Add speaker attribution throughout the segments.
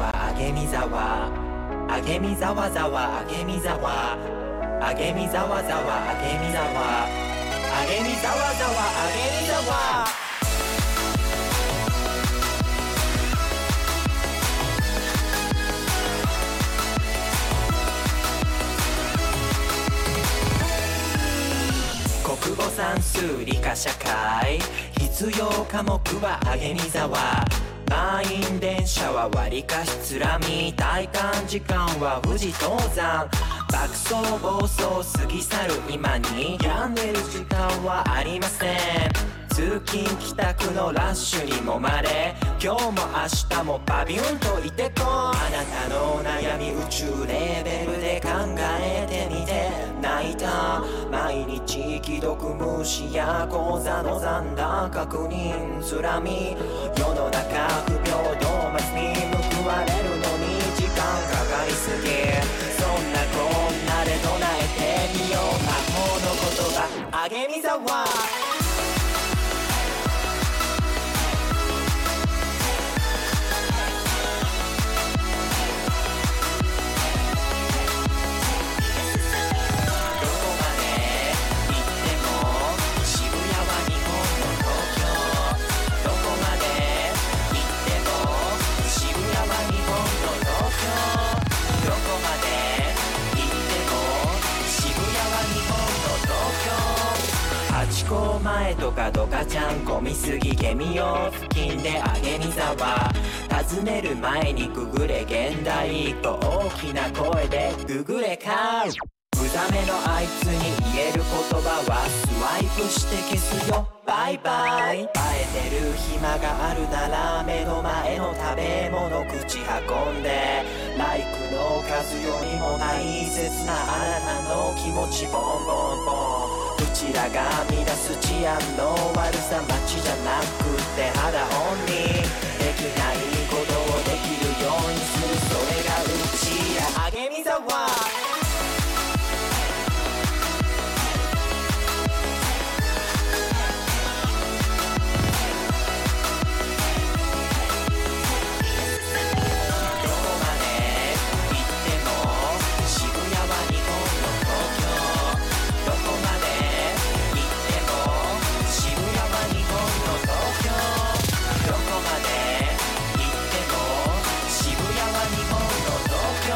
Speaker 1: みざわあげみざわざわあげみざわあげみざわざわあげみざわあげみざわざわあげみざわ国語算数理科社会必要科目はあげみざわ満員電車は割りかしつらみ体感時間は富士登山爆走暴走過ぎ去る今に病んでる時間はありません通勤帰宅のラッシュにもまれ今日も明日もバビュンといてこあなたのお悩み宇宙レベルで考えてみて泣いた毎日既読無視や口座の残高確認つらみ世の中不平等マスに報われるのに時間かかりすぎそんなこんなで唱えてみよう魔法の言葉あげみざわどこまで行っても渋谷は日本の東京どこまで行っても渋谷は日本の東京どこまで行っても渋谷は日本の東京ハチ公前とかドカちゃん混みすぎゲミ用付近であげみざわ訪ねる前にググれ現代と大きな声でググれかうざめのあいつに言える言葉はスワイプして消すよバイバイ映えてる暇があるなら目の前の食べ物口運んでライクの数よりも大切なあなたの気持ちボンボンボンうちらが乱す治安の悪さ街じゃなくて肌オンリーできないことをできるようにするそれがうちらあげみざわどこまで行っても渋谷は日本の東京どこまで行っても渋谷は日本の東京どこまで行っても渋谷は日本の東京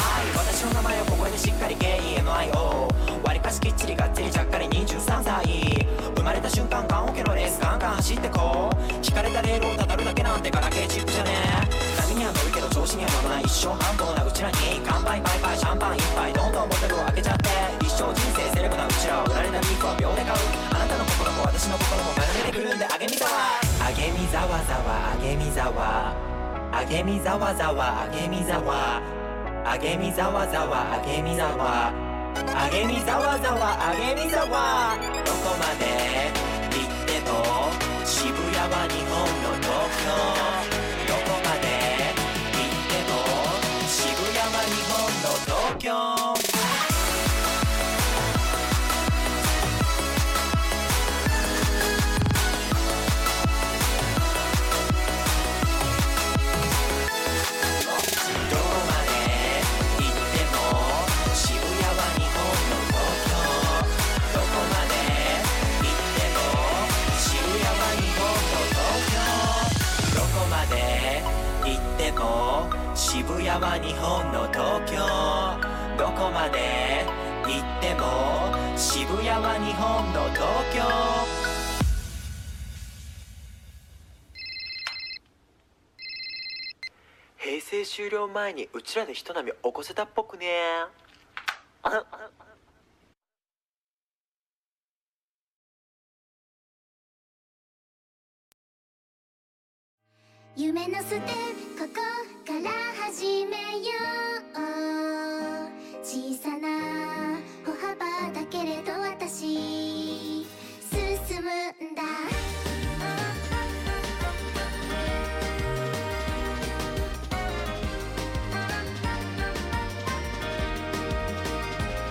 Speaker 1: はい私の名前をここでしっかり KEMIO 割りかしきっちりがっちりちゃっかり23歳生まれた瞬間缶オケのレースガンガン走ってこう聞かれたレールをたどるだけなんてガラケーチップじゃね波には乗るけど調子には乗らない一生半分なうちらに乾杯バイバイシャンパン一杯どんどんボトルを開けちゃって一生人生セレブなうちらを売られたビーフは秒で買うあなたの心も私の心もまるでくるんであげみざわあげみざわざわあげみざわあげみざわざわあげみざわあげみざわざわあげみざわあげみざわざわあげみざわどこまで行っても渋谷は日本の東京どこまで行っても渋谷は日本の東京どこまで行っても渋谷は日本の東京どこまで行っても渋谷は日本の東京どこまで行っても渋谷は日本の東京どこまで行っても渋谷は日本の東京平成終了前にうちらで人波起こせたっぽくね
Speaker 2: 夢のステップここから始めよう小さな歩幅だけれど私進むんだ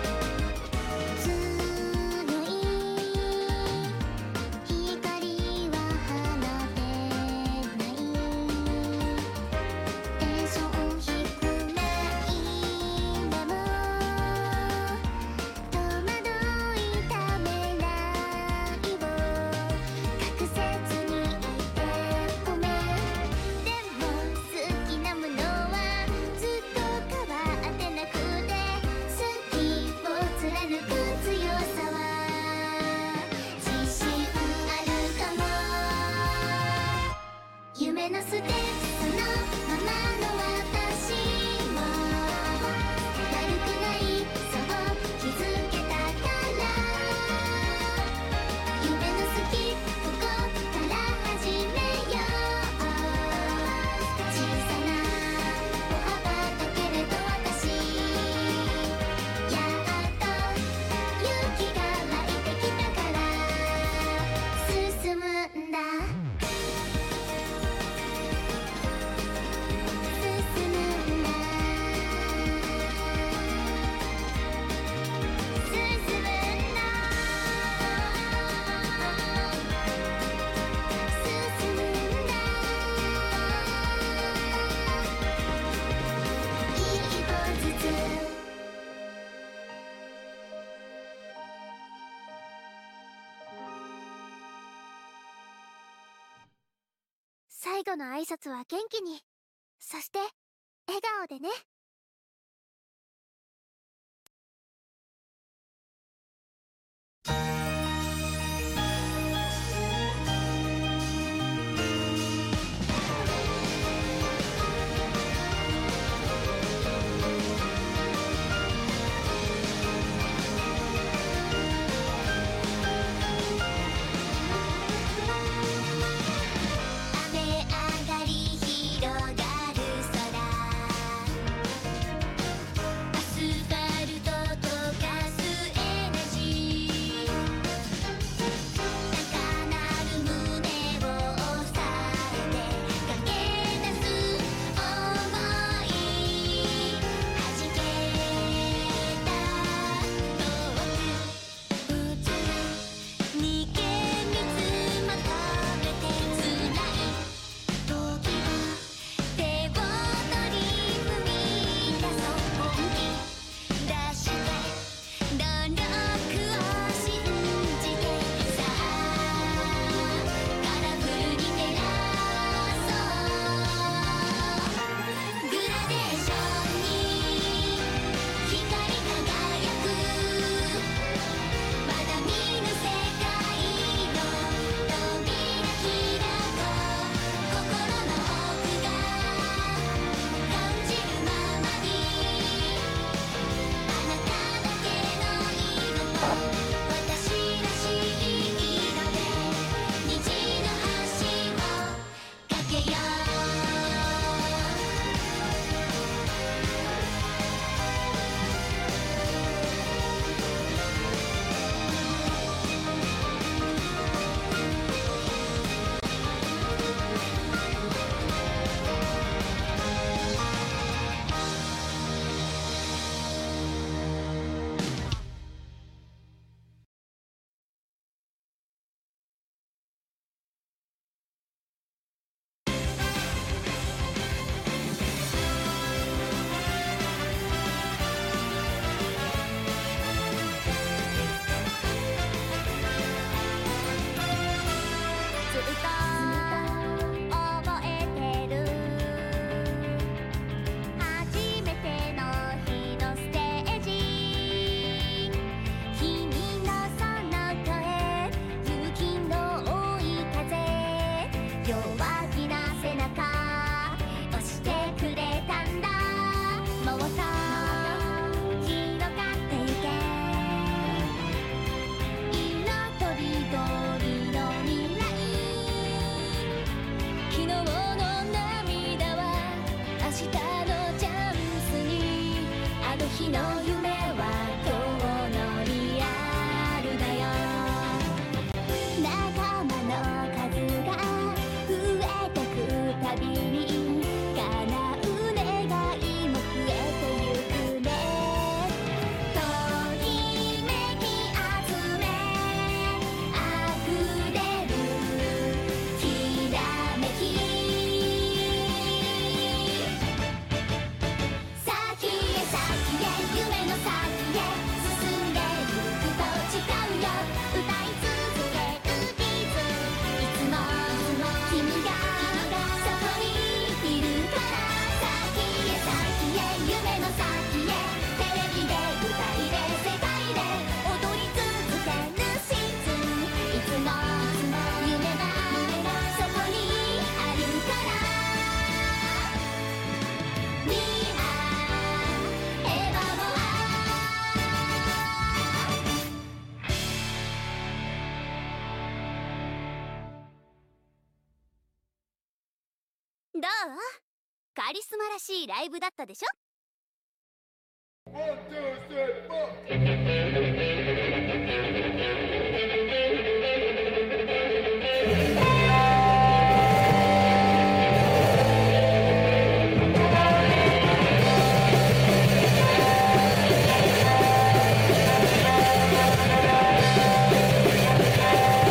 Speaker 2: 強い「光は放てない」「テンション低との挨拶は元気にそして笑顔でね雨上がり広がる空アスファルト溶かすエナジー高鳴る胸を抑えて駆け出す想い弾けた遠く「逃げ水まとめて辛い」「時は手を取り踏み出そう」「本気出して努力を信じて」「さあカラフルに照らそう」「グラデーションに光輝く」「まだ見ぬ世界の扉開こう」「心の奥が感じるままに」「あなただけの色を私らしい色で」「虹の橋を架けよう」ずっと覚えてる初めての日のステージ君のその声雪の追い風弱気な背中押してくれたんだもっと広がってゆけ「いろとりどりの未来」「昨日の涙は明日のチャンスに」「あの日の夢は今日のリアルだよ」「仲間の数が増えてくたびに」「叶う願いも増えてゆくね」「ときめき集め」「あふれる想い」「きらめき」「先へ先へ夢の先へ」「進んでゆくと誓うよ」「歌い続けるビーズ」「いつも君がそこにいるから」「先へ先へ夢の先へ」「テレビで舞台で世界で踊り続けるシーズン」「いつも夢がそこにあるから」「We are エヴァモア」どうカリスマらしいライブだったでしょ
Speaker 3: 「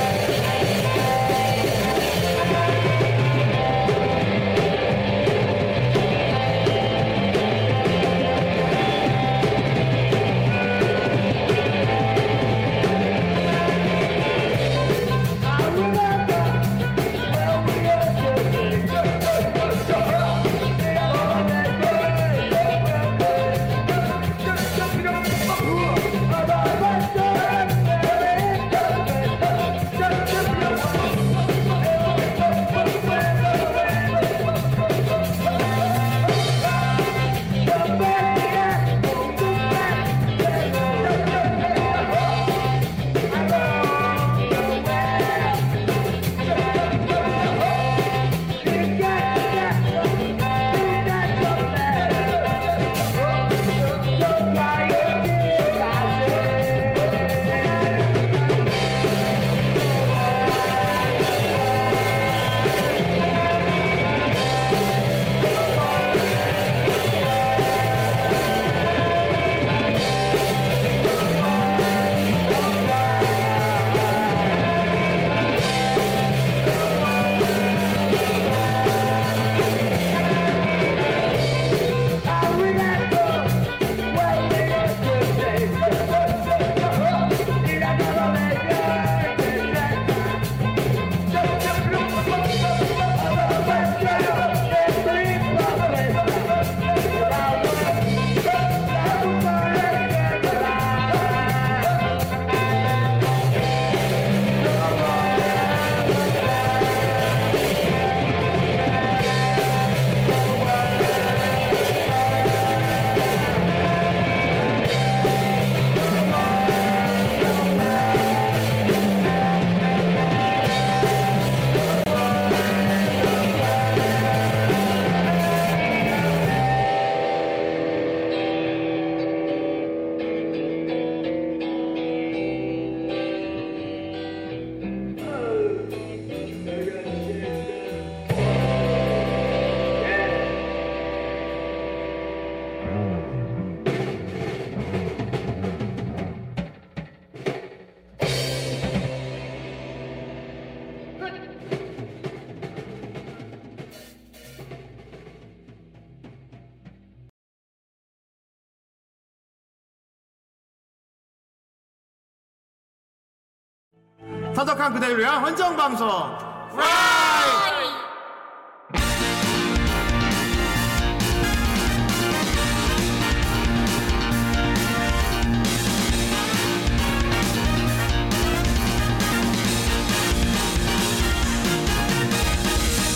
Speaker 3: 사적한 그대를 위한 헌정 방송.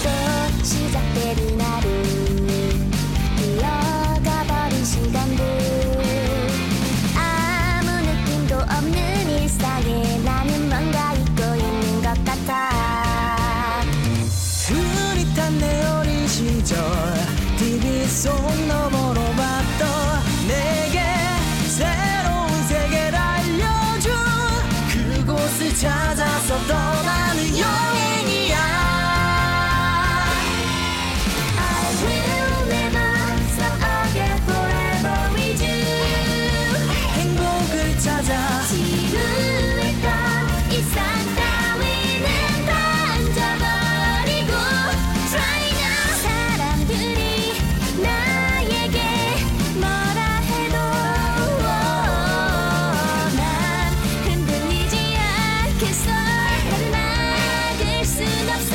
Speaker 2: 또 시작되는 하루 흘러가버린 시간들 아무 느낌도 없는 일상에 나는 뭔가 잊고 있는 것 같아
Speaker 1: 흐릿한 내 어린 시절 TV 속 너머로 봤던 내게 새로운 세계를 알려준 그곳을 찾아서 떠나는 여행이야
Speaker 2: I will never stop again forever with you
Speaker 1: 행복을 찾아
Speaker 2: 지루했던 일상 따위는 던져버리고 Try now 사람들이 나에게 뭐라 해도 난 흔들리지 않겠어 나를 막을 순 없어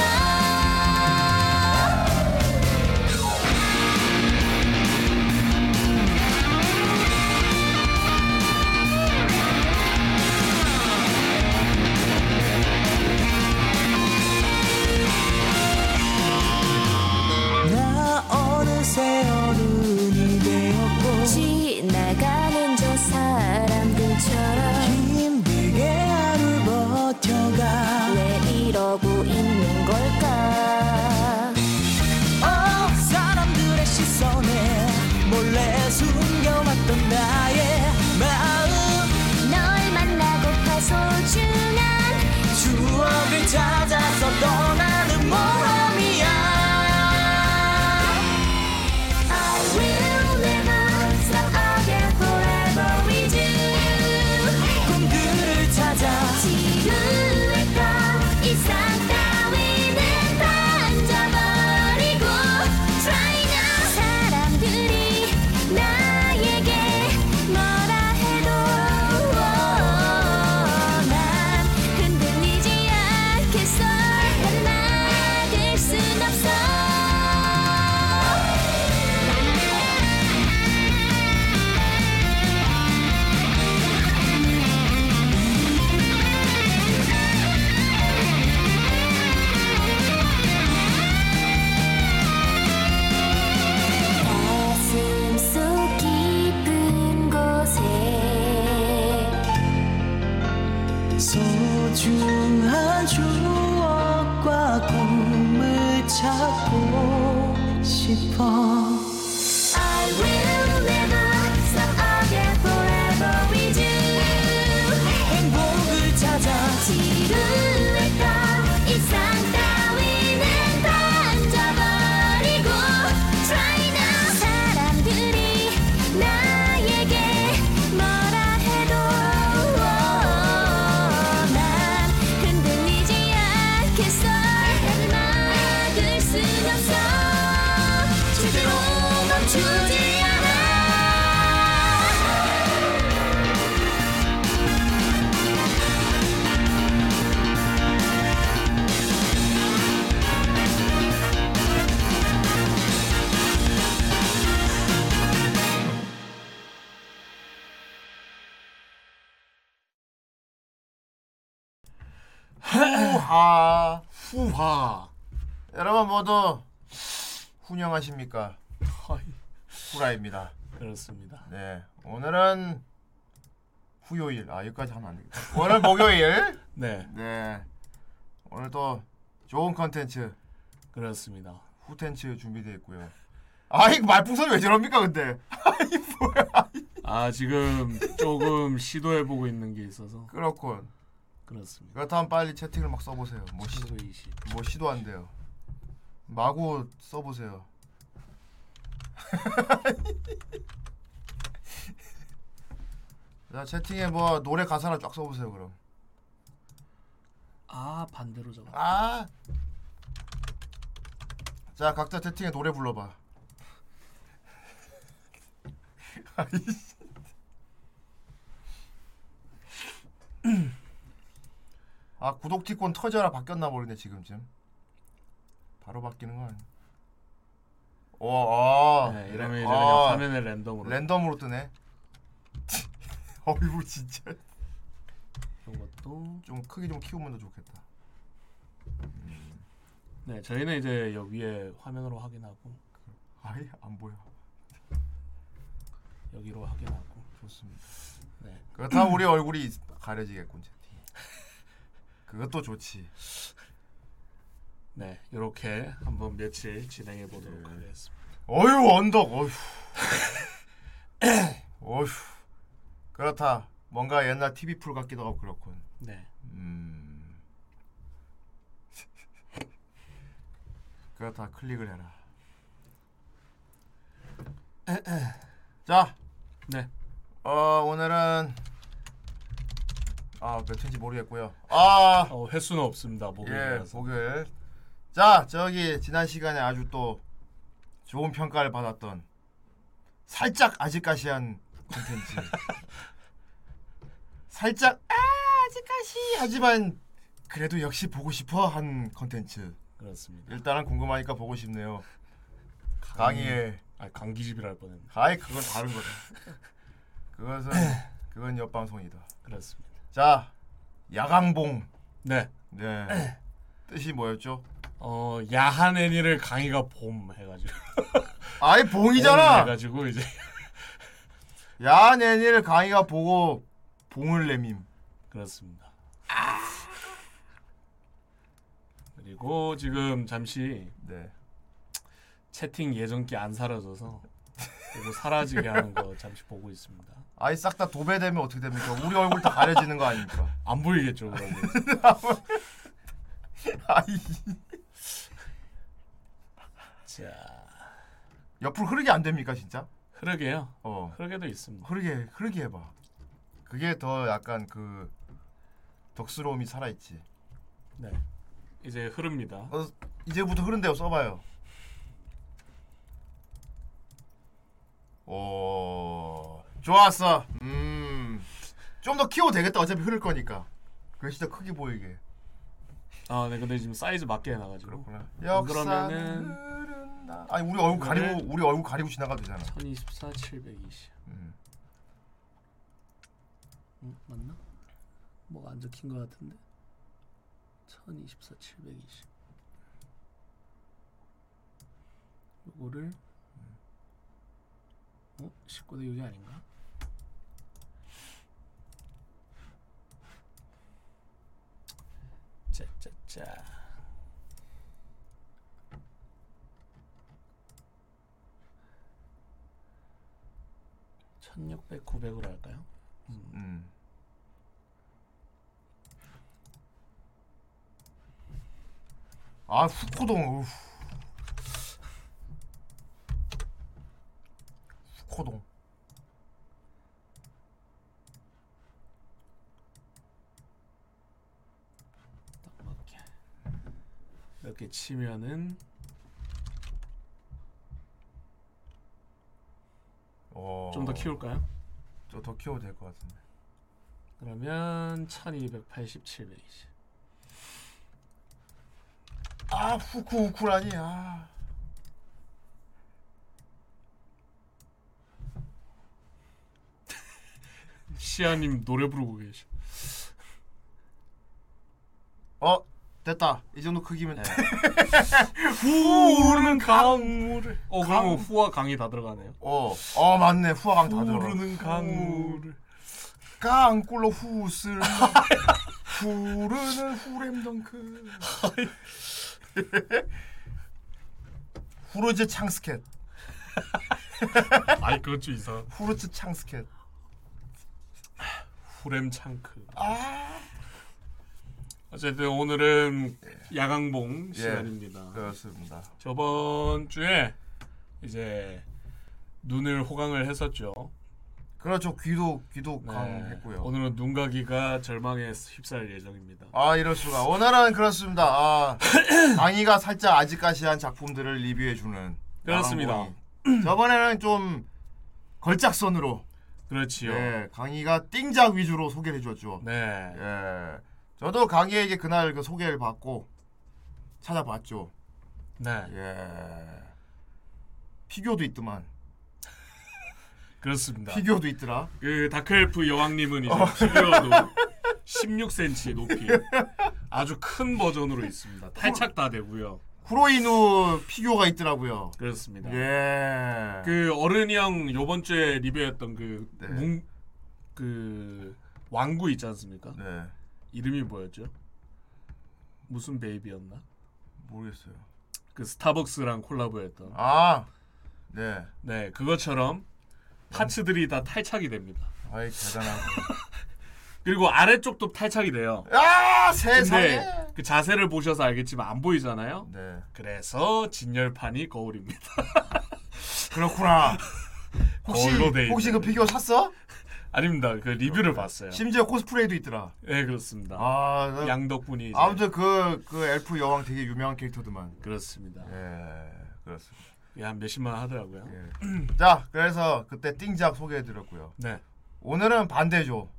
Speaker 1: 나 어느새 어른이 되었고
Speaker 2: 지나가는 저 사람들처럼
Speaker 1: 힘들게 하루 버텨가
Speaker 2: 왜 이러고 있는 걸까
Speaker 1: 어, 사람들의 시선에 몰래 숨겨왔던 나의 마음
Speaker 2: 널 만나고파 소중한
Speaker 1: 추억을 찾아서 떠나는 모험이야
Speaker 2: I will never stop again forever with you
Speaker 1: 꿈들을 찾아
Speaker 2: 지루했던 일상 따위는 던져버리고 Try now 사람들이 나에게 뭐라 해도 난 흔들리지 않겠어 나를 막을 순 없어 가슴 속 깊은 곳에
Speaker 1: 소중한 추억과 꿈을 찾고 싶어
Speaker 2: I will never stop again forever with you
Speaker 1: 행복을 찾아
Speaker 2: 지루했던 일상 따위는 던져버리고 Try now 사람들이 나에게 뭐라 해도 난 흔들리지 않겠어 나를 막을 순 없어 절대로 멈추지 않아
Speaker 3: 후하 후하 여러분 모두 훈영하십니까?
Speaker 4: 하이,
Speaker 3: 후라입니다.
Speaker 4: 그렇습니다.
Speaker 3: 네 오늘은 후요일 아 여기까지 하면 안 되겠다. 오늘 목요일
Speaker 4: 네,
Speaker 3: 네 오늘 또 좋은 컨텐츠
Speaker 4: 그렇습니다.
Speaker 3: 후텐츠 준비되어 있고요. 아 이거 말풍선이 왜 저럽니까 근데? 아이 뭐야?
Speaker 4: 아 지금 조금 시도해 보고 있는 게 있어서
Speaker 3: 그렇군.
Speaker 4: 그렇습니다.
Speaker 3: 그렇다면 빨리 채팅을 막 써보세요. 뭐, 시,
Speaker 4: 친구의 시.
Speaker 3: 뭐 시도 안 돼요. 마구 써보세요. 자 채팅에 뭐 노래 가사나 쫙 써보세요 그럼.
Speaker 4: 아 반대로 잡아.
Speaker 3: 아. 자 각자 채팅에 노래 불러봐. 아이씨. 아 구독티콘 터져라 바뀌었나 모르네 지금쯤. 바로 바뀌는 건. 아니- 오, 아,
Speaker 4: 네,
Speaker 3: 네,
Speaker 4: 이러면 이제 그냥
Speaker 3: 아,
Speaker 4: 화면에 랜덤으로
Speaker 3: 랜덤으로 뜨네. 어이구 진짜.
Speaker 4: 이런 것도
Speaker 3: 좀 크기 좀 키우면 더 좋겠다. 음,
Speaker 4: 네 저희는 이제 여기 위에 화면으로 확인하고
Speaker 3: 아예 안 보여.
Speaker 4: 여기로 확인하고
Speaker 3: 좋습니다.
Speaker 4: 네.
Speaker 3: 그렇다 우리 얼굴이 가려지겠군 이제. 그것도 좋지.
Speaker 4: 네 이렇게 한번 며칠 진행해 보도록
Speaker 3: 네.
Speaker 4: 하겠습니다.
Speaker 3: 어휴 언덕 어휴 어휴 그렇다 뭔가 옛날 TV 프로 같기도 하고 그렇군
Speaker 4: 네
Speaker 3: 음 그렇다 클릭을 해라 자
Speaker 4: 네.
Speaker 3: 어, 오늘은 아 몇인지 모르겠고요 아
Speaker 4: 어, 횟수는 없습니다.
Speaker 3: 예,
Speaker 4: 목요일이라서.
Speaker 3: 목요일. 자, 저기 지난 시간에 아주 또 좋은 평가를 받았던 살짝 아직까시한 콘텐츠. 살짝 아, 아직까시 하지만 그래도 역시 보고 싶어 한 콘텐츠.
Speaker 4: 예. 그렇습니다.
Speaker 3: 일단은 궁금하니까 보고 싶네요. 강의의
Speaker 4: 아 강기집이라 할 뻔했네.
Speaker 3: 아이 그건 다른 거다. 그것은 그건 옆방송이다.
Speaker 4: 그렇습니다.
Speaker 3: 자, 야광봉.
Speaker 4: 네.
Speaker 3: 네. 뜻이 뭐였죠?
Speaker 4: 어 야한 애니를 강의가 봄 해가지고
Speaker 3: 아이
Speaker 4: 봄
Speaker 3: 봉이잖아.
Speaker 4: 해가지고 이제
Speaker 3: 야한 애니를 강희가 보고 봉을 내밈.
Speaker 4: 그렇습니다. 그리고 지금 잠시
Speaker 3: 네.
Speaker 4: 채팅 예전기 안 사라져서 그리고 사라지게 하는 거 잠시 보고 있습니다.
Speaker 3: 아이 싹 다 도배되면 어떻게 됩니까? 우리 얼굴 다 가려지는 거 아닙니까?
Speaker 4: 안 보이겠죠 그러면.
Speaker 3: 아이
Speaker 4: 자
Speaker 3: 옆으로 흐르게 안 됩니까 진짜?
Speaker 4: 흐르게요.
Speaker 3: 어
Speaker 4: 흐르게도 있습니다.
Speaker 3: 흐르게 흐르게 해봐. 그게 더 약간 그 덕스러움이 살아있지.
Speaker 4: 네 이제 흐릅니다.
Speaker 3: 어, 이제부터 흐른대요 써봐요. 오 좋았어. 음좀 더 키워도 되겠다 어차피 흐를 거니까. 그게 진짜 크게 보이게.
Speaker 4: 아네 근데 지금 사이즈 맞게 해놔가지고
Speaker 3: 그렇구나.
Speaker 4: 안
Speaker 3: 역사는
Speaker 4: 그러면은
Speaker 3: 흐른다. 아니 우리 얼굴 가리고 우리 얼굴 가리고 지나가도 되잖아.
Speaker 4: 1024 720.
Speaker 3: 음.
Speaker 4: 음, 맞나? 뭐가 안 적힌 것 같은데. 1024 720. 요거를 어? 19대 요게 아닌가? 짜짜짜. 천육백 구백으로 할까요?
Speaker 3: 음. 아 후코동. 어후. 후코동.
Speaker 4: 딱 맞게 이렇게 치면은
Speaker 3: 어.
Speaker 4: 좀 더 키울까요?
Speaker 3: 좀더 키워도 될 것 같은데.
Speaker 4: 그러면 1280, 720
Speaker 3: 아 후쿠 후쿠라니 아.
Speaker 4: 시아님 노래 부르고 계셔
Speaker 3: 어 됐다 이 정도 크기면
Speaker 4: 네.
Speaker 3: 돼.
Speaker 4: 후르는 강물을 어 그럼 후와 강이 다 들어가네요
Speaker 3: 어. 어 맞네 후아강 다 들어.
Speaker 4: 후르는 강물을
Speaker 3: 깡꿀로 후슬 후르는 후렘덩크 후르즈 창스켓
Speaker 4: 아이 그것 좀 이상
Speaker 3: 후르즈 창스켓
Speaker 4: 후렘 창크 아. 어쨌든 오늘은 야광봉 시간입니다
Speaker 3: 그렇습니다
Speaker 4: 저번 주에 이제 눈을 호강을 했었죠
Speaker 3: 그렇죠 귀도 귀도
Speaker 4: 네.
Speaker 3: 강했고요
Speaker 4: 오늘은 눈가기가 절망에 휩싸일 예정입니다.
Speaker 3: 아 이럴 수가 오늘은 그렇습니다 아 강의가 살짝 아직까지한 작품들을 리뷰해 주는
Speaker 4: 그렇습니다.
Speaker 3: 저번에는 좀 걸작선으로
Speaker 4: 그렇지요. 네.
Speaker 3: 예, 강의가 띵작 위주로 소개를 해줬죠
Speaker 4: 네.
Speaker 3: 예. 저도 강희에게 그날 그 소개를 받고 찾아봤죠.
Speaker 4: 네,
Speaker 3: 예. 피규어도 있더만.
Speaker 4: 그렇습니다.
Speaker 3: 피규어도 있더라.
Speaker 4: 그 다크엘프 여왕님은 이제 피규어도 16cm 높이 아주 큰 버전으로 있습니다. 탈착 다 되고요.
Speaker 3: 쿠로이누 피규어가 있더라고요.
Speaker 4: 그렇습니다.
Speaker 3: 예.
Speaker 4: 네. 그 어른이 형 요번 주에 리뷰했던 그,
Speaker 3: 네.
Speaker 4: 문, 그 왕구 있지 않습니까?
Speaker 3: 네.
Speaker 4: 이름이 뭐였죠? 무슨 베이비였나?
Speaker 3: 모르겠어요.
Speaker 4: 그 스타벅스랑 콜라보했던
Speaker 3: 아. 네.
Speaker 4: 네 그것처럼 파츠들이 다 탈착이 됩니다.
Speaker 3: 아이 대단하고.
Speaker 4: 그리고 아래쪽도 탈착이 돼요.
Speaker 3: 아, 세상에.
Speaker 4: 근데 그 자세를 보셔서 알겠지만 안 보이잖아요.
Speaker 3: 네.
Speaker 4: 그래서 진열판이 거울입니다.
Speaker 3: 그렇구나. 혹시
Speaker 4: 거울로 돼 있네.
Speaker 3: 혹시 그 피규어 샀어?
Speaker 4: 아닙니다. 그 리뷰를 봤어요.
Speaker 3: 심지어 코스프레도 있더라.
Speaker 4: 네 그렇습니다.
Speaker 3: 아, 나-
Speaker 4: 양덕분이 이제
Speaker 3: 아무튼 그 그 엘프 여왕 되게 유명한 캐릭터드만.
Speaker 4: 그렇습니다.
Speaker 3: 예. 그렇습니다.
Speaker 4: 예, 한 몇십만 원 하더라고요. 음.
Speaker 3: 예. 자, 그래서 그때 띵작 소개해 드렸고요.
Speaker 4: 네
Speaker 3: 오늘은 반대죠.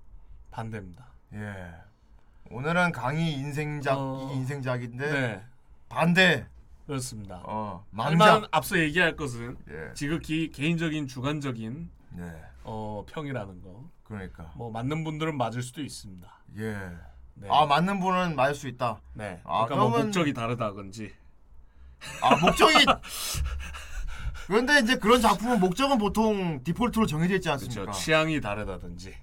Speaker 4: 반대입니다.
Speaker 3: 예. 오늘은 강의 인생작
Speaker 4: 어.
Speaker 3: 이 인생작인데
Speaker 4: 네,
Speaker 3: 반대.
Speaker 4: 그렇습니다.
Speaker 3: 예. 어,
Speaker 4: 하지만
Speaker 3: 망작.
Speaker 4: 앞서 얘기할 것은
Speaker 3: 예.
Speaker 4: 지극히 개인적인 주관적인
Speaker 3: 네.
Speaker 4: 어, 평이라는 거.
Speaker 3: 그러니까.
Speaker 4: 뭐 맞는 분들은 맞을 수도 있습니다.
Speaker 3: 예.
Speaker 4: 네.
Speaker 3: 아, 맞는 분은 맞을 수 있다.
Speaker 4: 네.
Speaker 3: 아,
Speaker 4: 그러니까 뭐
Speaker 3: 그러면-
Speaker 4: 목적이 다르다든지.
Speaker 3: 아, 목적이 그런데 이제 그런 작품은 목적은 보통 디폴트로 정해져 있지 않습니까?
Speaker 4: 그렇죠. 취향이 다르다든지.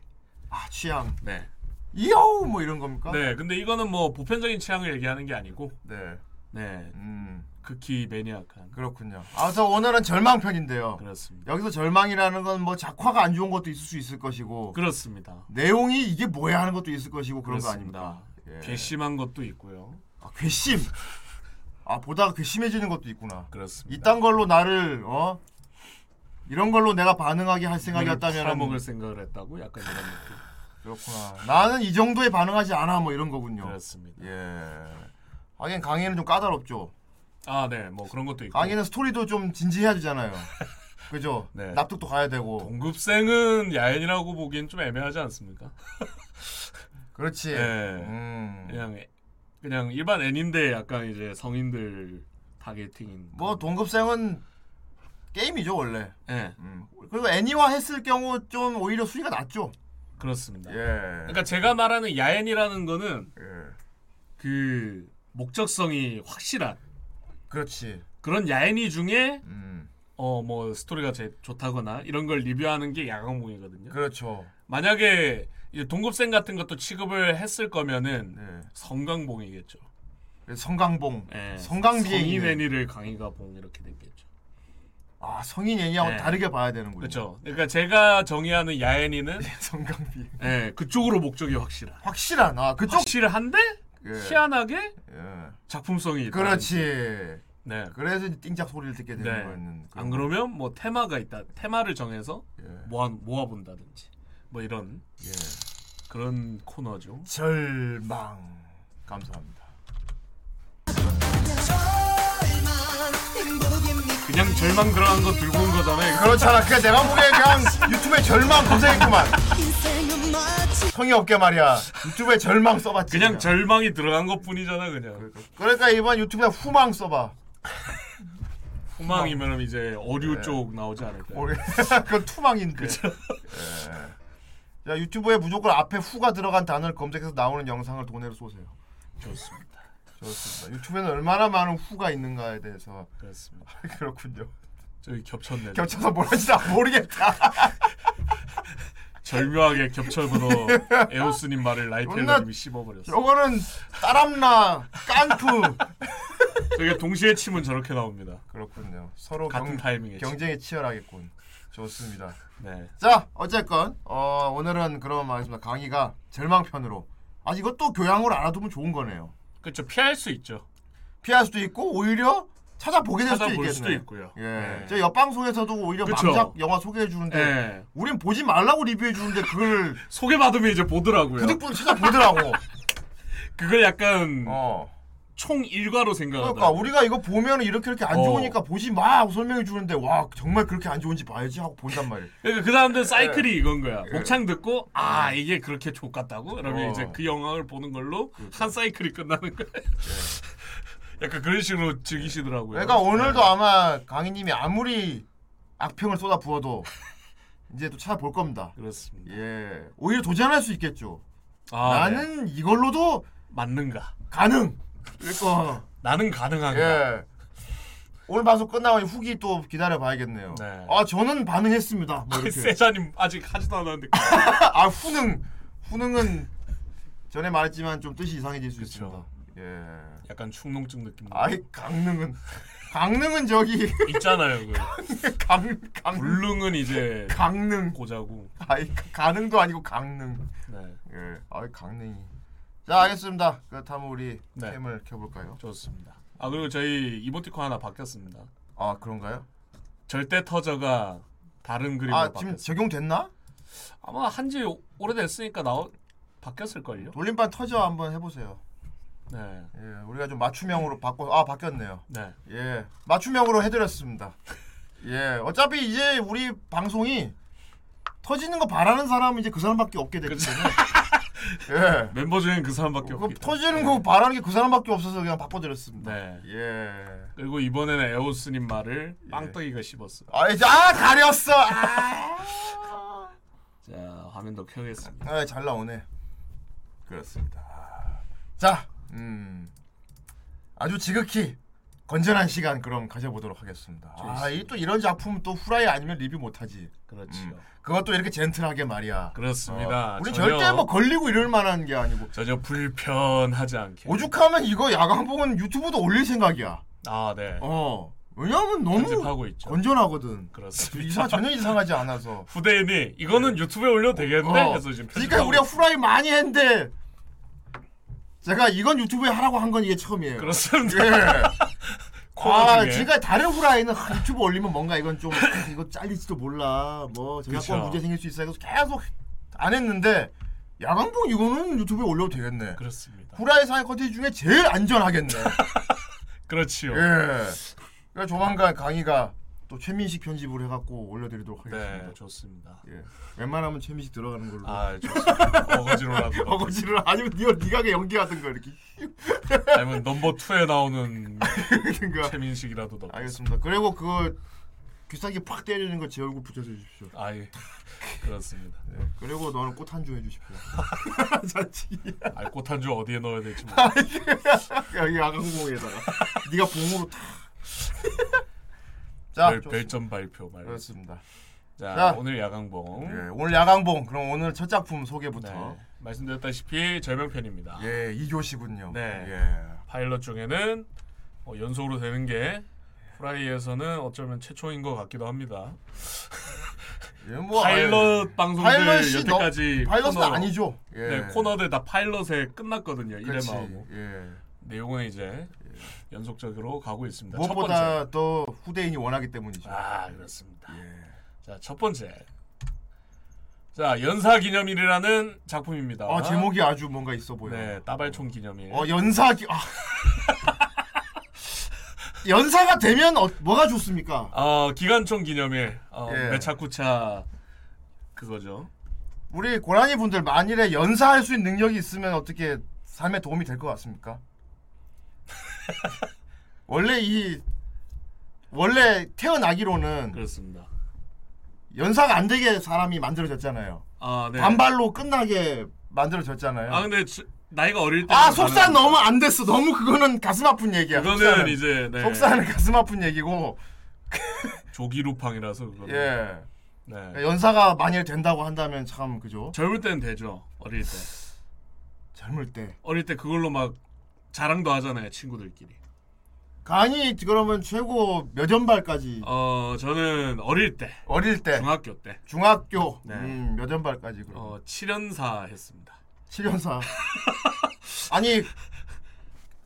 Speaker 3: 아, 취향.
Speaker 4: 네.
Speaker 3: 이요! 뭐 이런 겁니까?
Speaker 4: 네. 근데 이거는 뭐 보편적인 취향을 얘기하는 게 아니고
Speaker 3: 네.
Speaker 4: 네.
Speaker 3: 음,
Speaker 4: 극히 매니악한.
Speaker 3: 그렇군요. 아, 그래서 오늘은 절망편인데요.
Speaker 4: 그렇습니다.
Speaker 3: 여기서 절망이라는 건 뭐 작화가 안 좋은 것도 있을 수 있을 것이고
Speaker 4: 그렇습니다.
Speaker 3: 내용이 이게 뭐야 하는 것도 있을 것이고 그런 거 아닙니까? 예.
Speaker 4: 괘씸한 것도 있고요.
Speaker 3: 아, 괘씸. 아, 보다가 괘씸해지는 것도 있구나.
Speaker 4: 그렇습니다.
Speaker 3: 이딴 걸로 나를 어 이런 걸로 내가 반응하게 할 생각이었다면
Speaker 4: 먹을 생각을 했다고 약간 이런 느낌.
Speaker 3: 그렇구나. 나는 이 정도에 반응하지 않아 뭐 이런 거군요.
Speaker 4: 그렇습니다.
Speaker 3: 예. 하긴 강의는 좀 까다롭죠.
Speaker 4: 아, 네. 뭐 그런 것도 있고.
Speaker 3: 강의는 스토리도 좀 진지해야 되잖아요. 그죠?
Speaker 4: 네.
Speaker 3: 납득도 가야 되고.
Speaker 4: 동급생은 야인이라고 보기엔 좀 애매하지 않습니까?
Speaker 3: 그렇지.
Speaker 4: 예.
Speaker 3: 음.
Speaker 4: 그냥 애- 그냥 일반 애니인데 약간 이제 성인들 타겟팅인.
Speaker 3: 뭐 동급생은 게임이죠 원래.
Speaker 4: 예,
Speaker 3: 음. 그리고 애니화 했을 경우 좀 오히려 수위가 낮죠.
Speaker 4: 그렇습니다.
Speaker 3: 예.
Speaker 4: 그러니까 제가 말하는 야엔이라는 거는
Speaker 3: 예.
Speaker 4: 그 목적성이 확실한
Speaker 3: 그렇지.
Speaker 4: 그런 야엔이 중에
Speaker 3: 음.
Speaker 4: 어 뭐 스토리가 제 좋다거나 이런 걸 리뷰하는 게 야광봉이거든요.
Speaker 3: 그렇죠.
Speaker 4: 만약에 이제 동급생 같은 것도 취급을 했을 거면은
Speaker 3: 네.
Speaker 4: 성강봉이겠죠.
Speaker 3: 성강봉,
Speaker 4: 예.
Speaker 3: 성강비행.
Speaker 4: 성인 애니를 강의가 봉 이렇게 됐겠죠.
Speaker 3: 아 성인 애니하고
Speaker 4: 네.
Speaker 3: 다르게 봐야 되는군요.
Speaker 4: 그렇죠. 그러니까 제가 정의하는 야엔이는
Speaker 3: 성강비.
Speaker 4: 예, 그쪽으로 목적이 확실한. 그
Speaker 3: 확실한. 아 그쪽.
Speaker 4: 확실한데
Speaker 3: 예.
Speaker 4: 희한하게
Speaker 3: 예.
Speaker 4: 작품성이 있다.
Speaker 3: 그렇지.
Speaker 4: 네.
Speaker 3: 그래서 이제 띵짝 소리를 듣게 되는
Speaker 4: 네.
Speaker 3: 거였는.
Speaker 4: 안 그러면 뭐 테마가 있다. 테마를 정해서
Speaker 3: 예.
Speaker 4: 모아 모아 본다든지 뭐 이런
Speaker 3: 예.
Speaker 4: 그런 코너죠.
Speaker 3: 절망. 감사합니다.
Speaker 4: 그냥 절망 들어간 거 들고 온 거잖아요.
Speaker 3: 그렇잖아. 그냥 내가 보기엔 그냥 유튜브에 절망 검색했구만. 성의 없게 말이야. 유튜브에 절망 써봤지.
Speaker 4: 그냥 절망이 들어간 것 뿐이잖아 그냥.
Speaker 3: 그러니까 이번 유튜브에 후망 써봐.
Speaker 4: 후망이면 이제 어류 쪽 나오지 않을까.
Speaker 3: 모르겠- 어. 네. 그건 투망인데. 예. 자 유튜브에 무조건 앞에 후가 들어간 단어를 검색해서 나오는 영상을 돈으로 쏘세요.
Speaker 4: 좋습니다.
Speaker 3: 좋습니다. 유튜브에는 얼마나 많은 후가 있는가에 대해서
Speaker 4: 그렇습니다.
Speaker 3: 그렇군요.
Speaker 4: 저기 겹쳤네.
Speaker 3: 겹쳐서 뭐라는지 나 모르겠다.
Speaker 4: 절묘하게 겹쳐서 에오스님 말을 라이텔러님이
Speaker 3: 존나-
Speaker 4: 씹어버렸어.
Speaker 3: 저거는 따람나 깐프.
Speaker 4: 저게 동시에 치면 저렇게 나옵니다.
Speaker 3: 그렇군요. 서로
Speaker 4: 같은
Speaker 3: 어, 경,
Speaker 4: 타이밍에 치면.
Speaker 3: 경쟁이 치열하겠군. 좋습니다.
Speaker 4: 네.
Speaker 3: 자 어쨌건 어, 오늘은 그런 말입니다. 강의가 절망편으로. 아 이것도 교양으로 알아두면 좋은 거네요.
Speaker 4: 그렇죠. 피할 수 있죠.
Speaker 3: 피할 수도 있고 오히려 찾아보게 될 수도
Speaker 4: 찾아볼
Speaker 3: 있겠네요.
Speaker 4: 수도 있고요.
Speaker 3: 예,
Speaker 4: 네.
Speaker 3: 저 옆방송에서도 오히려
Speaker 4: 그쵸.
Speaker 3: 망작 영화 소개해 주는데
Speaker 4: 네.
Speaker 3: 우린 보지 말라고 리뷰해 주는데 그걸
Speaker 4: 소개받으면 이제 보더라고요.
Speaker 3: 부득부득 찾아보더라고.
Speaker 4: 그걸 약간
Speaker 3: 어.
Speaker 4: 총 일과로 생각하다.
Speaker 3: 그러니까 우리가 이거 보면 이렇게 이렇게 안
Speaker 4: 어.
Speaker 3: 좋으니까 보지 마 하고 설명해 주는데 와 정말 그렇게 안 좋은지 봐야지 하고 본단 말이야.
Speaker 4: 그러니까 그 사람들 사이클이
Speaker 3: 네.
Speaker 4: 이건 거야. 목창 듣고 아 이게 그렇게 족 같다고? 그러면
Speaker 3: 어. 음,
Speaker 4: 이제 그 영화를 보는 걸로 한 사이클이 끝나는 거야. 약간 그런 식으로 즐기시더라고요.
Speaker 3: 네. 그러니까 오늘도 아마 강희님이 아무리 악평을 쏟아 부어도 이제 또 찾아볼 겁니다.
Speaker 4: 그렇습니다.
Speaker 3: 예, 오히려 도전할 수 있겠죠.
Speaker 4: 아, 네.
Speaker 3: 나는 이걸로도
Speaker 4: 맞는가?
Speaker 3: 가능. 그러니까
Speaker 4: 나는 가능한가?
Speaker 3: 예. 오늘 방송 끝나고 후기 또 기다려 봐야겠네요.
Speaker 4: 네.
Speaker 3: 아 저는 반응했습니다. 뭐 이렇게.
Speaker 4: 그 세자님 아직 하지도 않았는데
Speaker 3: 아 후능 후능은 전에 말했지만 좀 뜻이 이상해질 수
Speaker 4: 그쵸.
Speaker 3: 있습니다. 예.
Speaker 4: 약간 충농증 느낌.
Speaker 3: 아이 강릉은 강릉은 저기
Speaker 4: 있잖아요. 그
Speaker 3: 강 강.
Speaker 4: 불능은 이제
Speaker 3: 강릉
Speaker 4: 고자고.
Speaker 3: 아이 가- 가능도 아니고 강릉
Speaker 4: 네,
Speaker 3: 예 아이 강릉이 자 알겠습니다 그렇다면 우리
Speaker 4: 네.
Speaker 3: 캠을 켜볼까요
Speaker 4: 좋습니다. 아 그리고 저희 이모티콘 하나 바뀌었습니다.
Speaker 3: 아 그런가요
Speaker 4: 절대 터저가 다른 그림으로
Speaker 3: 아 지금
Speaker 4: 바뀌었습니다.
Speaker 3: 적용됐나
Speaker 4: 아마 한지 오래됐으니까 나오 바뀌었을 걸요.
Speaker 3: 돌림판 터져 한번 해보세요
Speaker 4: 네.
Speaker 3: 예 우리가 좀 맞춤형으로 바꿔 아 바뀌었네요
Speaker 4: 네.
Speaker 3: 예 맞춤형으로 해드렸습니다 예 어차피 이제 우리 방송이 터지는 거 바라는 사람은 이제 그 사람밖에 없게 됐기
Speaker 4: 그쵸.
Speaker 3: 때문에 예
Speaker 4: 멤버 중엔 그 사람밖에
Speaker 3: 그
Speaker 4: 그렇죠. 없기 때문에.
Speaker 3: 터지는 거 바라는 게 그 사람밖에 없어서 그냥 바꿔드렸습니다.
Speaker 4: 네.
Speaker 3: 예.
Speaker 4: 그리고 이번에는 에오스님 말을 빵떡이가 씹었어요.
Speaker 3: 아 이제 아 가렸어. 아.
Speaker 4: 자 화면도 켜겠습니다.
Speaker 3: 아, 잘 나오네. 그렇습니다. 아. 자, 음, 아주 지극히 건전한 시간 그럼 가져보도록 하겠습니다. 아, 이 또 이런 작품 또 후라이 아니면 리뷰 못하지. 음,
Speaker 4: 그렇지요.
Speaker 3: 그것도 이렇게 젠틀하게 말이야.
Speaker 4: 그렇죠. 그렇습니다. 아,
Speaker 3: 어, 우리
Speaker 4: 전혀-
Speaker 3: 절대 뭐 걸리고 이럴 만한 게 아니고.
Speaker 4: 전혀 불편하지 않게.
Speaker 3: 오죽하면 이거 야광봉은 유튜브도 올릴 생각이야.
Speaker 4: 아 네.
Speaker 3: 어. 왜냐면 너무
Speaker 4: 편집하고 있죠. 그렇죠.
Speaker 3: 건전하거든.
Speaker 4: 그렇습니다.
Speaker 3: 이상 전혀 이상하지 않아서.
Speaker 4: 후대인이 이거는 유튜브에 올려도 되겠는데
Speaker 3: 어.
Speaker 4: 해서 네, 지금
Speaker 3: 그러니까
Speaker 4: 편집하고
Speaker 3: 우리가
Speaker 4: 있-
Speaker 3: 후라이 많이 했는데 제가 이건 유튜브에 하라고 한 건 이게 처음이에요.
Speaker 4: 그렇습니다.
Speaker 3: 예.
Speaker 4: 코너
Speaker 3: 아,
Speaker 4: 중에.
Speaker 3: 지금까지 다른 후라이는 하, 유튜브 올리면 뭔가 이건 좀 아, 이거 잘릴지도 몰라. 뭐
Speaker 4: 그쵸.
Speaker 3: 저작권 문제 생길 수 있어. 그래서 계속 안 했는데 야광봉 이거는 유튜브에 올려도 되겠네.
Speaker 4: 그렇습니다. 그렇죠.
Speaker 3: 후라이 사회 컨텐츠 중에 제일 안전하겠네.
Speaker 4: 그렇지요.
Speaker 3: 예. 그래서 조만간 강의가 또 최민식 편집을 해갖고 올려드리도록 하겠습니다.
Speaker 4: 네 좋습니다.
Speaker 3: 예. 웬만하면 최민식 들어가는 걸로.
Speaker 4: 아 좋습니다. 어거지로라도.
Speaker 3: 버거지를 아니면 니가 니가 그 연기하든가 이렇게
Speaker 4: 아니면 넘버 2에 나오는
Speaker 3: 그러니까
Speaker 4: 최민식이라도 넣고.
Speaker 3: 알겠습니다. 그리고 그거 귀싸게 팍 때리는 거 제 얼굴 붙여서 주십시오.
Speaker 4: 아예 그렇습니다.
Speaker 3: 네. 그리고 너는 꽃 한 주 해주십시오. 자치
Speaker 4: 아, 알꽃 한줄 어디에 넣어야 될지 모르.
Speaker 3: 여기 아강공에다가 네가 봉으로 탁. 자,
Speaker 4: 별,
Speaker 3: 아, 좋습니다.
Speaker 4: 별점 발표 말.
Speaker 3: 그렇습니다.
Speaker 4: 자,
Speaker 3: 자.
Speaker 4: 오늘 야광봉.
Speaker 3: 예, 오늘 야광봉 그럼 오늘 첫 작품 소개부터
Speaker 4: 네. 말씀드렸다시피 절명편입니다.
Speaker 3: 예 이교시군요.
Speaker 4: 네.
Speaker 3: 예.
Speaker 4: 파일럿 중에는 어, 연속으로 되는 게 후라이에서는 어쩌면 최초인 것 같기도 합니다.
Speaker 3: 예, 뭐
Speaker 4: 파일럿 방송들
Speaker 3: 파일럿이 너-
Speaker 4: 여태까지
Speaker 3: 아, 파일럿은
Speaker 4: 코너-
Speaker 3: 아니죠. 예.
Speaker 4: 네, 코너들 다 파일럿에 끝났거든요.
Speaker 3: 그렇지.
Speaker 4: 이래마하고
Speaker 3: 예.
Speaker 4: 내용은 이제 연속적으로 가고 있습니다. 첫 번째.
Speaker 3: 무엇보다 또 후대인이 원하기 때문이죠.
Speaker 4: 아 그렇습니다.
Speaker 3: 예.
Speaker 4: 자, 첫 번째. 자, 연사 기념일이라는 작품입니다.
Speaker 3: 아 제목이 아주 뭔가 있어 보여.
Speaker 4: 네, 따발총 기념일.
Speaker 3: 어 연사기. 아. 연사가 되면 어, 뭐가 좋습니까?
Speaker 4: 어, 기관총 기념일. 어,
Speaker 3: 예.
Speaker 4: 매차쿠차 그거죠.
Speaker 3: 우리 고라니 분들 만일에 연사할 수 있는 능력이 있으면 어떻게 삶에 도움이 될 것 같습니까? 원래 이 원래 태어나기로는
Speaker 4: 그렇습니다.
Speaker 3: 연사가 안 되게 사람이 만들어졌잖아요.
Speaker 4: 아, 네.
Speaker 3: 반발로 끝나게 만들어졌잖아요.
Speaker 4: 아, 근데 저- 나이가 어릴 때
Speaker 3: 아 속산 너무 안 됐어. 너무 그거는 가슴 아픈 얘기야.
Speaker 4: 그거는
Speaker 3: 속산은.
Speaker 4: 이제 네.
Speaker 3: 속산은 가슴 아픈 얘기고
Speaker 4: 조기루팡이라서 그거는.
Speaker 3: 예
Speaker 4: 네.
Speaker 3: 연사가 만일 된다고 한다면 참 그죠
Speaker 4: 젊을 때는 되죠. 어릴 때.
Speaker 3: 젊을 때
Speaker 4: 어릴 때 그걸로 막 자랑도 하잖아요, 친구들끼리.
Speaker 3: 강이 그러면 최고 몇 연발까지
Speaker 4: 어, 저는 어릴 때,
Speaker 3: 어, 릴때
Speaker 4: 중학교 때
Speaker 3: 중학교
Speaker 4: 네.
Speaker 3: 음, 몇 연발까지 그럼
Speaker 4: 어, 7연사 했습니다.
Speaker 3: 7연사 아니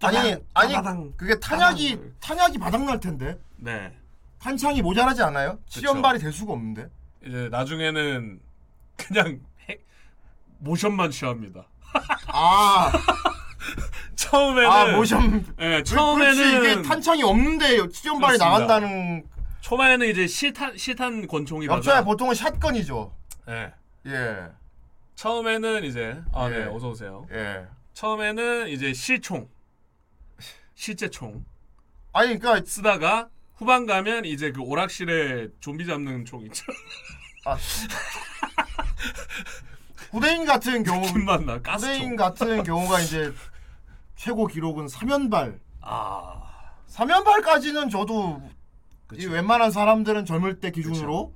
Speaker 3: 아니 아니
Speaker 4: 따다당.
Speaker 3: 그게 탄약이 탄약이 바닥날 텐데
Speaker 4: 네.
Speaker 3: 탄창이 모자라지 않아요? 7연발이 될 수가 없는데
Speaker 4: 이제 나중에는 그냥 해- 모션만 취합니다.
Speaker 3: 아
Speaker 4: 저 처음에는
Speaker 3: 아 모션
Speaker 4: 예,
Speaker 3: 그렇지 이게
Speaker 4: 처음에는
Speaker 3: 탄창이 없는데 치전발이
Speaker 4: 그렇습니다.
Speaker 3: 나간다는
Speaker 4: 초반에는 이제 실탄 실탄 권총이다가
Speaker 3: 엽차야 보통은 샷건이죠.
Speaker 4: 예.
Speaker 3: 예,
Speaker 4: 처음에는 이제 아 네
Speaker 3: 예.
Speaker 4: 어서 오세요.
Speaker 3: 예.
Speaker 4: 처음에는 이제 실총 실제 총
Speaker 3: 아니 그러니까
Speaker 4: 쓰다가 후반 가면 이제 그 오락실에 좀비 잡는 총 있죠.
Speaker 3: 아, 구대인 같은 경우
Speaker 4: 김만 나 가스총.
Speaker 3: 구대인 같은 경우가 이제 최고 기록은 3연발.
Speaker 4: 아
Speaker 3: 3연발까지는 저도 이
Speaker 4: 그쵸.
Speaker 3: 웬만한 사람들은 젊을 때 기준으로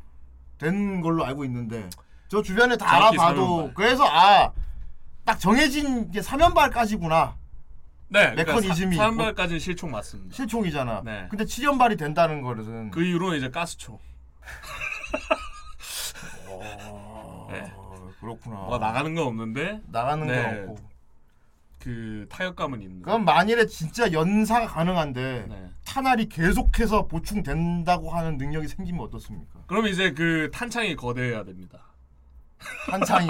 Speaker 3: 된 걸로 알고 있는데 저 주변에 다
Speaker 4: 그렇죠. 정확히
Speaker 3: 알아봐도
Speaker 4: 3연발.
Speaker 3: 그래서 아 딱 정해진 게 3연발까지구나
Speaker 4: 네,
Speaker 3: 메커니즘이
Speaker 4: 그러니까 3발까지는 실총 맞습니다.
Speaker 3: 실총이잖아.
Speaker 4: 네.
Speaker 3: 근데 7연발이 된다는 거는
Speaker 4: 그 이후로는 이제 가스총. 네.
Speaker 3: 어, 그렇구나.
Speaker 4: 뭐가 나가는 건 없는데
Speaker 3: 나가는
Speaker 4: 네.
Speaker 3: 거 없고.
Speaker 4: 그 타격감은 있는.
Speaker 3: 그럼 만일에 진짜 연사가 가능한데
Speaker 4: 네.
Speaker 3: 탄알이 계속해서 보충된다고 하는 능력이 생기면 어떻습니까?
Speaker 4: 그럼 이제 그 탄창이 거대해야 됩니다.
Speaker 3: 탄창이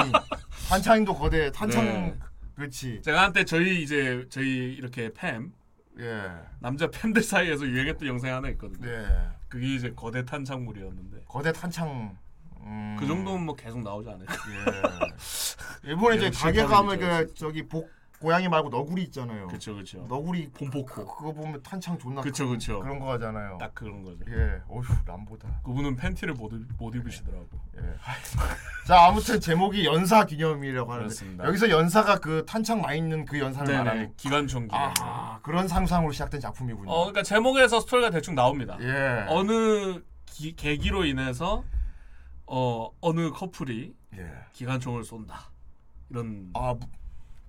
Speaker 3: 탄창도 거대 탄창
Speaker 4: 네.
Speaker 3: 그렇지
Speaker 4: 제가 한때 저희 이제 저희 이렇게 팸
Speaker 3: 예
Speaker 4: 남자 팬들 사이에서 유행했던 영상이 하나 있거든요.
Speaker 3: 네.
Speaker 4: 그게 이제 거대 탄창물이었는데
Speaker 3: 거대 탄창 음,
Speaker 4: 그 정도면 뭐 계속 나오지 않을까.
Speaker 3: 예. 일본에 이제
Speaker 4: 역시
Speaker 3: 가게 가면
Speaker 4: 거기죠.
Speaker 3: 그 저기 복 고양이 말고 너구리 있잖아요
Speaker 4: 그렇죠, 그렇죠.
Speaker 3: 너구리
Speaker 4: 폼포코.
Speaker 3: 그거 보면 탄창 존나
Speaker 4: 그렇죠,
Speaker 3: 큰
Speaker 4: 그렇죠.
Speaker 3: 그런 거 하잖아요
Speaker 4: 딱 그런 거죠.
Speaker 3: 예 어휴 남보다
Speaker 4: 그분은 팬티를 못, 입- 못 입으시더라고.
Speaker 3: 예. 자 아무튼 제목이 연사 기념이라고 하는데
Speaker 4: 그렇습니다.
Speaker 3: 여기서 연사가 그 탄창 많이 있는 그 연사를
Speaker 4: 네네.
Speaker 3: 말하는
Speaker 4: 기관총 기관.
Speaker 3: 아 그런 상상으로 시작된 작품이군요
Speaker 4: 어, 그러니까 제목에서 스토리가 대충 나옵니다.
Speaker 3: 예.
Speaker 4: 어느 기- 계기로 인해서 어 어느 커플이
Speaker 3: 예.
Speaker 4: 기관총을 쏜다 이런.
Speaker 3: 아 무-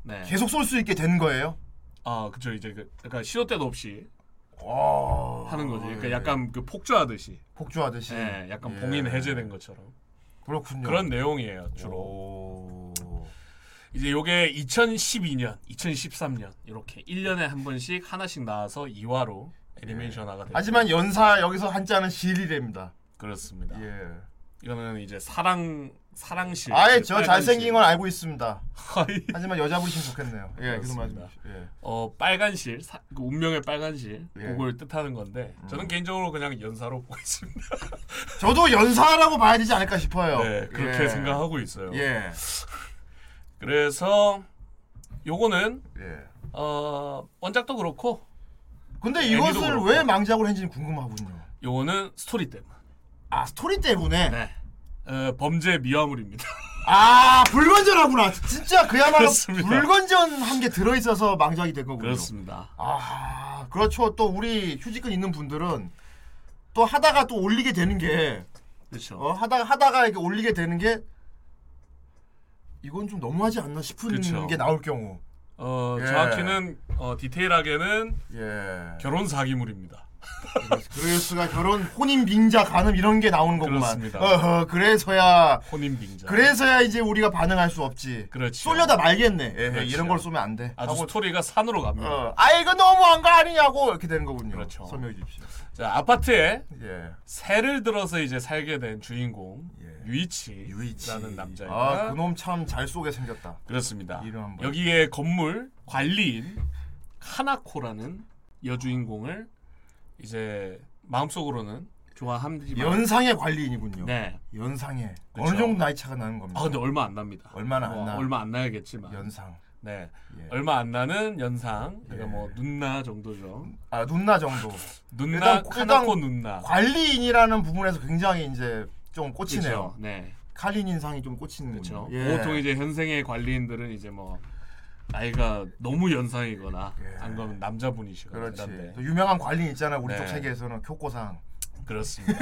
Speaker 4: 네.
Speaker 3: 계속 쏠 수 있게 된 거예요?
Speaker 4: 아, 그렇죠. 이제 그, 그러니까 시도 때도 없이
Speaker 3: 와.
Speaker 4: 하는 거지. 그러니까
Speaker 3: 예.
Speaker 4: 약간 그 폭주하듯이.
Speaker 3: 폭주하듯이.
Speaker 4: 예, 약간
Speaker 3: 예. 음.
Speaker 4: 봉인 해제된 것처럼
Speaker 3: 그렇군요.
Speaker 4: 그런 내용이에요 주로.
Speaker 3: 주로.
Speaker 4: 이제 요게 2012년, 2013년 이렇게 1년에 한 번씩 하나씩 나와서 2화로 애니메이션화가 됩니다.
Speaker 3: 하지만 연사 여기서 한자는 실이랍니다.
Speaker 4: 그렇습니다.
Speaker 3: 예.
Speaker 4: 이거는 이제 사랑 사랑실.
Speaker 3: 아예
Speaker 4: 이제
Speaker 3: 저
Speaker 4: 빨간실.
Speaker 3: 잘생긴 건 알고 있습니다.
Speaker 4: 아이,
Speaker 3: 하지만 여자분이시면 좋겠네요. 예, 그런
Speaker 4: 그렇습니다.
Speaker 3: 말씀. 예.
Speaker 4: 어 빨간실 사- 그 운명의 빨간실
Speaker 3: 예. 음.
Speaker 4: 그걸 뜻하는 건데 저는 개인적으로 그냥 연사로 보고 있습니다.
Speaker 3: 저도 연사라고 봐야 되지 않을까 싶어요.
Speaker 4: 네 그렇게
Speaker 3: 예.
Speaker 4: 생각하고 있어요.
Speaker 3: 예.
Speaker 4: 그래서 요거는
Speaker 3: 예.
Speaker 4: 어 원작도 그렇고
Speaker 3: 근데
Speaker 4: 네, 애니도
Speaker 3: 이것을
Speaker 4: 그렇고.
Speaker 3: 왜 망작으로 했는지 궁금하군요.
Speaker 4: 요거는 스토리 때문.
Speaker 3: 아 스토리 때문에.
Speaker 4: 네. 어, 범죄 미화물입니다.
Speaker 3: 아 불건전하구나. 진짜 그야말로
Speaker 4: 그렇습니다.
Speaker 3: 불건전한 게 들어있어서 망작이 된 거군요.
Speaker 4: 그렇습니다.
Speaker 3: 아 그렇죠. 또 우리 휴지근 있는 분들은 또 하다가 또 올리게 되는 게
Speaker 4: 그렇죠.
Speaker 3: 어, 하다가 하다가 이렇게 올리게 되는 게 이건 좀 너무하지 않나 싶은
Speaker 4: 그쵸.
Speaker 3: 게 나올 경우.
Speaker 4: 어,
Speaker 3: 예.
Speaker 4: 정확히는 어, 디테일하게는
Speaker 3: 예.
Speaker 4: 결혼 사기물입니다.
Speaker 3: 그레이스가 결혼 혼인 빙자 간음 이런 게 나오는 거구만.
Speaker 4: 그렇습니다.
Speaker 3: 어허, 그래서야
Speaker 4: 혼인 빙자.
Speaker 3: 그래서야 이제 우리가 반응할 수 없지.
Speaker 4: 그렇죠.
Speaker 3: 쏠려다 말겠네. 에헤,
Speaker 4: 그렇죠.
Speaker 3: 이런 걸 쏘면 안 돼.
Speaker 4: 아주
Speaker 3: 하고
Speaker 4: 스토리가 산으로 갑니다.
Speaker 3: 어, 아 이거 너무한 거 아니냐고 이렇게 되는 거군요.
Speaker 4: 그렇죠.
Speaker 3: 설명해 주십시오.
Speaker 4: 자, 아파트에
Speaker 3: 예.
Speaker 4: 새를 들어서 이제 살게 된 주인공
Speaker 3: 예.
Speaker 4: 유이치라는
Speaker 3: 유이치.
Speaker 4: 남자입니다.
Speaker 3: 아 그놈 참 잘 쏘게 생겼다.
Speaker 4: 그렇습니다.
Speaker 3: 이름 한번.
Speaker 4: 여기에 건물 관리인 하나코라는 여주인공을 이제 마음속으로는 좋아합니다만
Speaker 3: 연상의 관리인이군요.
Speaker 4: 네.
Speaker 3: 연상의
Speaker 4: 그렇죠.
Speaker 3: 어느 정도 나이 차가 나는 겁니다.
Speaker 4: 아 근데 얼마 안 납니다.
Speaker 3: 얼마나 안
Speaker 4: 뭐,
Speaker 3: 나?
Speaker 4: 얼마 안 나야겠지만.
Speaker 3: 연상.
Speaker 4: 네.
Speaker 3: 예.
Speaker 4: 얼마 안 나는 연상. 그러니까
Speaker 3: 예.
Speaker 4: 뭐 눈나 정도죠.
Speaker 3: 아 눈나 정도.
Speaker 4: 눈나
Speaker 3: 일단 코-
Speaker 4: 카나코
Speaker 3: 일단
Speaker 4: 눈나.
Speaker 3: 관리인이라는 부분에서 굉장히 이제 좀 꽂히네요.
Speaker 4: 그렇죠. 네.
Speaker 3: 칼린 인상이 좀 꽂히는
Speaker 4: 그렇죠.
Speaker 3: 군요 예.
Speaker 4: 보통 이제 현생의 관리인들은 이제 뭐 나이가 너무 연상이거나
Speaker 3: 예.
Speaker 4: 안 그러면 남자분이시거나
Speaker 3: 그렇지.
Speaker 4: 이런데.
Speaker 3: 또 유명한 관리인 있잖아. 우리
Speaker 4: 그러니까. 네.
Speaker 3: 쪽 세계에서는 교코상.
Speaker 4: 그렇습니다.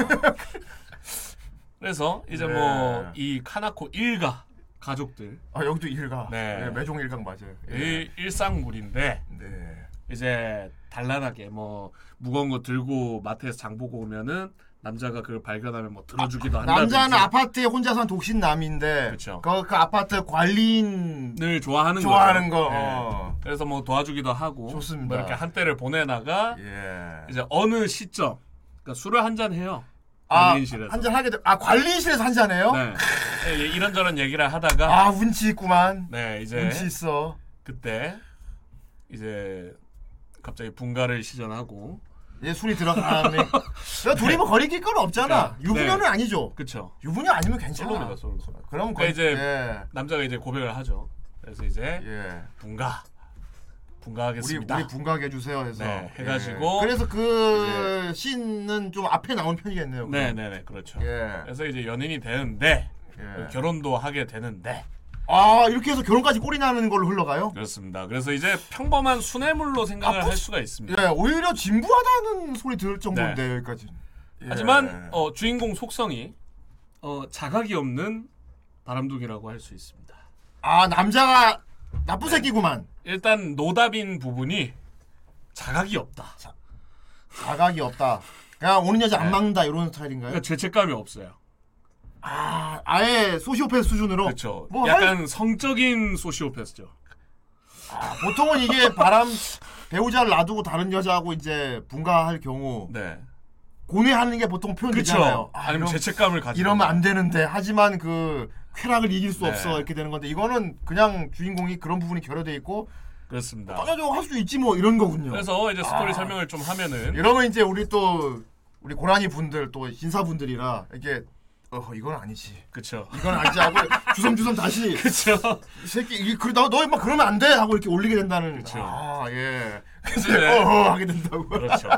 Speaker 4: 그래서 이제
Speaker 3: 네.
Speaker 4: 뭐 이 카나코 일가 가족들
Speaker 3: 아 여기도 일각.
Speaker 4: 네.
Speaker 3: 예, 매종 일각 맞아요. 예.
Speaker 4: 이 일상물인데
Speaker 3: 네.
Speaker 4: 이제 단란하게 뭐 무거운 거 들고 마트에서 장 보고 오면은 남자가 그걸 발견하면 뭐 들어주기도 한다든지
Speaker 3: 남자는 아파트에 혼자 산 독신 남인데
Speaker 4: 그렇죠.
Speaker 3: 그, 그 아파트 관리인
Speaker 4: 늘 좋아하는 거죠.
Speaker 3: 좋아하는 거.
Speaker 4: 예.
Speaker 3: 어.
Speaker 4: 그래서 뭐 도와주기도 하고
Speaker 3: 좋습니다.
Speaker 4: 뭐 이렇게 한때를 보내다가
Speaker 3: 예.
Speaker 4: 이제 어느 시점 그러니까 술을 한 잔 해요.
Speaker 3: 아,
Speaker 4: 관리인실에서.
Speaker 3: 한잔 하게 돼. 아, 관리인실에서 한잔 아. 해요?
Speaker 4: 네. 예, 예, 이런저런 얘기를 하다가
Speaker 3: 아, 운치 있구만.
Speaker 4: 네 이제
Speaker 3: 운치 있어.
Speaker 4: 그때 이제 갑자기 분가를 시전하고
Speaker 3: 얘 술이 들어가네. 야 둘이면 뭐 거리낄 건 없잖아.
Speaker 4: 네.
Speaker 3: 유부녀는 아니죠.
Speaker 4: 그쵸
Speaker 3: 유부녀 아니면 괜찮아.
Speaker 4: 솔로입니다, 솔로.
Speaker 3: 그럼
Speaker 4: 그러니까
Speaker 3: 거의
Speaker 4: 이제
Speaker 3: 예.
Speaker 4: 남자가 이제 고백을 하죠 그래서 이제
Speaker 3: 예.
Speaker 4: 분가
Speaker 3: 우리
Speaker 4: 분가하겠습니다
Speaker 3: 우리 분가게 해주세요 해서
Speaker 4: 네, 해가지고.
Speaker 3: 예. 그래서 그 씬은 좀 앞에 나온 편이겠네요. 그럼.
Speaker 4: 네네네 그렇죠
Speaker 3: 예.
Speaker 4: 그래서 이제 연인이 되는데
Speaker 3: 예.
Speaker 4: 결혼도 하게 되는데
Speaker 3: 아 이렇게 해서 결혼까지 꼴이 나는 걸로 흘러가요?
Speaker 4: 그렇습니다 그래서 이제 평범한 순애물로 생각을
Speaker 3: 아,
Speaker 4: 할
Speaker 3: 부-
Speaker 4: 수가 있습니다
Speaker 3: 예, 오히려 진부하다는 소리 들을 정도인데 여기까지. 예.
Speaker 4: 네. 하지만 어, 주인공 속성이 어, 자각이 없는 바람둥이라고 할 수 있습니다
Speaker 3: 아 남자가 나쁜
Speaker 4: 네.
Speaker 3: 새끼구만.
Speaker 4: 일단 노답인 부분이 자각이 없다
Speaker 3: 자각이 없다. 그냥 오는 여자 안
Speaker 4: 네.
Speaker 3: 막는다 이런 스타일인가요?
Speaker 4: 그러니까 죄책감이 없어요
Speaker 3: 아 아예 소시오패스 수준으로.
Speaker 4: 그렇죠
Speaker 3: 뭐
Speaker 4: 약간 성적인 소시오패스죠
Speaker 3: 아, 보통은 이게 바람 배우자를 놔두고 다른 여자하고 이제 분가할 경우
Speaker 4: 네
Speaker 3: 고뇌하는 게 보통 표현이잖아요.
Speaker 4: 그렇죠 아니면 죄책감을 가지고
Speaker 3: 이러면 안 되는데 하지만 그 쾌락을 이길 수
Speaker 4: 뭐. 네.
Speaker 3: 없어 이렇게 되는 건데 이거는 그냥 주인공이 그런 부분이 결여돼 있고
Speaker 4: 그렇습니다
Speaker 3: 떠져도 할 수 있지 뭐 이런 거군요.
Speaker 4: 그래서 이제 스토리 설명을 좀 하면은
Speaker 3: 아. 이러면 이제 우리 또 우리 고라니 분들 또 신사 분들이라 이게 어 이건 아니지.
Speaker 4: 그쵸
Speaker 3: 이건 아니지 하고 주섬주섬 다시
Speaker 4: 그쵸
Speaker 3: 이 새끼 이 그러다 너 임마 그러면 안 돼 하고 이렇게 올리게 된다는
Speaker 4: 그쵸.
Speaker 3: 아 예.
Speaker 4: 그래서
Speaker 3: 네.
Speaker 4: 이제
Speaker 3: 어허 하게 된다고.
Speaker 4: 그렇죠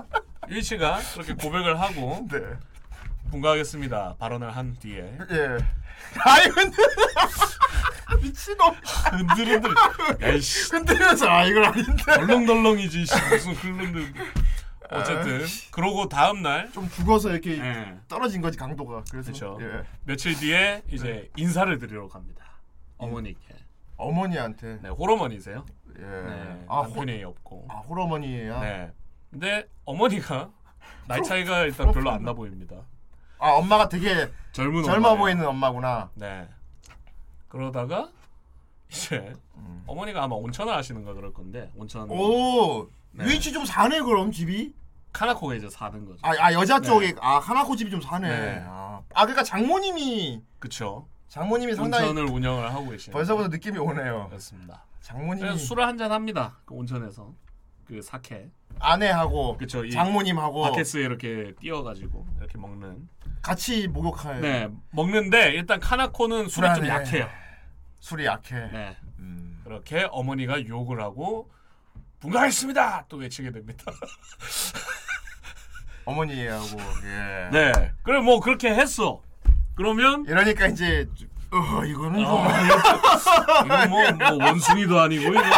Speaker 4: 일치가 그렇게 고백을 하고
Speaker 3: 네.
Speaker 4: 분가하겠습니다 발언을 한 뒤에
Speaker 3: 예. 아이 근데 미친놈
Speaker 4: 흔들흔들 야이씨
Speaker 3: 흔들면서 아 이건 아닌데
Speaker 4: 덜렁덜렁이지 씨, 무슨 흔들흔들
Speaker 3: 아.
Speaker 4: 어쨌든 그러고 다음날
Speaker 3: 좀 죽어서 이렇게
Speaker 4: 예,
Speaker 3: 떨어진 거지 강도가 그래서
Speaker 4: 그쵸.
Speaker 3: 예. 네.
Speaker 4: 며칠 뒤에 이제 인사를 드리러 갑니다
Speaker 3: 음.
Speaker 4: 어머니께
Speaker 3: 어머니한테
Speaker 4: 네 호러머니세요
Speaker 3: 예.
Speaker 4: 네
Speaker 3: 아, 호,
Speaker 4: 남편이 없고
Speaker 3: 아 호러머니야
Speaker 4: 네 근데 어머니가 나이 차이가 일단 별로 안 나 보입니다
Speaker 3: 아 엄마가 되게
Speaker 4: 젊은
Speaker 3: 젊어
Speaker 4: 엄마예요.
Speaker 3: 보이는 엄마구나
Speaker 4: 네. 그러다가 이제 어머니가 아마 온천을 하시는가 그럴 건데 온천
Speaker 3: 음. 오
Speaker 4: 음. 네.
Speaker 3: 유이치 좀 사네 그럼 집이
Speaker 4: 카나코가 이제 사는 거죠.
Speaker 3: 아, 아 여자
Speaker 4: 네.
Speaker 3: 쪽에 아 하나코 집이 좀 사네
Speaker 4: 네.
Speaker 3: 아, 아 그러니까 장모님이
Speaker 4: 그쵸.
Speaker 3: 장모님이 상당히
Speaker 4: 온천을 운영을 하고 계시는.
Speaker 3: 벌써부터 네. 느낌이 오네요
Speaker 4: 그렇습니다.
Speaker 3: 장모님이
Speaker 4: 그래서 술을 한잔 합니다. 그 온천에서 그 사케.
Speaker 3: 아내하고
Speaker 4: 그쵸. 이 아,
Speaker 3: 장모님하고
Speaker 4: 바켓스에 이렇게 띄워가지고 이렇게 먹는.
Speaker 3: 같이 목욕할
Speaker 4: 네 먹는데 일단 카나코는 술이 좀
Speaker 3: 불안해.
Speaker 4: 약해요.
Speaker 3: 술이 약해
Speaker 4: 네
Speaker 3: 음.
Speaker 4: 그렇게 어머니가 욕을 하고 분가했습니다 또 외치게 됩니다.
Speaker 3: 어머니하고 예.
Speaker 4: 네 그래 뭐 그렇게 했어. 그러면
Speaker 3: 이러니까 이제 어 이거는
Speaker 4: 어,
Speaker 3: 좀
Speaker 4: 이거 뭐, 뭐 원숭이도 아니고 이거 뭐.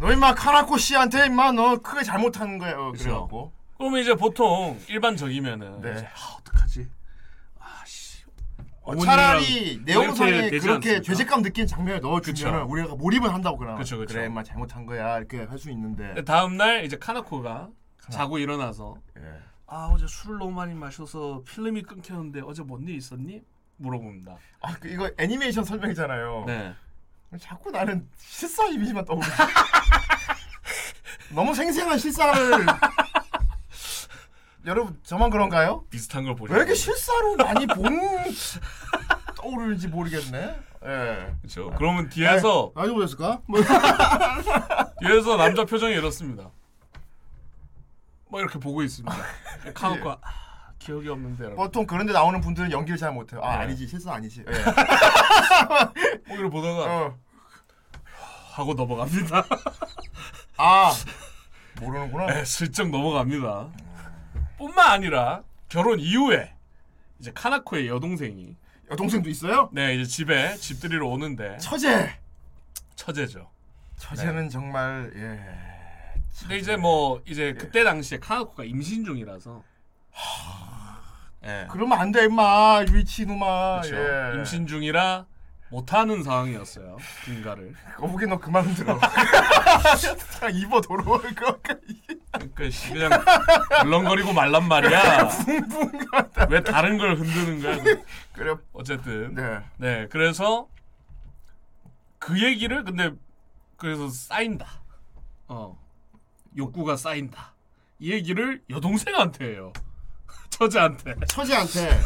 Speaker 3: 너 임마 카라코 씨한테 임마 너 크게 잘못한 거야 어,
Speaker 4: 그쵸.
Speaker 3: 그래갖고
Speaker 4: 그러면 이제 보통 일반적이면은
Speaker 3: 네.
Speaker 4: 이제, 아 어떡하지? 아씨.
Speaker 3: 어, 차라리 내용상에 그렇게 죄책감 느낀 장면을 넣어주면
Speaker 4: 그쵸.
Speaker 3: 우리가 몰입을 한다고 그러나
Speaker 4: 그쵸, 그쵸.
Speaker 3: 래 임마 잘못한 거야 이렇게 할 수 있는데
Speaker 4: 네, 다음 날 이제 카나코가 자고 일어나서
Speaker 3: 예.
Speaker 4: 아 어제 술을 너무 많이 마셔서 필름이 끊겼는데 어제 뭔 일 있었니? 물어봅니다.
Speaker 3: 아 그, 이거 애니메이션 설명이잖아요
Speaker 4: 네.
Speaker 3: 자꾸 나는 실사 이미지만 떠오르 너무 생생한 실사를 여러분 저만 그런가요?
Speaker 4: 비슷한 걸 보죠.
Speaker 3: 왜 이렇게 실사로 많이 본 떠오르는지 모르겠네. 예. 네.
Speaker 4: 그렇죠. 그러면 뒤에서
Speaker 3: 가지고 오셨을까? 뭐
Speaker 4: 뒤에서 남자 표정이 이렇습니다. 막 이렇게 보고 있습니다. 카나코가 아, 기억이 없는데. 라고.
Speaker 3: 보통 그런데 나오는 분들은 연기를 잘 못해요. 아
Speaker 4: 네.
Speaker 3: 아니지 실사 아니지. 예.
Speaker 4: 거기를 뭐, 보다가
Speaker 3: 어.
Speaker 4: 하고 넘어갑니다.
Speaker 3: 아 모르는구나.
Speaker 4: 네, 슬쩍 넘어갑니다. 뿐만 아니라 결혼 이후에 이제 카나코의 여동생이
Speaker 3: 여동생도 있어요?
Speaker 4: 네 이제 집에 집들이로 오는데
Speaker 3: 처제.
Speaker 4: 처제죠.
Speaker 3: 처제는 정말 예.
Speaker 4: 네. 근데 이제 뭐 이제 그때 당시에 카나코가 임신 중이라서 예
Speaker 3: 그러면 안 돼 임마 유이치 놈아.
Speaker 4: 그렇죠.
Speaker 3: 예.
Speaker 4: 임신 중이라 못하는 상황이었어요. 분가를
Speaker 3: 거북이 너 그만 들어. 다 입어 돌아올 거.
Speaker 4: 그러니까 씨, 그냥 울렁거리고 말란 말이야. 왜 다른 걸 흔드는 거야?
Speaker 3: 그래.
Speaker 4: 어쨌든
Speaker 3: 네.
Speaker 4: 네, 그래서 그 얘기를 근데 그래서 쌓인다. 어, 욕구가 쌓인다. 이 얘기를 여동생한테 해요. 처제한테.
Speaker 3: 처제한테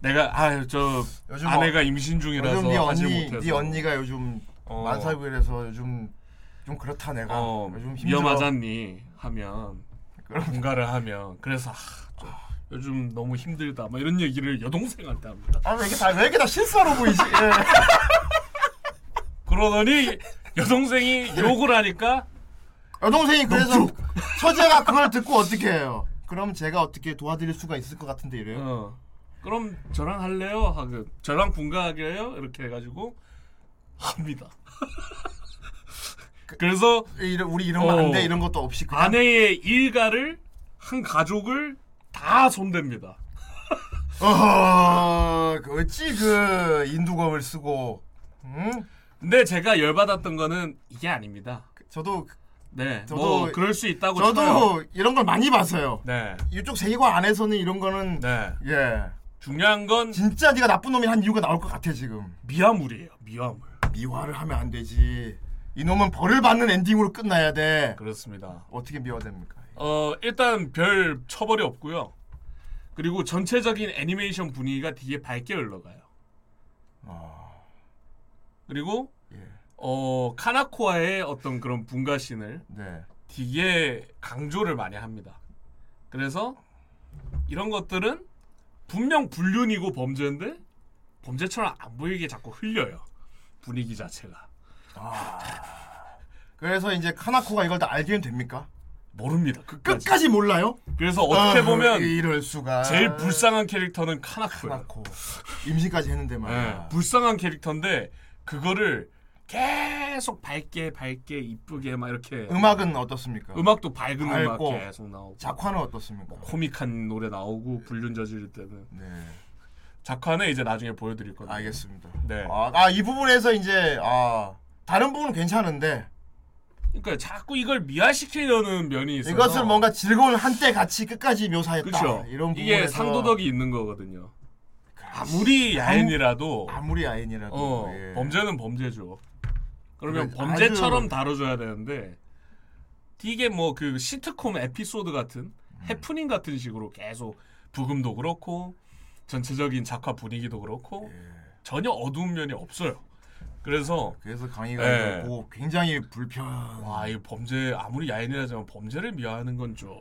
Speaker 4: 내가 아저
Speaker 3: 요즘 뭐-
Speaker 4: 아내가 임신 중이라서
Speaker 3: 요즘 네
Speaker 4: 하지
Speaker 3: 언니
Speaker 4: 못해서.
Speaker 3: 네 언니가 요즘
Speaker 4: 어.
Speaker 3: 만사부일에서 요즘 좀 그렇다 내가
Speaker 4: 어,
Speaker 3: 요즘 힘들어.
Speaker 4: 위험하잖니 하면
Speaker 3: 그럼
Speaker 4: 뭔가를 하면 그래서 아, 좀 요즘 너무 힘들다 막 이런 얘기를 여동생한테 합니다.
Speaker 3: 아왜 이게 다왜 이게 다 실수로 보이지? 예.
Speaker 4: 그러더니 여동생이 욕을 하니까
Speaker 3: 여동생이 그래서 서재가 그걸 듣고 어떻게 해요? 그럼 제가 어떻게 도와드릴 수가 있을 것 같은데 이래요.
Speaker 4: 어, 그럼 저랑 할래요? 하고 저랑 분가하게요? 이렇게 해가지고 합니다. 그래서
Speaker 3: 이런- 우리 이러면
Speaker 4: 어.
Speaker 3: 안돼 이런 것도 없이 그냥
Speaker 4: 아내의 일가를 한 가족을 다 손댑니다. 아.
Speaker 3: 어허 그 어찌 그 인두검을 쓰고 음
Speaker 4: 근데 제가 열받았던 거는 이게 아닙니다.
Speaker 3: 저도
Speaker 4: 네,
Speaker 3: 저도-
Speaker 4: 뭐 그럴 수 있다고 쳐요.
Speaker 3: 저도 이런 걸 많이 봐서요.
Speaker 4: 네,
Speaker 3: 이쪽 세계관 안에서는 이런 거는
Speaker 4: 네.
Speaker 3: 예
Speaker 4: 중요한 건
Speaker 3: 진짜 네가 나쁜 놈이 한 이유가 나올 것 같아 지금
Speaker 4: 미화물이에요. 미화물.
Speaker 3: 미화를 하면 안 되지. 이놈은 벌을 받는 엔딩으로 끝나야 돼.
Speaker 4: 그렇습니다.
Speaker 3: 어떻게 미화됩니까?
Speaker 4: 어 일단 별 처벌이 없고요. 그리고 전체적인 애니메이션 분위기가 되게 밝게 흘러가요.
Speaker 3: 아,
Speaker 4: 그리고
Speaker 3: 예.
Speaker 4: 어 카나코아의 어떤 그런 분가신을
Speaker 3: 네.
Speaker 4: 되게 강조를 많이 합니다. 그래서 이런 것들은 분명 불륜이고 범죄인데 범죄처럼 안 보이게 자꾸 흘려요. 분위기 자체가
Speaker 3: 그래서 이제 카나코가 이걸 다 알게 됩니까?
Speaker 4: 모릅니다. 끝까지. 아.
Speaker 3: 끝까지 몰라요?
Speaker 4: 그래서 그러니까 어떻게
Speaker 3: 아,
Speaker 4: 보면
Speaker 3: 이럴 수가
Speaker 4: 제일 불쌍한 캐릭터는 카나코예요.
Speaker 3: 카나코 임신까지 했는데
Speaker 4: 예,
Speaker 3: 말이야.
Speaker 4: 불쌍한 캐릭터인데 그거를 계속 밝게 밝게 이쁘게 막 이렇게
Speaker 3: 음악은 어떻습니까?
Speaker 4: 음악도 밝은 음악
Speaker 3: 밝고.
Speaker 4: 계속 나오고
Speaker 3: 작화는 어떻습니까?
Speaker 4: 코믹한 노래 나오고 불륜 저지를 때는
Speaker 3: 네,
Speaker 4: 작화는 이제 나중에 보여드릴 거예요.
Speaker 3: 알겠습니다.
Speaker 4: 네.
Speaker 3: 아, 아, 이 부분에서 이제 아 다른 부분은 괜찮은데
Speaker 4: 그러니까 자꾸 이걸 미화시키려는 면이 있어서
Speaker 3: 이것을 뭔가 즐거운 한때 같이 끝까지 묘사했다.
Speaker 4: 그렇죠.
Speaker 3: 이런
Speaker 4: 이게
Speaker 3: 부분에서
Speaker 4: 상도덕이 있는 거거든요. 아무리 야인이라도
Speaker 3: 아무리 아인이라도
Speaker 4: 어,
Speaker 3: 예.
Speaker 4: 범죄는 범죄죠. 그러면
Speaker 3: 그래,
Speaker 4: 범죄처럼
Speaker 3: 아주-
Speaker 4: 다뤄줘야 되는데 이게 뭐 그 시트콤 에피소드 같은
Speaker 3: 음.
Speaker 4: 해프닝 같은 식으로 계속 부금도 그렇고 전체적인 작화 분위기도 그렇고
Speaker 3: 예.
Speaker 4: 전혀 어두운 면이 없어요. 그래서
Speaker 3: 그래서 강의가
Speaker 4: 예.
Speaker 3: 이제 고 굉장히 불편.
Speaker 4: 와 이 범죄 아무리 야인이라지만 범죄를 미화하는 건 좀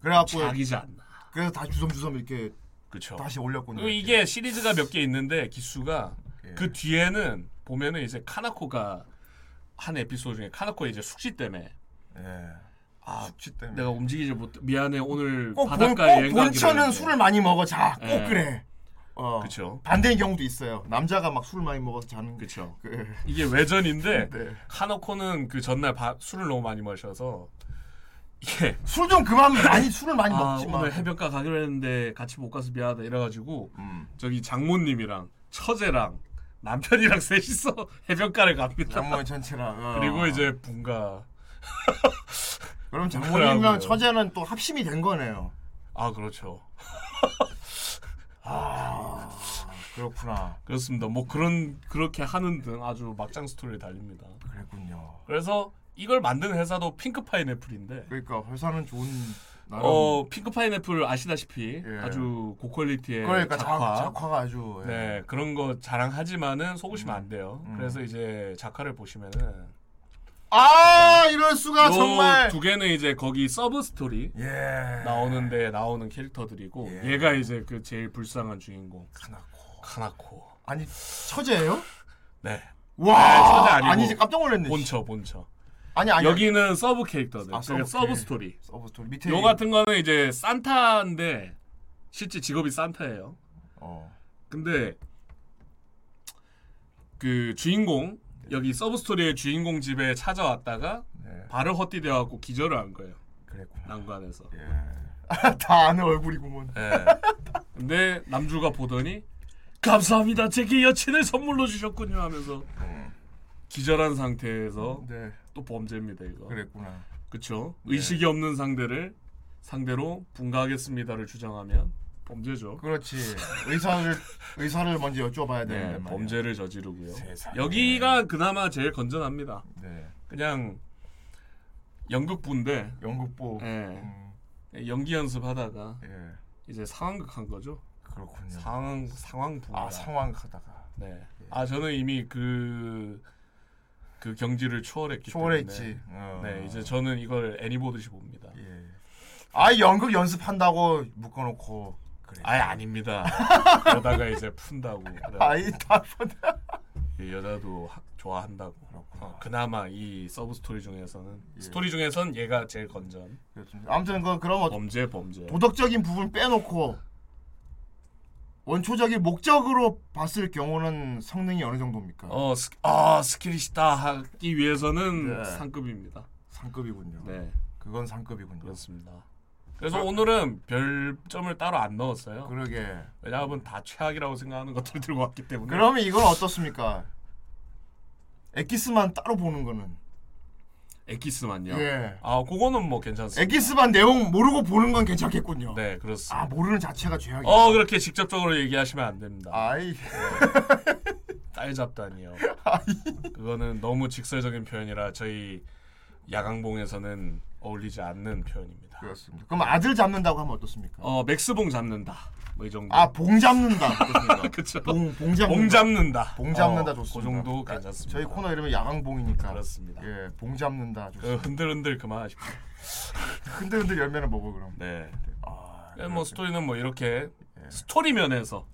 Speaker 3: 그래갖고
Speaker 4: 자기지 않나.
Speaker 3: 그래서 다 주섬주섬 이렇게
Speaker 4: 그렇죠.
Speaker 3: 아, 뭐 다시 올렸군요.
Speaker 4: 그리고 이게 시리즈가 몇 개 있는데 기수가
Speaker 3: 예.
Speaker 4: 그 뒤에는 보면은 이제 카나코가 한 에피소드 중에 카나코의 이제 숙취 때문에
Speaker 3: 예.
Speaker 4: 아
Speaker 3: 숙취 때문에.
Speaker 4: 내가 움직이지 못 미안해 오늘
Speaker 3: 꼭, 본,
Speaker 4: 바닷가
Speaker 3: 꼭
Speaker 4: 여행 가기로
Speaker 3: 본처는
Speaker 4: 했는데.
Speaker 3: 술을 많이 먹어 자. 꼭
Speaker 4: 예.
Speaker 3: 그래. 어.
Speaker 4: 그쵸.
Speaker 3: 반대인 경우도 있어요. 남자가 막 술을 많이 먹어서 자는 그
Speaker 4: 그쵸
Speaker 3: 그
Speaker 4: 이게 외전인데
Speaker 3: 네.
Speaker 4: 카나코는 그 전날 바- 술을 너무 많이 마셔서 이게
Speaker 3: 술좀 그만 많이 술을 많이
Speaker 4: 아
Speaker 3: 먹지 마.
Speaker 4: 오늘 해변가 가기로 했는데 같이 못 가서 미안하다 이래가지고
Speaker 3: 음.
Speaker 4: 저기 장모님이랑 처제랑 남편이랑 셋이서 해변가를 갑니다
Speaker 3: 장모의 전체랑 어.
Speaker 4: 그리고 이제 분가
Speaker 3: 그럼 장모님이랑
Speaker 4: 그러고요.
Speaker 3: 처제는 또 합심이 된 거네요.
Speaker 4: 아 그렇죠
Speaker 3: 아, 그렇구나.
Speaker 4: 그렇습니다. 뭐 그런 그렇게 하는 등 아주 막장 스토리를 달립니다.
Speaker 3: 그랬군요.
Speaker 4: 그래서 이걸 만든 회사도 핑크 파인애플인데
Speaker 3: 그러니까 회사는 좋은 나라.
Speaker 4: 어 핑크 파인애플 아시다시피
Speaker 3: 예.
Speaker 4: 아주 고퀄리티의
Speaker 3: 그러니까 작화.
Speaker 4: 네, 작화,
Speaker 3: 작화가 아주 예.
Speaker 4: 네 그런 거 자랑하지만은 속으시면 안 돼요.
Speaker 3: 음.
Speaker 4: 그래서 이제 작화를 보시면은
Speaker 3: 아 이럴 수가 정말
Speaker 4: 요두 개는 이제 거기 서브 스토리
Speaker 3: 예
Speaker 4: 나오는데 나오는 캐릭터들이고
Speaker 3: 예.
Speaker 4: 얘가 이제 그 제일 불쌍한 주인공
Speaker 3: 카나코
Speaker 4: 카나코.
Speaker 3: 아니 처제예요?
Speaker 4: 네
Speaker 3: 와
Speaker 4: 처제 아니고
Speaker 3: 지 깜짝 놀랐네
Speaker 4: 본처 본처.
Speaker 3: 아니 아니
Speaker 4: 여기는 서브 캐릭터들.
Speaker 3: 아, 서브
Speaker 4: 그러니까 서브
Speaker 3: 캐-
Speaker 4: 스토리.
Speaker 3: 서브 스토리 밑에
Speaker 4: 요 같은 거는 이제 산타인데 실제 직업이 산타예요.
Speaker 3: 어.
Speaker 4: 근데 그 주인공 여기 서브 스토리의 주인공 집에 찾아왔다가
Speaker 3: 네
Speaker 4: 발을 헛디뎌 갖고 기절을 한 거예요.
Speaker 3: 그랬구나
Speaker 4: 난관에서.
Speaker 3: 예다 아는 얼굴이구먼
Speaker 4: 예. 근데 남주가 보더니 감사합니다. 제게 여친을 선물로 주셨군요 하면서 기절한 상태에서
Speaker 3: 네
Speaker 4: 또 범죄입니다 이거.
Speaker 3: 그랬구나
Speaker 4: 그렇죠. 의식이 없는 상대를 상대로 분가하겠습니다를 주장하면 범죄죠.
Speaker 3: 그렇지 의사를 의사를 먼저 여쭤봐야 되는데
Speaker 4: 네,
Speaker 3: 말이야.
Speaker 4: 범죄를 저지르고요.
Speaker 3: 세상에.
Speaker 4: 여기가 그나마 제일 건전합니다.
Speaker 3: 네
Speaker 4: 그냥 연극부인데
Speaker 3: 연극보
Speaker 4: 예,
Speaker 3: 음,
Speaker 4: 연기 연습하다가
Speaker 3: 예
Speaker 4: 이제 상황극 한 거죠.
Speaker 3: 그렇군요
Speaker 4: 상황 상황부.
Speaker 3: 아 상황 하다가
Speaker 4: 네. 아 저는 이미 그 그 경지를 초월했기
Speaker 3: 초월했지.
Speaker 4: 때문에
Speaker 3: 어.
Speaker 4: 네 이제 저는 이걸 애니 보듯이 봅니다.
Speaker 3: 예. 아 연극 연습한다고 묶어놓고 그래.
Speaker 4: 아예 아닙니다. 그러다가 이제 푼다고. 그래가지고
Speaker 3: 아이 다 보다.
Speaker 4: 이 여자도 학- 좋아한다고.
Speaker 3: 그렇구나.
Speaker 4: 어, 그나마 이 서브 스토리 중에서는
Speaker 3: 예.
Speaker 4: 스토리 중에선 얘가 제일 건전.
Speaker 3: 그렇습니다. 아무튼 그 그런 어,
Speaker 4: 범죄 범죄.
Speaker 3: 도덕적인 부분 빼놓고 원초적인 목적으로 봤을 경우는 성능이 어느 정도입니까?
Speaker 4: 어, 스, 아 스킬이시다 하기 위해서는
Speaker 3: 네.
Speaker 4: 상급입니다.
Speaker 3: 상급이군요.
Speaker 4: 네
Speaker 3: 그건 상급이군요.
Speaker 4: 그렇습니다. 그래서 오늘은 별점을 따로 안 넣었어요.
Speaker 3: 아. 그러게.
Speaker 4: 네. 왜냐하면 다 최악이라고 생각하는 것들을 들고 왔기 때문에.
Speaker 3: 그러면 이건 어떻습니까? 엑기스만 따로 보는 거는
Speaker 4: 엑기스만요.
Speaker 3: 예.
Speaker 4: 아 그거는 뭐 괜찮습니다.
Speaker 3: 엑기스만 내용 모르고 보는 건 괜찮겠군요.
Speaker 4: 네 그렇습니다.
Speaker 3: 아 모르는 자체가 죄악이야.
Speaker 4: 어 그렇게 직접적으로 얘기하시면 안 됩니다.
Speaker 3: 아이
Speaker 4: 딸 잡다니요. 그거는 너무 직설적인 표현이라 저희 야광봉에서는 어울리지 않는 표현입니다.
Speaker 3: 그렇습니다. 그럼 아들 잡는다고 하면 어떻습니까?
Speaker 4: 어 맥스봉 잡는다. 뭐 이 정도.
Speaker 3: 아 봉 잡는다. 그렇습니다.
Speaker 4: 그쵸. 봉,
Speaker 3: 봉, 봉 잡는다.
Speaker 4: 봉 잡는다.
Speaker 3: 봉 잡는다
Speaker 4: 어,
Speaker 3: 좋습니다. 그러니까
Speaker 4: 그 정도 괜찮습니다.
Speaker 3: 저희 코너 이름이 야광봉이니까.
Speaker 4: 그렇습니다.
Speaker 3: 예, 봉 잡는다
Speaker 4: 그
Speaker 3: 좋습니다.
Speaker 4: 흔들흔들 그만하십시오.
Speaker 3: 흔들흔들 열면은 뭐고 그럼.
Speaker 4: 네.
Speaker 3: 아,
Speaker 4: 뭐 스토리는 뭐 이렇게
Speaker 3: 예.
Speaker 4: 스토리 면에서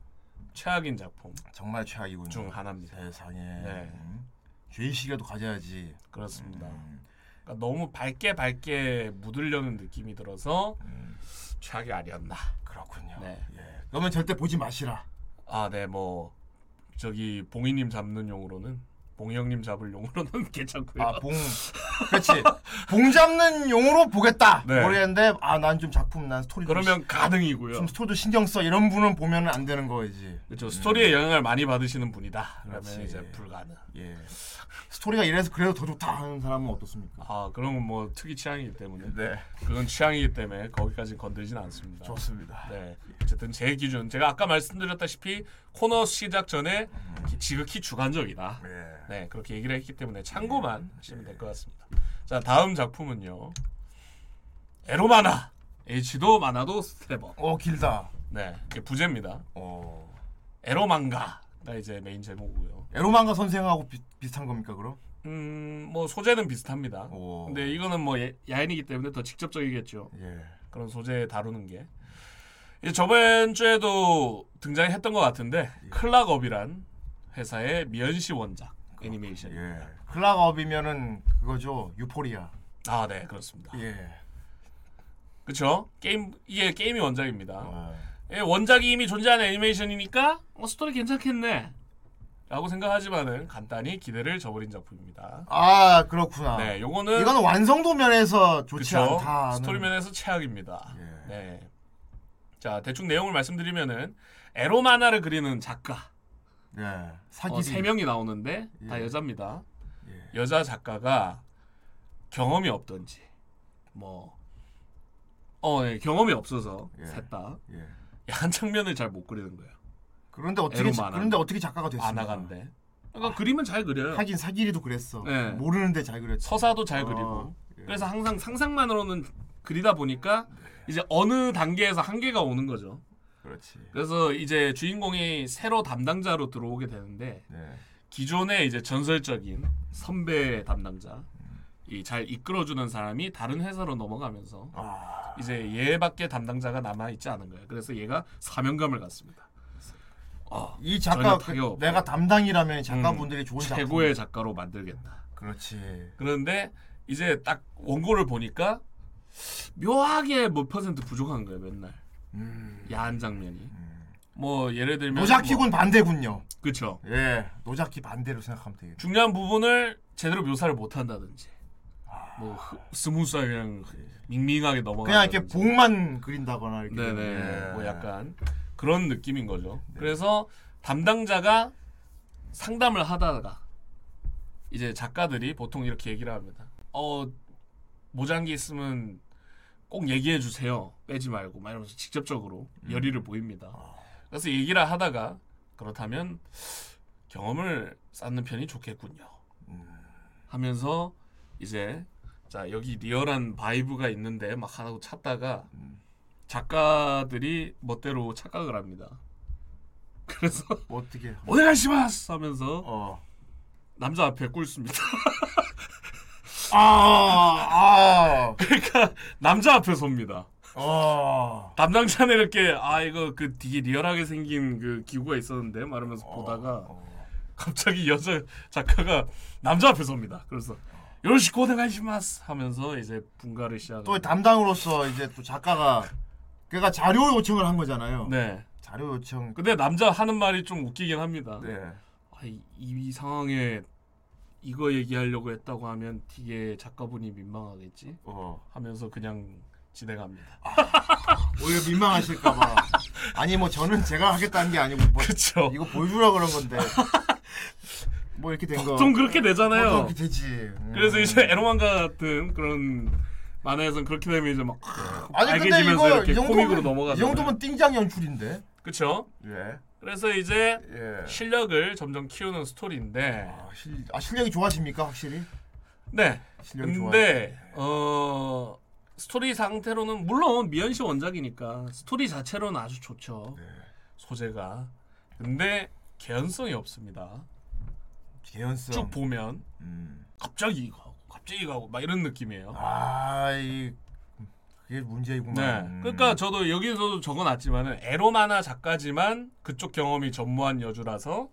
Speaker 4: 최악인 작품
Speaker 3: 정말 최악이군요.
Speaker 4: 중 하나입니다.
Speaker 3: 세상에.
Speaker 4: 네.
Speaker 3: 음. 죄의식이라도 가져야지.
Speaker 4: 그렇습니다.
Speaker 3: 음.
Speaker 4: 그러니까 너무 밝게 밝게 묻으려는 느낌이 들어서
Speaker 3: 음.
Speaker 4: 최악이 아니었나.
Speaker 3: 그렇군요.
Speaker 4: 네.
Speaker 3: 예. 그러면 절대 보지 마시라.
Speaker 4: 아, 네, 뭐 저기 봉이님 잡는 용으로는 봉이형님 잡을 용으로는 괜찮고요.
Speaker 3: 아, 봉. 그렇지. 봉 잡는 용으로 보겠다.
Speaker 4: 네.
Speaker 3: 모르겠는데 아, 난 좀 작품 난 스토리 좀
Speaker 4: 그러면 가능이고요.
Speaker 3: 좀 스토리도 신경 써 이런 분은 보면 안 되는 거지.
Speaker 4: 그렇죠. 스토리에 영향을 많이 받으시는 분이다. 그러면
Speaker 3: 음. 그렇지.
Speaker 4: 이제 불가능.
Speaker 3: 예. 스토리가 이래서 그래도 더 좋다 하는 사람은 어떻습니까?
Speaker 4: 아, 그런 건 뭐 특이 취향이기 때문에
Speaker 3: 네,
Speaker 4: 그건 취향이기 때문에 거기까지 건들진 않습니다.
Speaker 3: 좋습니다.
Speaker 4: 네. 어쨌든 제 기준 제가 아까 말씀드렸다시피 코너 시작 전에 기- 지극히 주관적이다.
Speaker 3: 예.
Speaker 4: 네, 그렇게 얘기를 했기 때문에 참고만 하시면 될 것 같습니다. 자, 다음 작품은요. 에로마나. H도 많아도 스텝업.
Speaker 3: 어 길다.
Speaker 4: 네, 이게 부제입니다.
Speaker 3: 어.
Speaker 4: 에로망가가 이제 메인 제목이고요.
Speaker 3: 에로망가 선생하고 비, 비슷한 겁니까 그럼?
Speaker 4: 음, 뭐 소재는 비슷합니다.
Speaker 3: 오.
Speaker 4: 근데 이거는 뭐 야- 야인이기 때문에 더 직접적이겠죠.
Speaker 3: 예.
Speaker 4: 그런 소재 다루는 게. 이제 저번 주에도 등장했던 것 같은데
Speaker 3: 예.
Speaker 4: 클락업이란 회사의 미연시 원작 애니메이션.
Speaker 3: 예. 클락업이면은 그거죠. 유포리아.
Speaker 4: 아, 네, 그렇습니다.
Speaker 3: 예.
Speaker 4: 그렇죠? 게임 이게 게임이 원작입니다.
Speaker 3: 어.
Speaker 4: 예, 원작이 이미 존재하는 애니메이션이니까 어, 스토리 괜찮겠네. 라고 생각하지만은 간단히 기대를 저버린 작품입니다.
Speaker 3: 아 그렇구나.
Speaker 4: 네, 요거는
Speaker 3: 이건 완성도 면에서 좋지
Speaker 4: 그쵸?
Speaker 3: 않다.
Speaker 4: 스토리 면에서 최악입니다.
Speaker 3: 예.
Speaker 4: 네. 자, 대충 내용을 말씀드리면은 에로 만화를 그리는 작가
Speaker 3: 예. 사기.
Speaker 4: 어, 세 명이 나오는데 다
Speaker 3: 예.
Speaker 4: 여자입니다.
Speaker 3: 예.
Speaker 4: 여자 작가가 경험이 없던지 뭐 어, 네, 경험이 없어서
Speaker 3: 예.
Speaker 4: 셋다
Speaker 3: 예.
Speaker 4: 한 장면을 잘 못 그리는 거예요.
Speaker 3: 그런데 어떻게
Speaker 4: 에로만
Speaker 3: 자-
Speaker 4: 안
Speaker 3: 그런데
Speaker 4: 한다.
Speaker 3: 어떻게 작가가 됐습니까?
Speaker 4: 안 나간대. 그러니까 그림은 잘 그려요.
Speaker 3: 네, 하긴 사기리도 그랬어.
Speaker 4: 네.
Speaker 3: 모르는데 잘 그렸지.
Speaker 4: 서사도 잘
Speaker 3: 어,
Speaker 4: 그리고.
Speaker 3: 예.
Speaker 4: 그래서 항상 상상만으로는 그리다 보니까
Speaker 3: 네.
Speaker 4: 이제 어느 단계에서 한계가 오는 거죠.
Speaker 3: 그렇지.
Speaker 4: 그래서 이제 주인공이 새로 담당자로 들어오게 되는데
Speaker 3: 네.
Speaker 4: 기존의 이제 전설적인 선배 담당자 이 잘 이끌어주는 사람이 다른 회사로 넘어가면서
Speaker 3: 아.
Speaker 4: 이제 얘밖에 담당자가 남아 있지 않은 거예요. 그래서 얘가 사명감을 갖습니다. 어,
Speaker 3: 이
Speaker 4: 전혀
Speaker 3: 작가 그-
Speaker 4: 타격 없고. 음.
Speaker 3: 내가 담당이라면 작가분들이 좋은 작품.
Speaker 4: 최고의 작가로 만들겠다.
Speaker 3: 그렇지.
Speaker 4: 그런데 이제 딱 원고를 보니까 묘하게 뭐 퍼센트 부족한 거예요 맨날
Speaker 3: 음.
Speaker 4: 야한 장면이 뭐 예를 들면 뭐,
Speaker 3: 노자키군 반대군요.
Speaker 4: 그쵸
Speaker 3: 예. 노자키 반대로 생각하면 되겠죠.
Speaker 4: 중요한 부분을 제대로 묘사를 못 한다든지 뭐 흐- 스무스하게 그냥 밍밍하게 뭐 넘어가
Speaker 3: 그냥 이렇게 봉만 그린다거나 이렇게.
Speaker 4: 네네
Speaker 3: 예.
Speaker 4: 뭐 약간 그런 느낌인 거죠 그래서 담당자가 상담을 하다가 이제 작가들이 보통 이렇게 얘기를 합니다 어 모장기 있으면 꼭 얘기해 주세요 빼지 말고 막 이러면서 직접적으로 열의를 보입니다 그래서 얘기를 하다가 그렇다면 경험을 쌓는 편이 좋겠군요 하면서 이제 자 여기 리얼한 바이브가 있는데 막 하나 찾다가 작가들이 멋대로 착각을 합니다. 그래서
Speaker 3: 뭐 어떻게?
Speaker 4: 오네가시마스 하면서
Speaker 3: 음. 어.
Speaker 4: 남자 앞에 꿇습니다.
Speaker 3: 아, 아,
Speaker 4: 그러니까 남자 앞에 섭니다.
Speaker 3: 아.
Speaker 4: 담당자는 이렇게 아 이거 그 되게 리얼하게 생긴 그 기구가 있었는데 말하면서
Speaker 3: 어,
Speaker 4: 보다가 갑자기 여자 작가가 남자 앞에 섭니다. 그래서
Speaker 3: 어.
Speaker 4: 요시 고생하시마스 하면서 이제 분가를 시작.
Speaker 3: 또 담당으로서 이제 또 작가가 그러니까 자료 요청을 한 거잖아요.
Speaker 4: 네.
Speaker 3: 자료 요청.
Speaker 4: 근데 남자 하는 말이 좀 웃기긴 합니다.
Speaker 3: 네.
Speaker 4: 아, 이, 이 상황에 이거 얘기하려고 했다고 하면 되게 작가분이 민망하겠지
Speaker 3: 어.
Speaker 4: 하면서 그냥 진행합니다.
Speaker 3: 오히려 민망하실까봐. 아니 뭐 저는 제가 하겠다는 게 아니고 뭐
Speaker 4: 그렇죠.
Speaker 3: 이거 보여주라 그런 건데. 뭐 이렇게 된 거.
Speaker 4: 어, 좀 그렇게
Speaker 3: 보통
Speaker 4: 되잖아요.
Speaker 3: 이렇게 되지. 음.
Speaker 4: 그래서 이제 에로만가 같은 그런 만화에선 그렇게 되면 이제 막
Speaker 3: 아니 근데
Speaker 4: 알게지면서
Speaker 3: 이거
Speaker 4: 이렇게
Speaker 3: 이
Speaker 4: 코믹으로
Speaker 3: 정도면 이
Speaker 4: 넘어가잖아요.
Speaker 3: 정도면 띵장 연출인데.
Speaker 4: 그렇죠.
Speaker 3: 예.
Speaker 4: 그래서 이제
Speaker 3: 예.
Speaker 4: 실력을 점점 키우는 스토리인데
Speaker 3: 아, 실, 아 실력이 좋아집니까 확실히?
Speaker 4: 네.
Speaker 3: 실력이
Speaker 4: 근데 어 스토리 상태로는 물론 미연 씨 원작이니까 스토리 자체로는 아주 좋죠.
Speaker 3: 좋아지. 네.
Speaker 4: 소재가. 근데 개연성이 없습니다.
Speaker 3: 개연성.
Speaker 4: 쭉 보면
Speaker 3: 음.
Speaker 4: 갑자기 이거 하고 갑자기 이거 하고 막 이런 느낌이에요.
Speaker 3: 아이 그게 문제이구만.
Speaker 4: 네.
Speaker 3: 음.
Speaker 4: 그러니까 저도 여기서도 적어놨지만은 에로마나 작가지만 그쪽 경험이 전무한 여주라서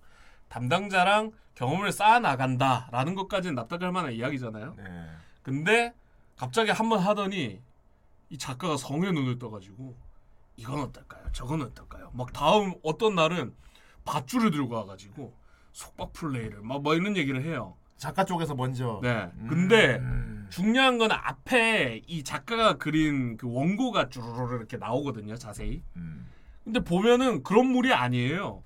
Speaker 4: 담당자랑 경험을 쌓아 나간다라는 것까지는 납득할 만한 이야기잖아요.
Speaker 3: 네.
Speaker 4: 근데 갑자기 한 번 하더니 이 작가가 성의 눈을 떠가지고 이건 어떨까요? 저건 어떨까요? 막 다음 어떤 날은 밧줄을 들고 와가지고 속박 플레이를 막 뭐 이런 얘기를 해요.
Speaker 3: 작가 쪽에서 먼저.
Speaker 4: 네.
Speaker 3: 음.
Speaker 4: 근데
Speaker 3: 음.
Speaker 4: 중요한 건 앞에 이 작가가 그린 그 원고가 쭈르르 이렇게 나오거든요, 자세히.
Speaker 3: 음.
Speaker 4: 근데 보면은 그런 물이 아니에요.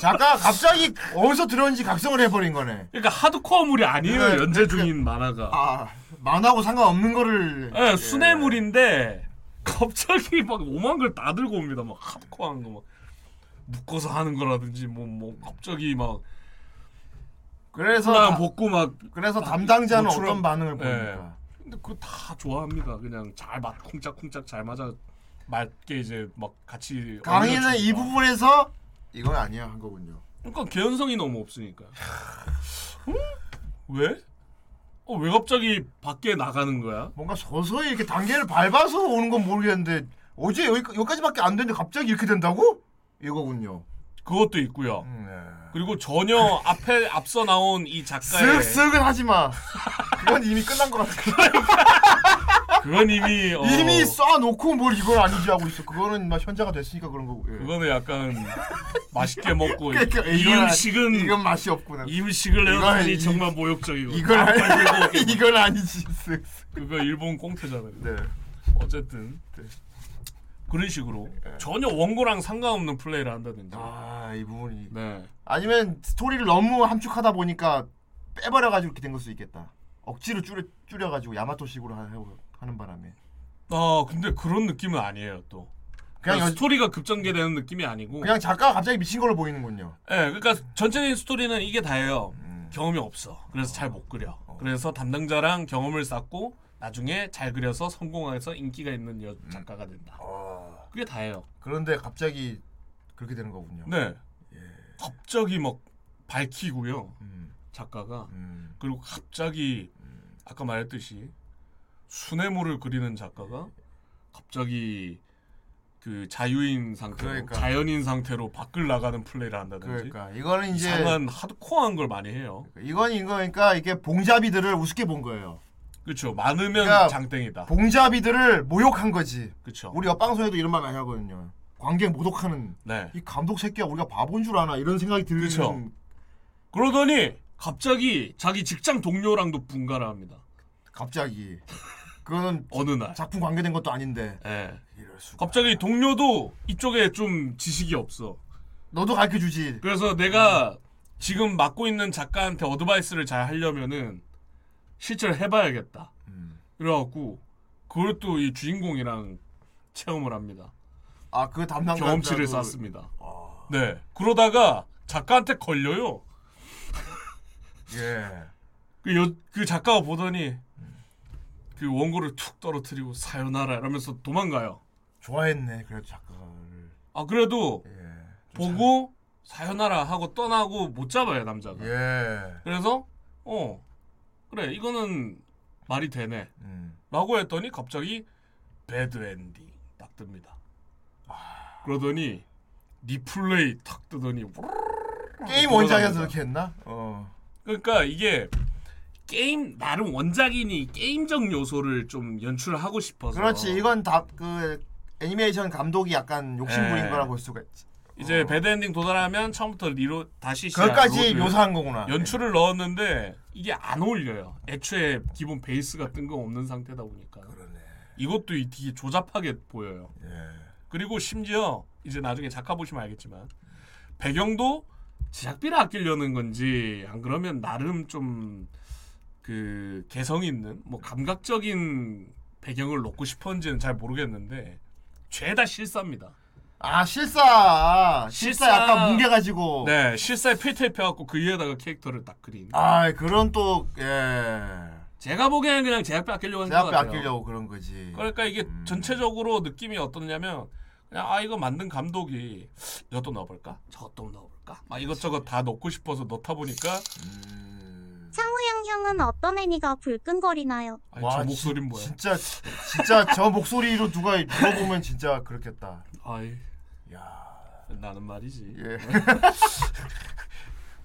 Speaker 3: 작가 갑자기 어디서 들었는지 각성을 해버린 거네.
Speaker 4: 그러니까 하드코어 물이 아니에요,
Speaker 3: 네,
Speaker 4: 연재 중인 만화가.
Speaker 3: 아 만하고 상관없는 거를.
Speaker 4: 예, 순애물인데 갑자기 막 오만 걸 다 들고 옵니다. 막 하드코어한 거 막. 묶어서 하는 거라든지 뭐 뭐 갑자기 막
Speaker 3: 그래서
Speaker 4: 그냥
Speaker 3: 다- 예.
Speaker 4: 복고 막
Speaker 3: 그래서 담당자는
Speaker 4: 노출한-
Speaker 3: 어떤 반응을
Speaker 4: 네.
Speaker 3: 보입니까?
Speaker 4: 근데 그거 다 좋아합니다. 그냥 잘맞 쿵짝쿵짝 잘 맞아 맞게 이제 막 같이
Speaker 3: 강의는 이
Speaker 4: 어울려주니까.
Speaker 3: 부분에서 이건 아니야 한 거군요.
Speaker 4: 그러니까 개연성이 너무 없으니까. 음? 왜? 어, 왜 갑자기 밖에 나가는 거야?
Speaker 3: 뭔가 서서히 이렇게 단계를 밟아서 오는 건 모르겠는데 어제 여기, 여기까지밖에 안 됐는데 갑자기 이렇게 된다고? 이거군요.
Speaker 4: 그것도 있고요.
Speaker 3: 음, 네.
Speaker 4: 그리고 전혀 앞에 앞서 나온 이 작가의
Speaker 3: 쓱쓱은 하지 마. 그건 이미 끝난 것 같아.
Speaker 4: 그건 이미 어,
Speaker 3: 이미 쏴놓고 뭘 이건 아니지 하고 있어. 그거는 막 현자가 됐으니까 그런 거고. 예.
Speaker 4: 그거는 약간 맛있게 먹고
Speaker 3: 그러니까
Speaker 4: 이
Speaker 3: 이건 아-
Speaker 4: 음식은
Speaker 3: 이건 맛이 없구나.
Speaker 4: 이 음식을
Speaker 3: 이건
Speaker 4: 내다니
Speaker 3: 이-
Speaker 4: 정말 모욕적이고
Speaker 3: 이건
Speaker 4: 아,
Speaker 3: 아니,
Speaker 4: 그리고
Speaker 3: 이건 아니지. 쓱쓱.
Speaker 4: 그거 일본 꽁트잖아요.
Speaker 3: 네.
Speaker 4: 어쨌든 그런 식으로 전혀 원고랑 상관없는 플레이를 한다든지.
Speaker 3: 네. 아이 부분이.
Speaker 4: 네.
Speaker 3: 아니면 스토리를 너무 함축하다 보니까 빼버려가지고 이렇게 된 걸 수 있겠다. 억지로 줄여 줄여가지고 야마토식으로 하- 하고 하는 바람에.
Speaker 4: 아 근데 그런 느낌은 아니에요 또.
Speaker 3: 그냥
Speaker 4: 그러니까
Speaker 3: 여,
Speaker 4: 스토리가 급전개되는 느낌이 아니고
Speaker 3: 그냥 작가가 갑자기 미친 걸로 보이는군요.
Speaker 4: 예 그러니까 전체적인 스토리는 이게 다예요
Speaker 3: 음.
Speaker 4: 경험이 없어 그래서 잘 못 그려
Speaker 3: 어.
Speaker 4: 그래서 담당자랑 경험을 쌓고 나중에 잘 그려서 성공해서 인기가 있는
Speaker 3: 음.
Speaker 4: 여, 작가가 된다
Speaker 3: 어,
Speaker 4: 그게 다예요
Speaker 3: 그런데 갑자기 그렇게 되는 거군요.
Speaker 4: 네
Speaker 3: 예.
Speaker 4: 갑자기 막 밝히고요
Speaker 3: 음,
Speaker 4: 작가가
Speaker 3: 음.
Speaker 4: 그리고 갑자기 아까 말했듯이 수뇌물을 그리는 작가가 갑자기 그 자유인 상태로
Speaker 3: 그러니까.
Speaker 4: 자연인 상태로 밖을 나가는 플레이를 한다든지
Speaker 3: 그러니까 이거는 이제
Speaker 4: 이상한 하드코어한 걸 많이 해요.
Speaker 3: 이건 이거니까 이게 봉잡이들을 우습게 본 거예요.
Speaker 4: 그렇죠. 많으면
Speaker 3: 그러니까
Speaker 4: 장땡이다.
Speaker 3: 봉잡이들을 모욕한 거지.
Speaker 4: 그렇죠.
Speaker 3: 우리 옆방송에도 이런 말 많이 하거든요. 관객 모독하는
Speaker 4: 네.
Speaker 3: 이 감독 새끼야 우리가 바본 줄 아나 이런 생각이 들는
Speaker 4: 그쵸. 그러더니 갑자기 자기 직장 동료랑도 분가를 합니다.
Speaker 3: 갑자기 그거는
Speaker 4: 어느 날.
Speaker 3: 작품 관계된 것도 아닌데
Speaker 4: 예.
Speaker 3: 이럴 수가.
Speaker 4: 갑자기 동료도 이쪽에 좀 지식이 없어.
Speaker 3: 너도 가르쳐 주지.
Speaker 4: 그래서 내가 지금 맡고 있는 작가한테 어드바이스를 잘 하려면은 실제로 해봐야겠다.
Speaker 3: 음.
Speaker 4: 그래갖고 그걸 또 이 주인공이랑 체험을 합니다.
Speaker 3: 아그 담당
Speaker 4: 경험치를
Speaker 3: 남자도-
Speaker 4: 쌓습니다. 네. 그러다가 작가한테 걸려요.
Speaker 3: 예.
Speaker 4: 그, 여, 그 작가가 보더니 그 원고를 툭 떨어뜨리고 사요나라 이러면서 도망가요.
Speaker 3: 좋아했네 그래도 작가를.
Speaker 4: 아 그래도
Speaker 3: 예.
Speaker 4: 보고 사요나라 하고 떠나고 못 잡아요 남자가.
Speaker 3: 예.
Speaker 4: 그래서 어 그래 이거는 말이 되네.
Speaker 3: 음.
Speaker 4: 라고 했더니 갑자기 배드 엔딩 딱 뜹니다.
Speaker 3: 아.
Speaker 4: 그러더니 리플레이 탁 뜨더니 아,
Speaker 3: 게임 원작에서 그렇게 했나? 어.
Speaker 4: 그러니까 이게 게임 나름 원작이니 게임적 요소를 좀 연출하고 싶어서
Speaker 3: 그렇지 이건 다 그 애니메이션 감독이 약간 욕심부린
Speaker 4: 예.
Speaker 3: 거라 볼 수가 있지.
Speaker 4: 이제 배드 엔딩 도달하면 처음부터 리로 다시 시작,
Speaker 3: 그것까지
Speaker 4: 로드
Speaker 3: 묘사한 거구나.
Speaker 4: 연출을 넣었는데 이게 안 어울려요. 애초에 기본 베이스가 뜬금없는 상태다 보니까
Speaker 3: 예. 그러네.
Speaker 4: 이것도 이- 되게 조잡하게 보여요.
Speaker 3: 예.
Speaker 4: 그리고 심지어 이제 나중에 작가 보시면 알겠지만 배경도 제작비를 아끼려는 건지 안 그러면 나름 좀 그 개성 있는 뭐 감각적인 배경을 넣고 싶었는지는 잘 모르겠는데 죄다 실사입니다.
Speaker 3: 아 실사. 실사
Speaker 4: 실사.
Speaker 3: 약간 뭉개가지고.
Speaker 4: 네, 실사에 필테이프해갖고 그 위에다가 캐릭터를 딱 그린.
Speaker 3: 아 그런 또 예.
Speaker 4: 제가 보기에는 그냥 제작비 아끼려고
Speaker 3: 제
Speaker 4: 한것
Speaker 3: 앞에
Speaker 4: 같아요.
Speaker 3: 아끼려고 그런 거지.
Speaker 4: 그러니까 이게
Speaker 3: 음.
Speaker 4: 전체적으로 느낌이 어떠냐면 그냥 아 이거 만든 감독이 이것도 넣어볼까 저것도 넣어볼까 막 이것저것 다 넣고 싶어서 넣다 보니까
Speaker 3: 음.
Speaker 5: 창우양 형은 어떤 애니가 불끈거리나요?
Speaker 4: 아니, 저 목소리 뭐야?
Speaker 3: 진, 진짜 진짜 저 목소리로 누가 들어보면 진짜 그렇겠다.
Speaker 4: 아이
Speaker 3: 야.
Speaker 4: 나는 말이지
Speaker 3: 예.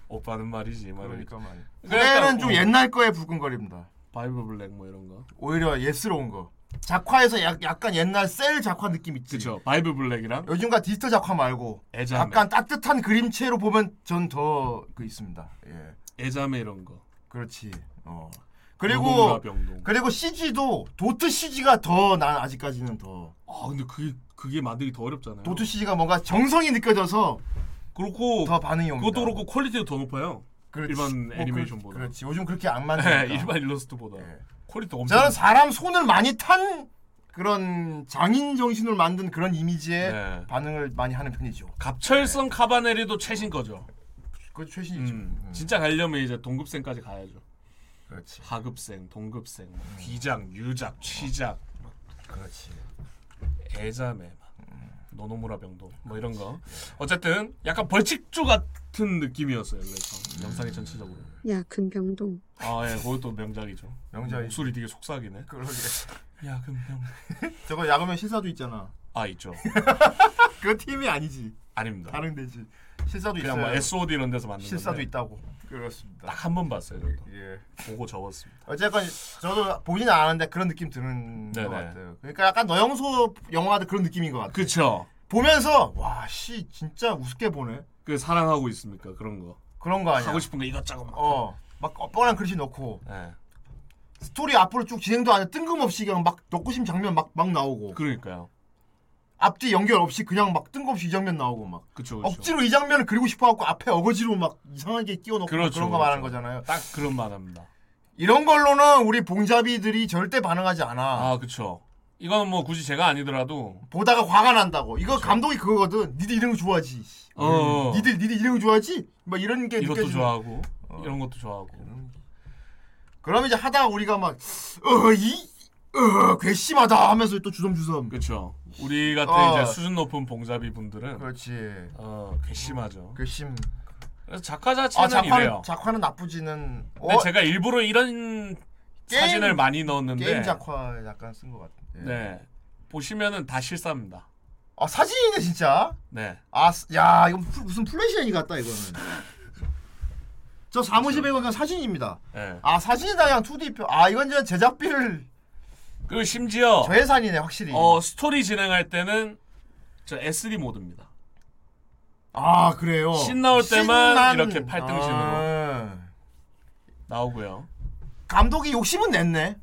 Speaker 4: 오빠는 그러니까 말이지 막
Speaker 3: 그러니까
Speaker 4: 이러니까
Speaker 3: 말이야.
Speaker 4: 그러니까
Speaker 3: 그래는 좀
Speaker 4: 뭐-
Speaker 3: 옛날 거에 불끈거립니다.
Speaker 4: 바이브 블랙 뭐 이런 거
Speaker 3: 오히려 예스러운 거. 작화에서 약, 약간 옛날 셀 작화 느낌 있지.
Speaker 4: 그쵸 그 바이브 블랙이랑
Speaker 3: 요즘과 디지털 작화 말고
Speaker 4: 애자매
Speaker 3: 약간 따뜻한 그림체로 보면 전 더 그 있습니다. 예,
Speaker 4: 애자매 이런 거
Speaker 3: 그렇지. 어.
Speaker 4: 노동과
Speaker 3: 그리고
Speaker 4: 병동
Speaker 3: 그리고 CG도 도트 CG가 더 난 아직까지는 더
Speaker 4: 아 근데 그게 그게 만들기 더 어렵잖아요
Speaker 3: 도트 CG가 뭔가 정성이 느껴져서
Speaker 4: 그렇고
Speaker 3: 더 반응이 옵니다.
Speaker 4: 어, 그것도 그렇고 퀄리티도 더 높아요
Speaker 3: 그렇지.
Speaker 4: 일반 애니메이션보다.
Speaker 3: 그, 그렇지. 요즘 그렇게 안 만드니까.
Speaker 4: 네, 일반 일러스트보다
Speaker 3: 그러니까. 예.
Speaker 4: 퀄리티 엄청
Speaker 3: 저는 사람 손을 많이 탄 그런 장인 정신을 만든 그런 이미지에
Speaker 4: 네.
Speaker 3: 반응을 많이 하는 편이죠. 예.
Speaker 4: 갑철성 카바네리도 최신 거죠.
Speaker 3: 그 최신이죠.
Speaker 4: 음,
Speaker 3: 음,
Speaker 4: 진짜 가려면 이제 동급생까지 가야죠.
Speaker 3: 그렇지.
Speaker 4: 하급생, 동급생, 뭐 어. 귀작, 유작, 취작,
Speaker 3: 그렇지.
Speaker 4: 애자매, 막 음. 노노무라 병도 뭐 이런 거. 어쨌든 약간 벌칙조 같은 느낌이었어요. 그래서 영상이 음. 전체적으로.
Speaker 6: 야, 금병동.
Speaker 4: 아 예, 그것도 명작이죠.
Speaker 3: 명작이-
Speaker 4: 목소리 되게 속삭이네.
Speaker 3: 그러게.
Speaker 4: 야 금병.
Speaker 3: 저거 야구면 실사도 있잖아.
Speaker 4: 아 있죠.
Speaker 3: 그 팀이 아니지.
Speaker 4: 아닙니다.
Speaker 3: 다른 데지. 실사도
Speaker 4: 그냥
Speaker 3: 있어요.
Speaker 4: 뭐 SOD 이런 데서 만든
Speaker 3: 실사도
Speaker 4: 건데
Speaker 3: 있다고. 그렇습니다.
Speaker 4: 딱한 번 봤어요. 저도.
Speaker 3: 예.
Speaker 4: 보고 접었습니다.
Speaker 3: 어쨌건 저도 보진 않았는데 그런 느낌 드는
Speaker 4: 네네.
Speaker 3: 것 같아요. 그러니까 약간 너영소 영화도 그런 느낌인
Speaker 4: 네.
Speaker 3: 것 같아. 요
Speaker 4: 그쵸.
Speaker 3: 보면서 와 씨 진짜 우습게 보네.
Speaker 4: 그 사랑하고 있습니까 그런 거.
Speaker 3: 그런 거 아니야.
Speaker 4: 하고 싶은 거 이것저것 막.
Speaker 3: 어. 막 뻔한 글씨 넣고
Speaker 4: 예.
Speaker 3: 스토리 앞으로 쭉 진행도 안 해. 뜬금없이 그냥 막 넣고 싶은 장면 막 막 나오고
Speaker 4: 그러니까요.
Speaker 3: 앞뒤 연결 없이 그냥 막 뜬금없이 이 장면 나오고 막
Speaker 4: 그쵸 그쵸.
Speaker 3: 억지로 이 장면을 그리고 싶어갖고 앞에 어거지로 막 이상하게 끼워넣고
Speaker 4: 그렇죠,
Speaker 3: 그런 거 말하는
Speaker 4: 그렇죠.
Speaker 3: 거잖아요.
Speaker 4: 딱 그런 말합니다.
Speaker 3: 이런 걸로는 우리 봉잡이들이 절대 반응하지 않아.
Speaker 4: 아 그쵸. 이건 뭐 굳이 제가 아니더라도
Speaker 3: 보다가 화가 난다고. 이거
Speaker 4: 그렇죠.
Speaker 3: 감독이 그거거든. 니들 이런 거 좋아하지.
Speaker 4: 어.
Speaker 3: 음, 니들 니들 이런 거 좋아하지? 막 이런 게
Speaker 4: 이것도
Speaker 3: 느껴지는. 어.
Speaker 4: 좋아하고 이런 것도 좋아하고
Speaker 3: 그러면 이제 하다가 우리가 어, 막어이어 괘씸하다 하면서 또 주섬주섬.
Speaker 4: 그쵸. 우리 같은
Speaker 3: 어.
Speaker 4: 이제 수준 높은 봉사비 분들은
Speaker 3: 그렇지.
Speaker 4: 어 괘씸하죠.
Speaker 3: 괘씸.
Speaker 4: 그래서 작가
Speaker 3: 그 아
Speaker 4: 자체는 이래요.
Speaker 3: 작화는 작화는 나쁘지는. 어,
Speaker 4: 근데 제가 일부러 이런
Speaker 3: 게임-
Speaker 4: 사진을 많이 넣었는데
Speaker 3: 게임 작화 약간 쓴 것 같은데.
Speaker 4: 네 보시면은 다 실사입니다.
Speaker 3: 아 사진이네 진짜.
Speaker 4: 네.
Speaker 3: 아 야 이거 풀- 무슨 플래시 애니 같다 이거는. 저 사무실에 보니까 사진입니다.
Speaker 4: 네.
Speaker 3: 아 사진이다 그냥 2D 표. 아 이건 이제 제작비를
Speaker 4: 그리고 심지어
Speaker 3: 저예산이네 확실히.
Speaker 4: 어 스토리 진행할 때는 저 SD 모드입니다.
Speaker 3: 아 그래요.
Speaker 4: 신 나올 때만 이렇게 팔등신으로.
Speaker 3: 아.
Speaker 4: 나오고요.
Speaker 3: 감독이 욕심은 냈네.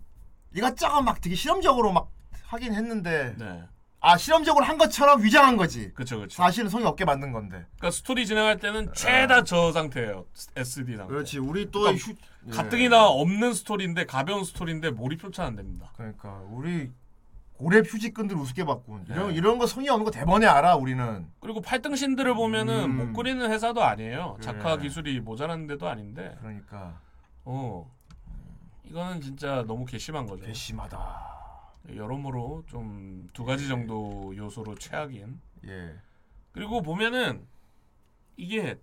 Speaker 3: 이것저것 막 되게 실험적으로 막 하긴 했는데
Speaker 4: 네.
Speaker 3: 아 실험적으로 한 것처럼 위장한 거지.
Speaker 4: 그렇죠, 그렇죠.
Speaker 3: 사실은 성의 없게 만든 건데.
Speaker 4: 그러니까 스토리 진행할 때는 최다 저 상태예요. SD 상태.
Speaker 3: 아. 그렇지 우리 또
Speaker 4: 그러니까
Speaker 3: 휴- 예.
Speaker 4: 가뜩이나 없는 스토리인데 가벼운 스토리인데 몰입조차 안 됩니다.
Speaker 3: 그러니까 우리 고래 휴지끈들 우습게 봤군. 이런
Speaker 4: 네.
Speaker 3: 이런 거 성의 없는 거 대번에 알아 우리는.
Speaker 4: 그리고 팔등신들을 보면은
Speaker 3: 음. 예.
Speaker 4: 못 그리는 회사도 아니에요.
Speaker 3: 그래.
Speaker 4: 작화 기술이 모자란 데도 아닌데.
Speaker 3: 그러니까
Speaker 4: 어. 이거는 진짜 너무 괘씸한 거죠.
Speaker 3: 괘씸하다.
Speaker 4: 여러모로 좀 두 가지 정도 요소로 최악인.
Speaker 3: 예.
Speaker 4: 그리고 보면은 이게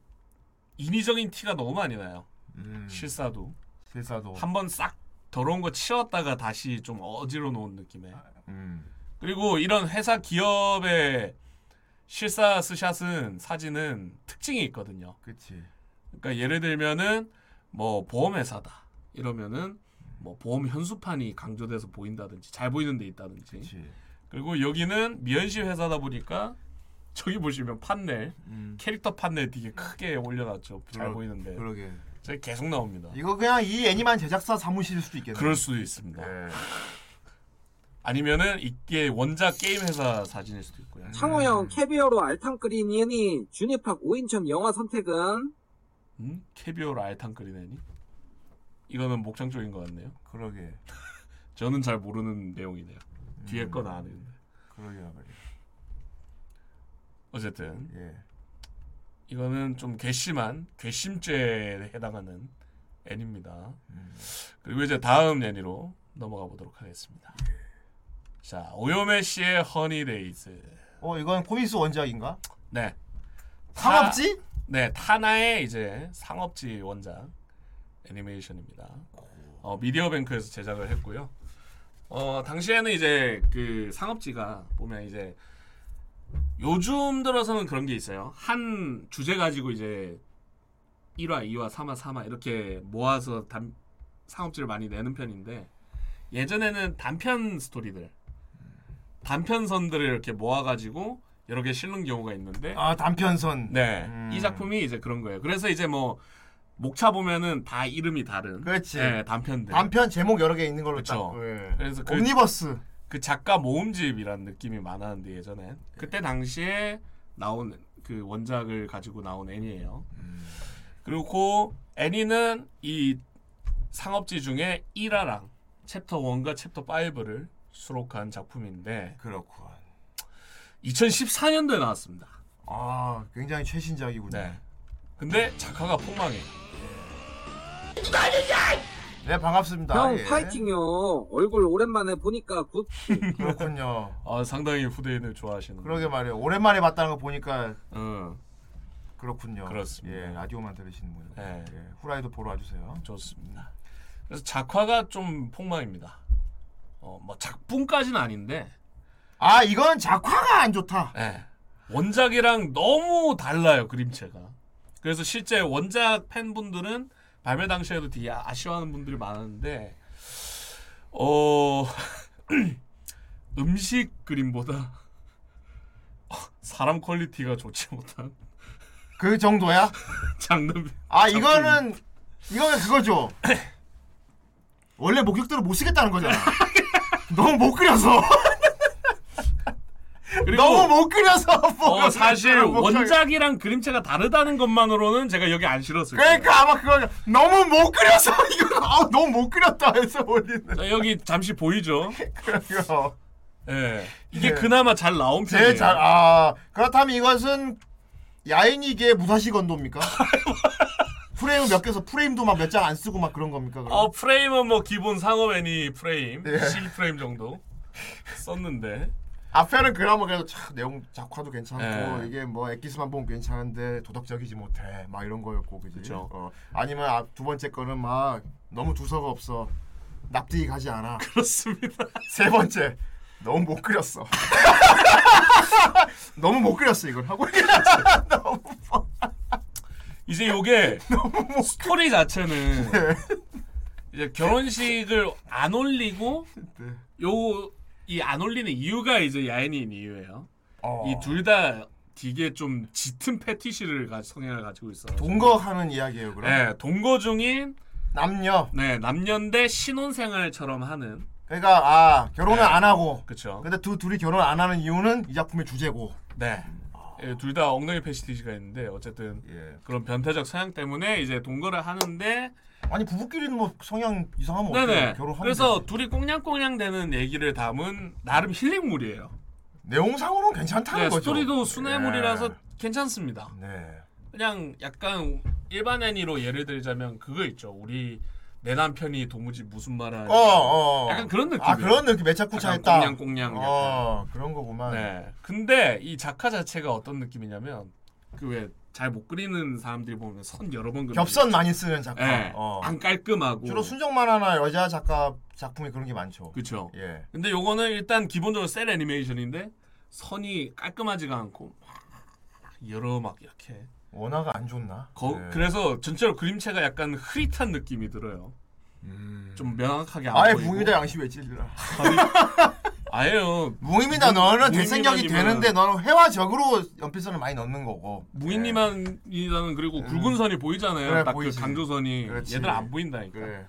Speaker 4: 인위적인 티가 너무 많이 나요.
Speaker 3: 음. 어.
Speaker 4: 실사도
Speaker 3: 실사도
Speaker 4: 한 번 싹 더러운 거 치웠다가 다시 좀 어지러 놓은 느낌의
Speaker 3: 음.
Speaker 4: 그리고 이런 회사 기업의 실사 스샷은 사진은 특징이 있거든요.
Speaker 3: 그치.
Speaker 4: 그러니까 예를 들면은 뭐 보험회사다 이러면은 뭐 보험 현수판이 강조돼서 보인다든지 잘 보이는 데 있다든지
Speaker 3: 그치.
Speaker 4: 그리고 여기는 미연시 회사다 보니까 저기 보시면 판넬
Speaker 3: 음.
Speaker 4: 캐릭터 판넬 되게 크게 올려놨죠 잘
Speaker 3: 그러-
Speaker 4: 보이는데
Speaker 3: 그러게.
Speaker 4: 저기 계속 나옵니다
Speaker 3: 이거 그냥 이 애니만 제작사 사무실일 수도 있겠네.
Speaker 4: 그럴 수도 있습니다
Speaker 3: 예.
Speaker 4: 아니면은 이게 원작 게임 회사 사진일 수도 있고요
Speaker 6: 창호 형
Speaker 3: 음.
Speaker 6: 캐비어로 알탕 끓인 이은이 주니팍 5인천 영화 선택은
Speaker 4: 음? 캐비어로 알탕 끓이네니 이거는 목장적인 것 같네요
Speaker 3: 그러게.
Speaker 4: 저는 잘 모르는 내용이네요 뒤에
Speaker 3: 음.
Speaker 4: 건 아는데
Speaker 3: 그러게 말이야.
Speaker 4: 어쨌든
Speaker 3: 예.
Speaker 4: 이거는 좀 괘씸한 괘씸죄에 해당하는 애니입니다.
Speaker 3: 음.
Speaker 4: 그리고 이제 다음 애니로 넘어가 보도록 하겠습니다.
Speaker 3: 예.
Speaker 4: 자, 오요메 씨의 허니데이즈.
Speaker 3: 어 이건 코믹스 원작인가?
Speaker 4: 네,
Speaker 3: 상업지?
Speaker 4: 네 타나의 이제 상업지 원작 애니메이션입니다. 어, 미디어뱅크에서 제작을 했고요. 어, 당시에는 이제 그 상업지가 보면 이제 요즘 들어서는 그런 게 있어요. 한 주제 가지고 이제 1화, 2화, 3화, 4화 이렇게 모아서 단, 상업지를 많이 내는 편인데 예전에는 단편 스토리들 단편선들을 이렇게 모아가지고 여러 개 실는 경우가 있는데
Speaker 3: 아 단편선.
Speaker 4: 네.
Speaker 3: 음.
Speaker 4: 이 작품이 이제 그런 거예요. 그래서 이제 뭐 목차 보면은 다 이름이 다른
Speaker 3: 그렇지.
Speaker 4: 예, 단편들.
Speaker 3: 단편 제목 여러 개 있는 걸로
Speaker 4: 그쵸.
Speaker 3: 딱. 예.
Speaker 4: 그래서 그,
Speaker 3: 옴니버스.
Speaker 4: 그 작가 모음집이라는 느낌이 많았는데 예전에 그때 당시에 나온 그 원작을 가지고 나온 애니예요. 그리고 그 애니는 이 상업지 중에 1화랑 챕터 1과 챕터 5를 수록한 작품인데
Speaker 3: 그렇군.
Speaker 4: 2014년도에 나왔습니다.
Speaker 3: 아 굉장히 최신작이군요.
Speaker 4: 네. 근데 작가가 폭망해요.
Speaker 3: 네 반갑습니다.
Speaker 6: 형
Speaker 3: 예.
Speaker 6: 파이팅요 얼굴 오랜만에 보니까 굿
Speaker 3: 그렇군요.
Speaker 4: 아, 상당히 후대인을 좋아하시는. 어.
Speaker 3: 그러게 말이에요. 오랜만에 봤다는 거 보니까
Speaker 4: 응.
Speaker 3: 그렇군요.
Speaker 4: 그렇습니다.
Speaker 3: 예, 라디오만 들으시는 분요.
Speaker 4: 예.
Speaker 3: 예, 후라이도 보러 와주세요.
Speaker 4: 좋습니다. 그래서 작화가 좀 폭망입니다. 어, 뭐 작품까지는 아닌데
Speaker 3: 아 이건 작화가 안 좋다.
Speaker 4: 예. 원작이랑 너무 달라요 그림체가. 그래서 실제 원작 팬분들은 발매 당시에도 되게 아- 아쉬워하는 분들이 많았는데 어 음식 그림보다 사람 퀄리티가 좋지 못한
Speaker 3: 그 정도야?
Speaker 4: 장르.
Speaker 3: 아 이거는 이거는 그거죠. 원래 목격도를 못 쓰겠다는 거잖아. 너무 못 그려서
Speaker 4: 그리고
Speaker 3: 너무 못 그려서
Speaker 4: 어,
Speaker 3: 보여줬다는
Speaker 4: 사실
Speaker 3: 목격-
Speaker 4: 원작이랑 그림체가 다르다는 것만으로는 제가 여기 안 실었을 거예요.
Speaker 3: 그러니까 아마 그거 너무 못 그려서 이거 아, 너무 못 그렸다 해서 올리는
Speaker 4: 자, 여기 잠시 보이죠?
Speaker 3: 그거
Speaker 4: 예. 이게
Speaker 3: 예.
Speaker 4: 그나마 잘 나온 편이에요.
Speaker 3: 제일 잘아 그렇다면 이것은 야인이계 무사시 건도입니까? 프레임 몇 개서 프레임도 막 몇 장 안 쓰고 막 그런 겁니까? 그럼?
Speaker 4: 어 프레임은 뭐 기본 상업 애니 프레임,
Speaker 3: 예.
Speaker 4: C 프레임 정도 썼는데
Speaker 3: 앞에는 그러면 그래도 참 내용 작화도 괜찮고
Speaker 4: 예.
Speaker 3: 이게 뭐 엑기스만 보면 괜찮은데 도덕적이지 못해 막 이런 거였고 그지?
Speaker 4: 그쵸.
Speaker 3: 어, 아니면 아, 두 번째 거는 막 너무 두서가 없어 납득이 가지 않아
Speaker 4: 그렇습니다.
Speaker 3: 세 번째 너무 못 그렸어 너무 못 그렸어 이걸 하고
Speaker 4: 이제 요게 스토리 자체는 이제 결혼식을 안 올리고
Speaker 3: 네.
Speaker 4: 요 이 안 올리는 이유가 이제 야인인 이유예요.
Speaker 3: 어.
Speaker 4: 이 둘 다 되게 좀 짙은 패티시를 가, 성향을 가지고 있어.
Speaker 3: 동거하는 이야기예요 그럼
Speaker 4: 네, 동거 중인
Speaker 3: 남녀
Speaker 4: 네 남녀인데 신혼생활처럼 하는
Speaker 3: 그러니까 아 결혼을
Speaker 4: 네.
Speaker 3: 안 하고
Speaker 4: 그렇죠.
Speaker 3: 근데 두 둘이 결혼 안 하는 이유는 이 작품의 주제고
Speaker 4: 네. 둘 다 엉덩이 패시티지가 있는데 어쨌든
Speaker 3: 예.
Speaker 4: 그런 변태적 성향 때문에 이제 동거를 하는데
Speaker 3: 아니 부부끼리는 뭐 성향 이상하면 어때
Speaker 4: 네네.
Speaker 3: 결혼하면
Speaker 4: 그래서
Speaker 3: 되지.
Speaker 4: 둘이 꽁냥꽁냥 되는 얘기를 담은 나름 힐링물이에요.
Speaker 3: 내용상으로는 괜찮다는
Speaker 4: 네,
Speaker 3: 거죠.
Speaker 4: 스토리도 순애물이라서 괜찮습니다.
Speaker 3: 예. 네.
Speaker 4: 그냥 약간 일반 애니로 예를 들자면 그거 있죠. 우리 내 남편이 도무지 무슨 말을
Speaker 3: 어, 어.
Speaker 4: 약간 그런 느낌.
Speaker 3: 아 그런 느낌 매차쿠차
Speaker 4: 약간
Speaker 3: 했다.
Speaker 4: 꽁냥꽁냥 약간.
Speaker 3: 어 그런 거구만.
Speaker 4: 네. 근데 이 작화 자체가 어떤 느낌이냐면 그 왜 잘 못 그리는 사람들이 보면 선 여러 번 그리는
Speaker 3: 겹선 많이 쓰는 작가.
Speaker 4: 예.
Speaker 3: 어.
Speaker 4: 안 깔끔하고
Speaker 3: 주로 순정만화나 여자 작가 작품이 그런 게 많죠.
Speaker 4: 그렇죠.
Speaker 3: 예.
Speaker 4: 근데 요거는 일단 기본적으로 셀 애니메이션인데 선이 깔끔하지가 않고 막 여러 막 이렇게
Speaker 3: 원화가 안 좋나?
Speaker 4: 거,
Speaker 3: 예.
Speaker 4: 그래서 전체로 그림체가 약간 흐릿한 느낌이 들어요. 좀 명확하게 안
Speaker 3: 음. 아예
Speaker 4: 보이고.
Speaker 3: 붕이다 양심 외치리라.
Speaker 4: 아예요.
Speaker 3: 무의미다 너는
Speaker 4: 무의미만
Speaker 3: 대생력이
Speaker 4: 이면은-
Speaker 3: 되는데 너는 회화적으로 연필선을 많이 넣는 거고. 예.
Speaker 4: 무인리만이라는 그리고 굵은 선이 보이잖아요.
Speaker 3: 네. 그래,
Speaker 4: 딱 그
Speaker 3: 보이지.
Speaker 4: 강조선이
Speaker 3: 그렇지.
Speaker 4: 얘들 안 보인다니까.
Speaker 3: 그래.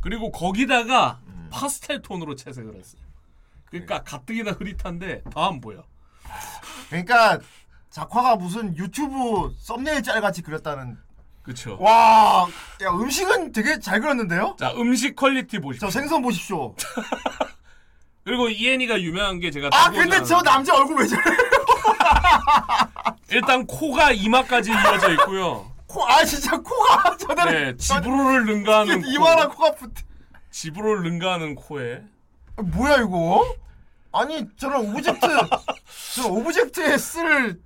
Speaker 4: 그리고 거기다가
Speaker 3: 음.
Speaker 4: 파스텔 톤으로 채색을 했어요.
Speaker 3: 네.
Speaker 4: 그러니까 가뜩이나 흐릿한데 다 안 보여.
Speaker 3: 그러니까 작화가 무슨 유튜브 썸네일 짤 같이 그렸다는.
Speaker 4: 그렇죠.
Speaker 3: 와, 야 음식은 되게 잘 그렸는데요?
Speaker 4: 자 음식 퀄리티 보십시오.
Speaker 3: 저 생선 보십시오.
Speaker 4: 그리고 이엔이가 유명한 게 제가
Speaker 3: 아
Speaker 4: 들고
Speaker 3: 근데
Speaker 4: 오지
Speaker 3: 저
Speaker 4: 않았는데
Speaker 3: 남자 얼굴 왜 저래?
Speaker 4: 일단 코가 이마까지 이어져 있고요.
Speaker 3: 코, 아 진짜 코가 저대로.
Speaker 4: 네, 집으로를 능가하는 코.
Speaker 3: 이만한 코가 붙.
Speaker 4: 집으로를 능가하는 코에
Speaker 3: 아, 뭐야 이거? 아니 저런 오브젝트 저런 오브젝트에 쓸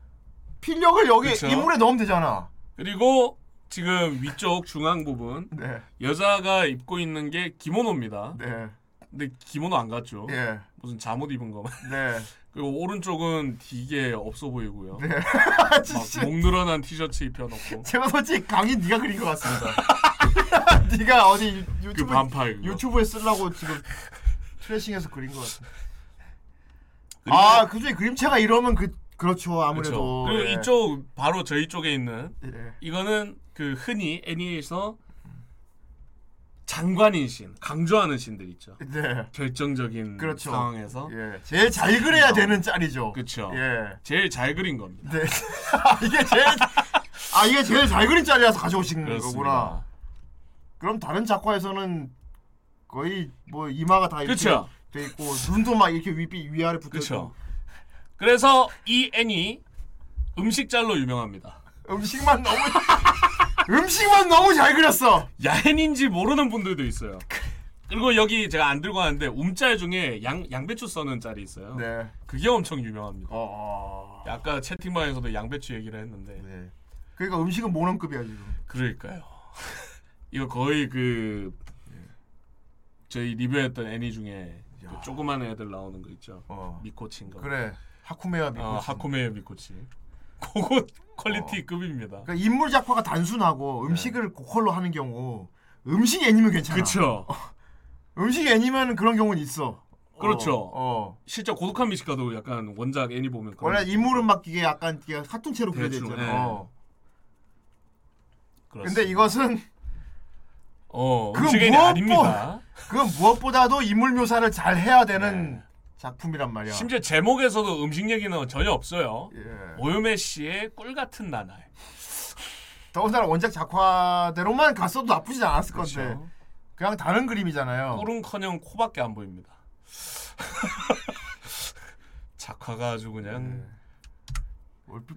Speaker 3: 필력을 여기
Speaker 4: 그쵸?
Speaker 3: 인물에 넣으면 되잖아.
Speaker 4: 그리고 지금 위쪽 중앙 부분
Speaker 3: 네,
Speaker 4: 여자가 입고 있는 게 기모노입니다.
Speaker 3: 네,
Speaker 4: 근데 기모노 안 갔죠.
Speaker 3: 예,
Speaker 4: 무슨 잠옷 입은 거.
Speaker 3: 네.
Speaker 4: 그리고 오른쪽은 되게 없어 보이고요.
Speaker 3: 아 진짜
Speaker 4: 막목 늘어난 티셔츠 입혀놓고 그
Speaker 3: 제가 솔직히 강의 네가 그린 것 같습니다. 네가 어디 유-
Speaker 4: 그
Speaker 3: 유튜브
Speaker 4: 반팔 그거.
Speaker 3: 유튜브에 쓰려고 지금 트레싱해서 그린 것 같습니다. 아 그중에 그림체가 이러면 그 그렇죠 아무래도.
Speaker 4: 그렇죠. 그리고
Speaker 3: 예.
Speaker 4: 이쪽 바로 저희 쪽에 있는
Speaker 3: 예.
Speaker 4: 이거는 그 흔히 애니에서 장관인 신, 강조하는 신들 있죠.
Speaker 3: 네.
Speaker 4: 결정적인
Speaker 3: 그렇죠.
Speaker 4: 상황에서
Speaker 3: 예. 제일 잘 그려야 되는 짤이죠.
Speaker 4: 어? 그렇죠.
Speaker 3: 예.
Speaker 4: 제일 잘 그린 겁니다.
Speaker 3: 네. 아, 이게 제일 아 이게 제일 잘 그린 음, 짤이라서 가져오신 거구나.
Speaker 4: 그렇습니다.
Speaker 3: 그럼 다른 작화에서는 거의 뭐 이마가 다 이렇게
Speaker 4: 그쵸.
Speaker 3: 돼 있고 눈도 막 이렇게 위비 위아래 붙어
Speaker 4: 그렇죠.
Speaker 3: 있고
Speaker 4: 그래서 이 애니 음식 짤로 유명합니다.
Speaker 3: 음식만 너무 음식만 너무 잘 그렸어.
Speaker 4: 야행인지 모르는 분들도 있어요. 그리고 여기 제가 안 들고 왔는데 움짤 중에 양 양배추 써는 짤이 있어요.
Speaker 3: 네.
Speaker 4: 그게 엄청 유명합니다.
Speaker 3: 어. 어.
Speaker 4: 아까 채팅방에서도 양배추 얘기를 했는데
Speaker 3: 네. 그러니까 음식은 모넘급이야 지금.
Speaker 4: 그러니까요. 이거 거의 그 저희 리뷰했던 애니 중에 그
Speaker 3: 야.
Speaker 4: 조그만 애들 나오는 거 있죠.
Speaker 3: 어.
Speaker 4: 미코치인가?
Speaker 3: 그래. 하쿠메와 미코.
Speaker 4: 어, 하코메의 미코치. 그거 퀄리티 급입니다.
Speaker 3: 그러니까 인물 작화가 단순하고 음식을 고퀄로 하는 경우 음식 애니면 괜찮아.
Speaker 4: 네. 그쵸.
Speaker 3: 어. 음식 애니면 그런 경우는 있어.
Speaker 4: 그렇죠.
Speaker 3: 어. 어.
Speaker 4: 실제 고독한 미식가도 약간 원작 애니 보면 그런
Speaker 3: 원래
Speaker 4: 느낌.
Speaker 3: 인물은 막 이게 약간 이게 카툰체로 그려져
Speaker 4: 대충,
Speaker 3: 있잖아.
Speaker 4: 예.
Speaker 3: 어.
Speaker 4: 그렇습니다.
Speaker 3: 근데 이것은
Speaker 4: 어,
Speaker 3: 그
Speaker 4: 음식이
Speaker 3: 무엇보- 뭐-
Speaker 4: 아닙니다.
Speaker 3: 그건 무엇보다도 인물 묘사를 잘 해야 되는
Speaker 4: 네.
Speaker 3: 작품이란 말이야.
Speaker 4: 심지어 제목에서도 음식 얘기는 전혀 없어요.
Speaker 3: 예.
Speaker 4: 오요메 씨의 꿀 같은 나날.
Speaker 3: 더군다나 원작 작화대로만 갔어도 나쁘지 않았을 건데 네.
Speaker 4: 그렇죠.
Speaker 3: 그냥 다른 그림이잖아요.
Speaker 4: 꿀은커녕 코밖에 안 보입니다. 작화가 아주
Speaker 3: 네.
Speaker 4: 그냥
Speaker 3: 예. 얼핏-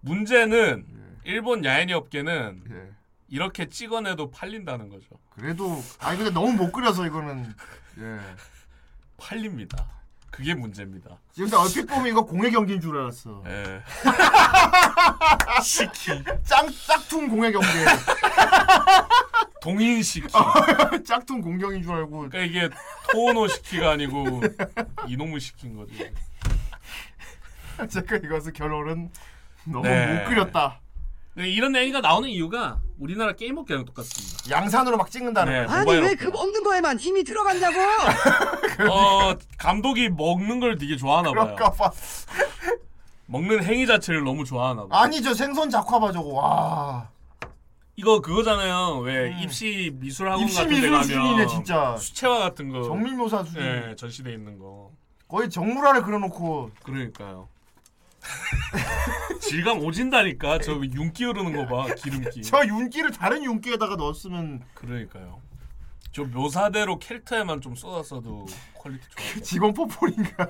Speaker 4: 문제는 일본 야애니 업계는
Speaker 3: 예.
Speaker 4: 이렇게 찍어내도 팔린다는 거죠.
Speaker 3: 그래도 아니 근데 너무 못 그려서 이거는 예.
Speaker 4: 팔립니다. 그게 문제입니다.
Speaker 3: 지금 나 얼핏 보면 이거 공예 경기인 줄 알았어.
Speaker 4: 예.
Speaker 3: 짱 짝퉁 공예 경기.
Speaker 4: 동인시키.
Speaker 3: 짝퉁 공경인 줄 알고
Speaker 4: 그러니까 이게 토노시키가 아니고 이놈을 시킨 거죠.
Speaker 3: 제가 이것은 결론은 너무
Speaker 4: 네.
Speaker 3: 못 그렸다.
Speaker 4: 근데 네, 이런 애니가 나오는 이유가 우리나라 게임 업계랑 똑같습니다.
Speaker 3: 양산으로 막 찍는다는
Speaker 4: 네,
Speaker 3: 거야.
Speaker 7: 아니
Speaker 4: 모바일
Speaker 7: 왜
Speaker 4: 업계.
Speaker 7: 그 먹는 거에만 힘이 들어간다고?
Speaker 4: 어, 감독이 먹는 걸 되게 좋아하나 봐요.
Speaker 3: 그럴까 봐.
Speaker 4: 먹는 행위 자체를 너무 좋아하나 봐요.
Speaker 3: 아니 저 생선 작화 봐 저거 와
Speaker 4: 이거 그거잖아요. 왜
Speaker 3: 음.
Speaker 4: 입시 미술 학원
Speaker 3: 입시
Speaker 4: 같은 데
Speaker 3: 미술
Speaker 4: 가면
Speaker 3: 수준이네 진짜
Speaker 4: 수채화 같은 거
Speaker 3: 정밀묘사 수준
Speaker 4: 예, 전시돼 있는 거.
Speaker 3: 거의 정물화를 그려놓고
Speaker 4: 그러니까요. 질감 오진다니까. 저 윤기 흐르는 거 봐. 기름기.
Speaker 3: 저 윤기를 다른 윤기에다가 넣었으면
Speaker 4: 그러니까요. 저 묘사대로 캐릭터에만 좀 쏟았어도 퀄리티 좋아.
Speaker 3: 직원 포폴인가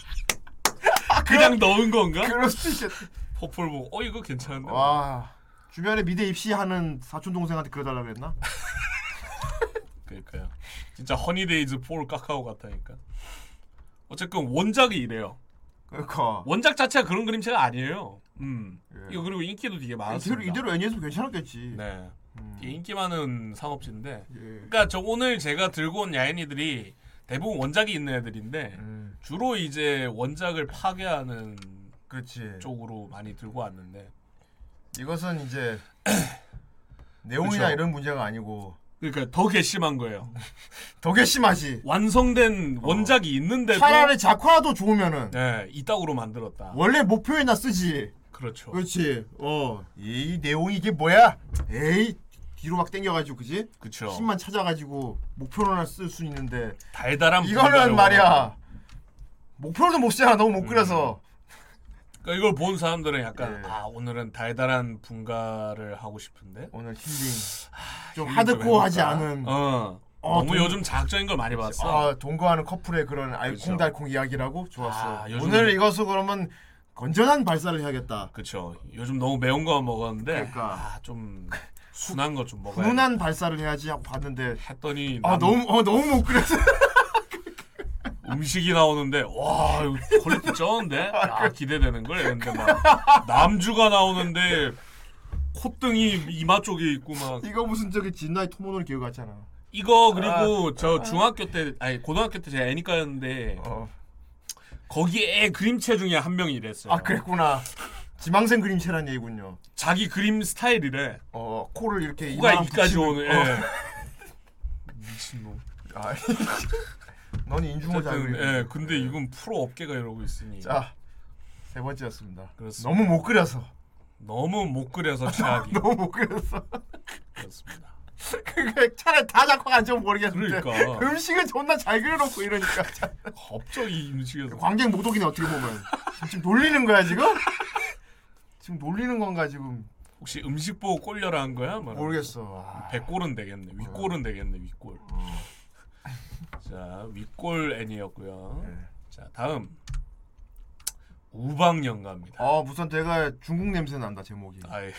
Speaker 4: 그냥 넣은 건가?
Speaker 3: 아, 그럴 수도 있겠다
Speaker 4: 퍼플 보고 어 이거 괜찮은데.
Speaker 3: 와 주변에 미대 입시하는 사촌 동생한테 그려달라 그랬나?
Speaker 4: 그러니까요. 진짜 허니데이즈 폴 카카오 같다니까. 어쨌건 원작이 이래요.
Speaker 3: 그러니까
Speaker 4: 원작 자체가 그런 그림체가 아니에요. 음.
Speaker 3: 예.
Speaker 4: 뭐,
Speaker 3: 아,
Speaker 4: 이거 그리고 인기도 되게 많았습니다.
Speaker 3: 이대로 이대로 애니했으면 괜찮았겠지.
Speaker 4: 네.
Speaker 3: 음.
Speaker 4: 되게 인기 많은 상업지인데.
Speaker 3: 예.
Speaker 4: 그러니까 저 오늘 제가 들고 온 야인이들이 대부분 원작이 있는 애들인데
Speaker 3: 음.
Speaker 4: 주로 이제 원작을 파괴하는
Speaker 3: 그렇지.
Speaker 4: 쪽으로 많이 들고 왔는데.
Speaker 3: 이것은 이제 내용이나
Speaker 4: 그쵸.
Speaker 3: 이런 문제가 아니고
Speaker 4: 그러니까 더 개심한 거예요.
Speaker 3: 덕의씨 맛이
Speaker 4: 완성된 원작이 있는데도
Speaker 3: 차라리 작화도 좋으면은
Speaker 4: 네, 이따구로 만들었다.
Speaker 3: 원래 목표에나 쓰지.
Speaker 4: 그렇죠.
Speaker 3: 그렇지. 어. 이 내용이 이게 뭐야? 에이 뒤로 막 당겨가지고 그지?
Speaker 4: 그쵸.
Speaker 3: 힘만 찾아가지고 목표로나 쓸 수 있는데
Speaker 4: 달달한 분가를
Speaker 3: 이거는 말이야 목표로도 못 쓰잖아 너무 못 그려서
Speaker 4: 그러니까 이걸 본 사람들은 약간
Speaker 3: 예.
Speaker 4: 아 오늘은 달달한 분가를 하고 싶은데
Speaker 3: 오늘 아, 힐링 좀
Speaker 4: 힐링
Speaker 3: 하드코어하지
Speaker 4: 해볼까?
Speaker 3: 않은
Speaker 4: 어.
Speaker 3: 어,
Speaker 4: 너무
Speaker 3: 동-
Speaker 4: 요즘 자극적인 걸 많이 봤어.
Speaker 3: 아 동거하는 커플의 그런 알콩달콩 이야기라고 좋았어
Speaker 4: 아, 요즘-
Speaker 3: 오늘 이것은 그러면 건전한 발사를 해야겠다
Speaker 4: 그쵸. 요즘 너무 매운 거 먹었는데
Speaker 3: 그러니까.
Speaker 4: 아, 좀 순한 거 좀 먹어야 돼.
Speaker 3: 훈훈한 발사를 해야지 하고 봤는데
Speaker 4: 했더니
Speaker 3: 아
Speaker 4: 난
Speaker 3: 너무 어 너무 못 그려서
Speaker 4: 음식이 나오는데 와 이거 퀄리티 쩌는데 아, 기대되는 걸 근데 막 남주가 나오는데 콧등이 이마 쪽에 있고 막
Speaker 3: 이거 무슨 저기 진나의 토모노를 기억 같잖아
Speaker 4: 이거 그리고 저 중학교 때 아니 고등학교 때 제가 애니까였는데
Speaker 3: 아. 어.
Speaker 4: 거기에 그림체 중에 한 명이 이랬어요.
Speaker 3: 아 그랬구나 지망생 그림체란 얘기군요
Speaker 4: 자기 그림 스타일이래.
Speaker 3: 어 코를 이렇게
Speaker 4: 코가
Speaker 3: 이만큼
Speaker 4: 이까지
Speaker 3: 붙이는- 어.
Speaker 4: 오는. 예. 미친놈.
Speaker 3: 아, 넌 인중을 잘
Speaker 4: 어쨌든
Speaker 3: 그리네.
Speaker 4: 예. 근데 이건 프로 업계가 이러고 있으니
Speaker 3: 자, 세 번째였습니다.
Speaker 4: 그렇습니다.
Speaker 3: 너무 못 그려서.
Speaker 4: 너무 못 그려서 최악이
Speaker 3: 너무 못 그려서.
Speaker 4: 그렇습니다.
Speaker 3: 그게 차라리 다 작화가 안좋으면 모르겠는데.
Speaker 4: 그러니까.
Speaker 3: 음식은 존나 잘 그려놓고 이러니까. 자,
Speaker 4: 갑자기 음식에서
Speaker 3: 관객 모독이네 어떻게 보면. 지금 놀리는 거야 지금? 지금 놀리는 건가 지금
Speaker 4: 혹시 음식 보고 꼴려라 한 거야? 뭐
Speaker 3: 모르겠어. 아,
Speaker 4: 백골은 되겠네. 윗골은 되겠네. 윗골.
Speaker 3: 어.
Speaker 4: 자, 윗골 애니였고요.
Speaker 3: 네.
Speaker 4: 자, 다음 우방 영가입니다.
Speaker 3: 아 무슨 제가 중국 냄새 난다 제목이.
Speaker 4: 아예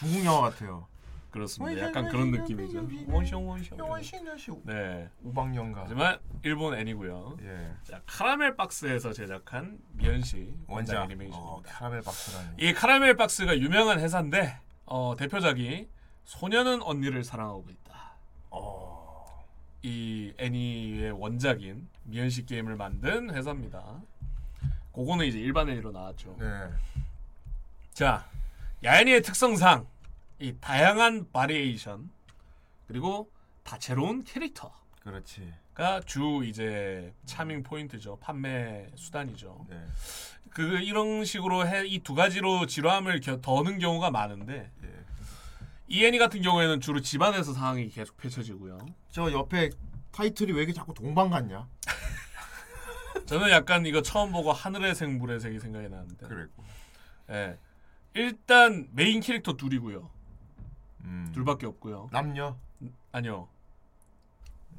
Speaker 3: 중국 영화 같아요.
Speaker 4: 그렇습니다. 약간 그런 느낌이죠. 원쇼 원쇼. 네.
Speaker 3: 우방영가.
Speaker 4: 하지만 일본 애니고요.
Speaker 3: 예.
Speaker 4: 자, 카라멜 박스에서 제작한 미연씨 원작
Speaker 3: 원작. 어,
Speaker 4: 애니메이션입니다.
Speaker 3: 카라멜 박스라니.
Speaker 4: 이 카라멜 박스가 유명한 회사인데 어, 대표작이 소녀는 언니를 사랑하고 있다.
Speaker 3: 어.
Speaker 4: 이 애니의 원작인 미연씨 게임을 만든 회사입니다. 그거는 이제 일반 애니로 나왔죠.
Speaker 3: 네.
Speaker 4: 자, 야애니의 특성상 이 다양한 바리에이션 그리고 다채로운 캐릭터가
Speaker 3: 그렇지.
Speaker 4: 주 이제 차밍 포인트죠. 판매 수단이죠.
Speaker 3: 네.
Speaker 4: 그 이런 식으로 이 두 가지로 지루함을 겨, 더는 경우가 많은데
Speaker 3: 예.
Speaker 4: 이 애니 같은 경우에는 주로 집안에서 상황이 계속 펼쳐지고요.
Speaker 3: 저 옆에 타이틀이 왜 이렇게 자꾸 동방 같냐?
Speaker 4: 저는 약간 이거 처음 보고 하늘의 색, 물의 색이 생각이 나는데.
Speaker 3: 그랬고.
Speaker 4: 예. 일단 메인 캐릭터 둘이고요.
Speaker 3: 음.
Speaker 4: 둘밖에 없고요.
Speaker 3: 남녀.
Speaker 4: 아니요.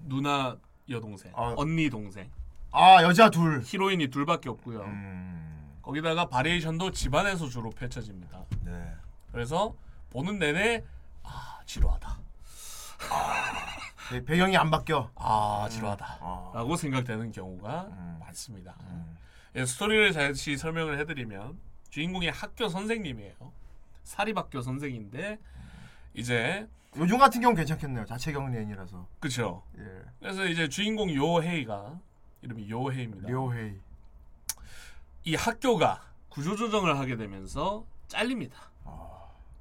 Speaker 4: 누나 여동생,
Speaker 3: 아.
Speaker 4: 언니 동생.
Speaker 3: 아 여자 둘.
Speaker 4: 히로인이 둘밖에 없고요.
Speaker 3: 음.
Speaker 4: 거기다가 바리에이션도 집안에서 주로 펼쳐집니다.
Speaker 3: 네.
Speaker 4: 그래서 보는 내내 아 지루하다,
Speaker 3: 배, 배경이 안 바뀌어.
Speaker 4: 아 지루하다.
Speaker 3: 아.
Speaker 4: 라고 생각되는 경우가
Speaker 3: 음.
Speaker 4: 많습니다.
Speaker 3: 음.
Speaker 4: 예, 스토리를 다시 설명을 해드리면 주인공이 학교 선생님이에요. 사립학교 선생인데 이제
Speaker 3: 요즘 같은 경우 는 괜찮겠네요. 자체 경리인이라서.
Speaker 4: 그쵸.
Speaker 3: 예.
Speaker 4: 그래서 이제 주인공 요헤이가 이름이 요헤이입니다.
Speaker 3: 료헤이.
Speaker 4: 이 학교가 구조조정을 하게 되면서 잘립니다. 아.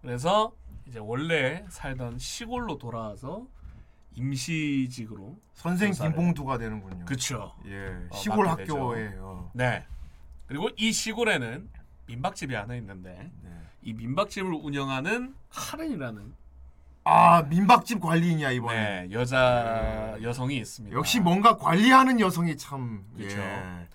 Speaker 4: 그래서 이제 원래 살던 시골로 돌아와서 임시직으로
Speaker 3: 선생
Speaker 4: 그 교사를.
Speaker 3: 김봉두가 되는군요.
Speaker 4: 그쵸.
Speaker 3: 예.
Speaker 4: 어,
Speaker 3: 시골
Speaker 4: 맡게 되죠.
Speaker 3: 학교에. 어.
Speaker 4: 네. 그리고 이 시골에는 민박집이 하나 있는데
Speaker 3: 네.
Speaker 4: 이 민박집을 운영하는 카렌이라는
Speaker 3: 아 민박집 관리인이야 이번에.
Speaker 4: 네, 여자 여성이 있습니다.
Speaker 3: 역시 뭔가 관리하는 여성이 참.
Speaker 4: 그쵸.
Speaker 3: 예.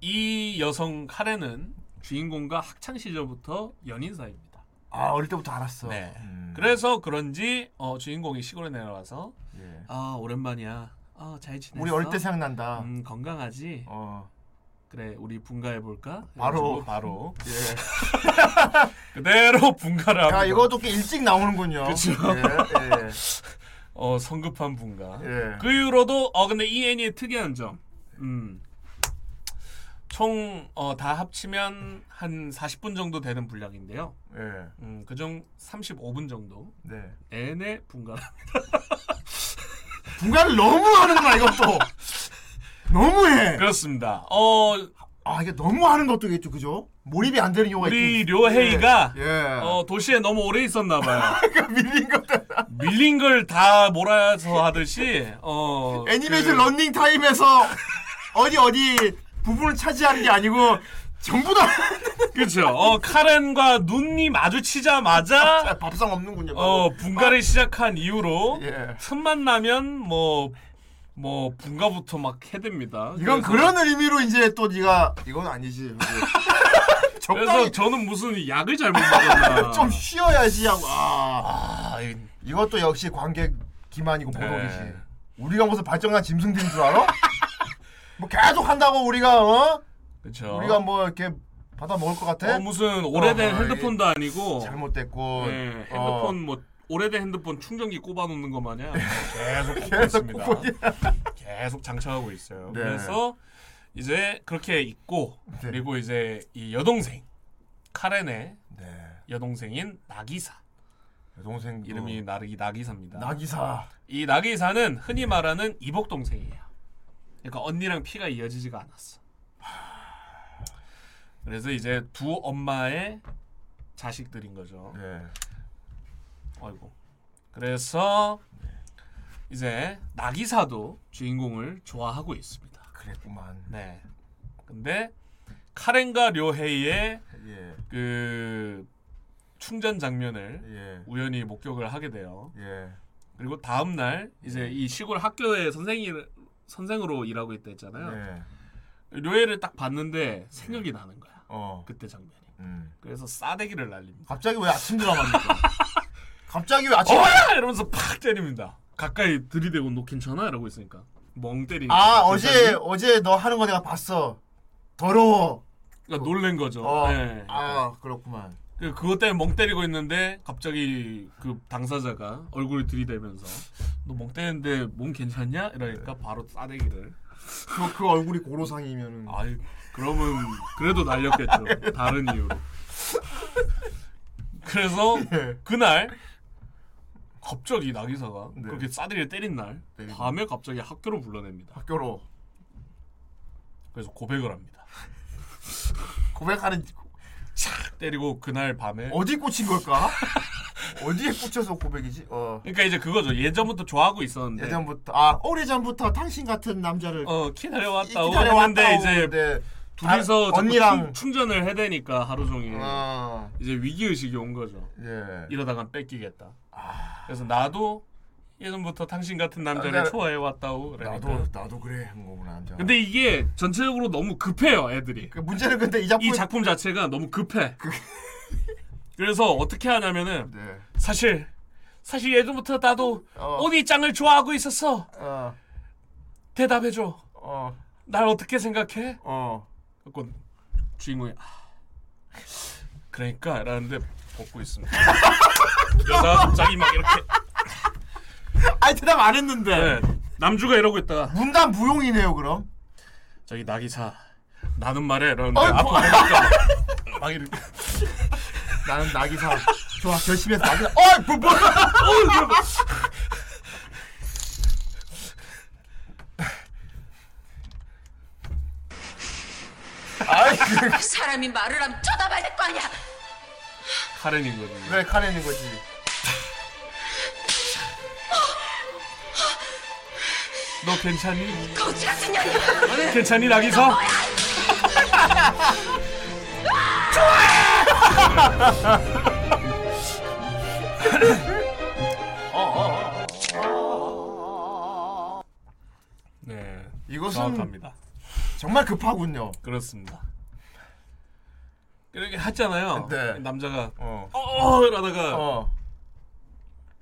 Speaker 4: 이 여성 카렌은 주인공과 학창 시절부터 연인 사이입니다.
Speaker 3: 아 어릴 때부터 알았어.
Speaker 4: 네.
Speaker 3: 음.
Speaker 4: 그래서 그런지 어, 주인공이 시골에 내려와서
Speaker 3: 예.
Speaker 4: 아 오랜만이야. 아잘 지냈어?
Speaker 3: 우리 어릴 때 생각난다.
Speaker 4: 음 건강하지.
Speaker 3: 어.
Speaker 4: 그래 우리 분가해 볼까?
Speaker 3: 바로.
Speaker 4: 네, 바로
Speaker 3: 예.
Speaker 4: 그대로 분가를 합니다.
Speaker 3: 야, 이것도 꽤 일찍 나오는군요.
Speaker 4: 그쵸.
Speaker 3: 예,
Speaker 4: 어 성급한 분가.
Speaker 3: 예. 예.
Speaker 4: 그 이후로도 어 근데 이 애니의 특이한 점. 음. 총다 합치면 한 40분 정도 되는 분량인데요.
Speaker 3: 예.
Speaker 4: 음, 그중 35분 정도
Speaker 3: 네.
Speaker 4: 내내 분간.
Speaker 3: 분간을 너무 하는구나 이것도. 너무해.
Speaker 4: 그렇습니다. 어,
Speaker 3: 아 이게 너무 하는 것도 있죠, 그죠? 몰입이 안 되는 경우가
Speaker 4: 우리
Speaker 3: 있긴-
Speaker 4: 료헤이가
Speaker 3: 예. 예.
Speaker 4: 어, 도시에 너무 오래 있었나 봐요.
Speaker 3: 밀린 것 같다.
Speaker 4: 밀린 걸 다 몰아서 하듯이 어,
Speaker 3: 애니메이션
Speaker 4: 그-
Speaker 3: 런닝 타임에서 어디 어디 부분을 차지하는 게 아니고 전부 다
Speaker 4: 그렇죠. 어, 카렌과 눈이 마주치자마자
Speaker 3: 밥상 없는군요.
Speaker 4: 어, 분가를 시작한 이후로
Speaker 3: 예.
Speaker 4: 틈만 나면 뭐, 뭐 분가부터 막 해댑니다.
Speaker 3: 이건
Speaker 4: 그래서-
Speaker 3: 그런 의미로 이제 또 네가 이건 아니지. 적당히
Speaker 4: 그래서 저는 무슨 약을 잘못 먹었나.
Speaker 3: 좀 쉬어야지 하고. 아.
Speaker 4: 아, 이-
Speaker 3: 이것도 역시 관객 기만이고 모독이지.
Speaker 4: 네.
Speaker 3: 우리가 무슨 발정난 짐승들인 줄 알아? 뭐 계속 한다고 우리가 어?
Speaker 4: 그렇죠.
Speaker 3: 우리가 뭐 이렇게 받아 먹을 것 같아?
Speaker 4: 어, 무슨 오래된
Speaker 3: 어,
Speaker 4: 핸드폰도 아니고
Speaker 3: 잘못됐고.
Speaker 4: 네,
Speaker 3: 어.
Speaker 4: 핸드폰 뭐 오래된 핸드폰 충전기 꼽아 놓는 거 마냥 계속 꼽고
Speaker 3: 예. 계속
Speaker 4: 있습니다.
Speaker 3: 꼽고 있-
Speaker 4: 계속 장착하고 있어요.
Speaker 3: 네.
Speaker 4: 그래서 이제 그렇게 있고
Speaker 3: 네.
Speaker 4: 그리고 이제 이 여동생 카렌의
Speaker 3: 네.
Speaker 4: 여동생인 나기사
Speaker 3: 여동생
Speaker 4: 이름이 나르기 나기사입니다.
Speaker 3: 어. 나기사.
Speaker 4: 이 나기사는 흔히 말하는 이복 동생이에요. 그러니까 언니랑 피가 이어지지가 않았어. 그래서 이제 두 엄마의 자식들인 거죠.
Speaker 3: 네.
Speaker 4: 아이고. 그래서 이제 나기사도 주인공을 좋아하고 있습니다.
Speaker 3: 그랬구만.
Speaker 4: 네. 근데 카렌과 료헤이의
Speaker 3: 예.
Speaker 4: 그 충전 장면을
Speaker 3: 예.
Speaker 4: 우연히 목격을 하게 돼요.
Speaker 3: 예.
Speaker 4: 그리고 다음 날
Speaker 3: 네.
Speaker 4: 이제 이 시골 학교의 선생이 선생으로 일하고 있다 했잖아요.
Speaker 3: 네.
Speaker 4: 료헤이를 딱 봤는데 생각이 나는 거야.
Speaker 3: 어.
Speaker 4: 그때 장면이.
Speaker 3: 음.
Speaker 4: 그래서 싸대기를 날립니다.
Speaker 3: 갑자기 왜 아침 드라마입니까? 갑자기 왜 아침?
Speaker 4: 어야 이러면서 팍 때립니다. 가까이 들이대고 너 괜찮아? 이러고 있으니까 멍 때리니까.
Speaker 3: 아 어제
Speaker 4: 괜찮니?
Speaker 3: 어제 너 하는 거 내가 봤어. 더러워.
Speaker 4: 그러니까 놀란 거죠.
Speaker 3: 어.
Speaker 4: 네.
Speaker 3: 아 그렇구만.
Speaker 4: 그 그것 때문에 멍 때리고 있는데 갑자기 그 당사자가 얼굴을 들이대면서 너 멍 때리는데 몸 괜찮냐? 이러니까
Speaker 3: 네.
Speaker 4: 바로 싸대기를.
Speaker 3: 그, 그 얼굴이 고로상이면은
Speaker 4: 아 그러면 그래도 날렸겠죠. 다른 이유로. 그래서
Speaker 3: 예.
Speaker 4: 그날 갑자기 나기사가
Speaker 3: 네.
Speaker 4: 그렇게 싸대기를 때린 날
Speaker 3: 때린
Speaker 4: 밤에 갑자기 학교로 불러냅니다.
Speaker 3: 학교로
Speaker 4: 그래서 고백을 합니다.
Speaker 3: 고백하는
Speaker 4: 때리고 그날 밤에
Speaker 3: 어디 꽂힌 걸까? 어디에 꽂혀서 고백이지? 어
Speaker 4: 그러니까 이제 그거죠. 예전부터 좋아하고 있었는데
Speaker 3: 예전부터 아 오래 전부터 당신 같은 남자를
Speaker 4: 네. 어 기다려왔다고
Speaker 3: 기다려왔다
Speaker 4: 했는데 이제
Speaker 3: 네.
Speaker 4: 둘이서
Speaker 3: 아,
Speaker 4: 언니랑
Speaker 3: 언니랑.
Speaker 4: 충전을 해대니까 하루 종일
Speaker 3: 어,
Speaker 4: 이제 위기 의식이 온 거죠.
Speaker 3: 예.
Speaker 4: 이러다간 뺏기겠다. 그래서 나도 예전부터 당신 같은 남자를
Speaker 3: 아, 나-
Speaker 4: 좋아해 왔다고 그러니까.
Speaker 3: 나도 나도 그래 한 거구나 남자.
Speaker 4: 근데 이게 전체적으로 너무 급해요 애들이.
Speaker 3: 그 문제는 근데 이 작품
Speaker 4: 이 작품 자체가 너무 급해. 그래서 어떻게 하냐면은
Speaker 3: 네.
Speaker 4: 사실 사실 예전부터 나도
Speaker 3: 어.
Speaker 4: 오니 짱을 좋아하고 있었어.
Speaker 3: 어,
Speaker 4: 대답해줘.
Speaker 3: 어,
Speaker 4: 날 어떻게 생각해?
Speaker 3: 어.
Speaker 4: 그건 주인공이 아, 그러니까 라는데 벗고 있습니다. 여자 갑자기 막 이렇게
Speaker 3: 아니 대답 안 했는데.
Speaker 4: 네, 남주가 이러고 있다가
Speaker 3: 문단 무용이네요 그럼.
Speaker 4: 저기 나기사 나는 말해 라는데
Speaker 3: 어이구.
Speaker 4: 앞으로 보니까 막 이렇게
Speaker 3: 나는 나기사. 좋아 결심해서 나기사. 어이 뭐 뭐.
Speaker 8: 사람이 말을 하면 쳐다봐야 될 거 아니야.
Speaker 4: 카렌인 거죠.
Speaker 3: 왜 카레는 거지?
Speaker 4: 너 괜찮니?
Speaker 8: 거지 같은 년이야.
Speaker 4: 괜찮니 나기사? 네,
Speaker 3: 이것은
Speaker 4: 정확합니다.
Speaker 3: 정말 급하군요.
Speaker 4: 그렇습니다. 이렇게 하잖아요.
Speaker 3: 네.
Speaker 4: 남자가
Speaker 3: 어.
Speaker 4: 어, 어 이러다가
Speaker 3: 어.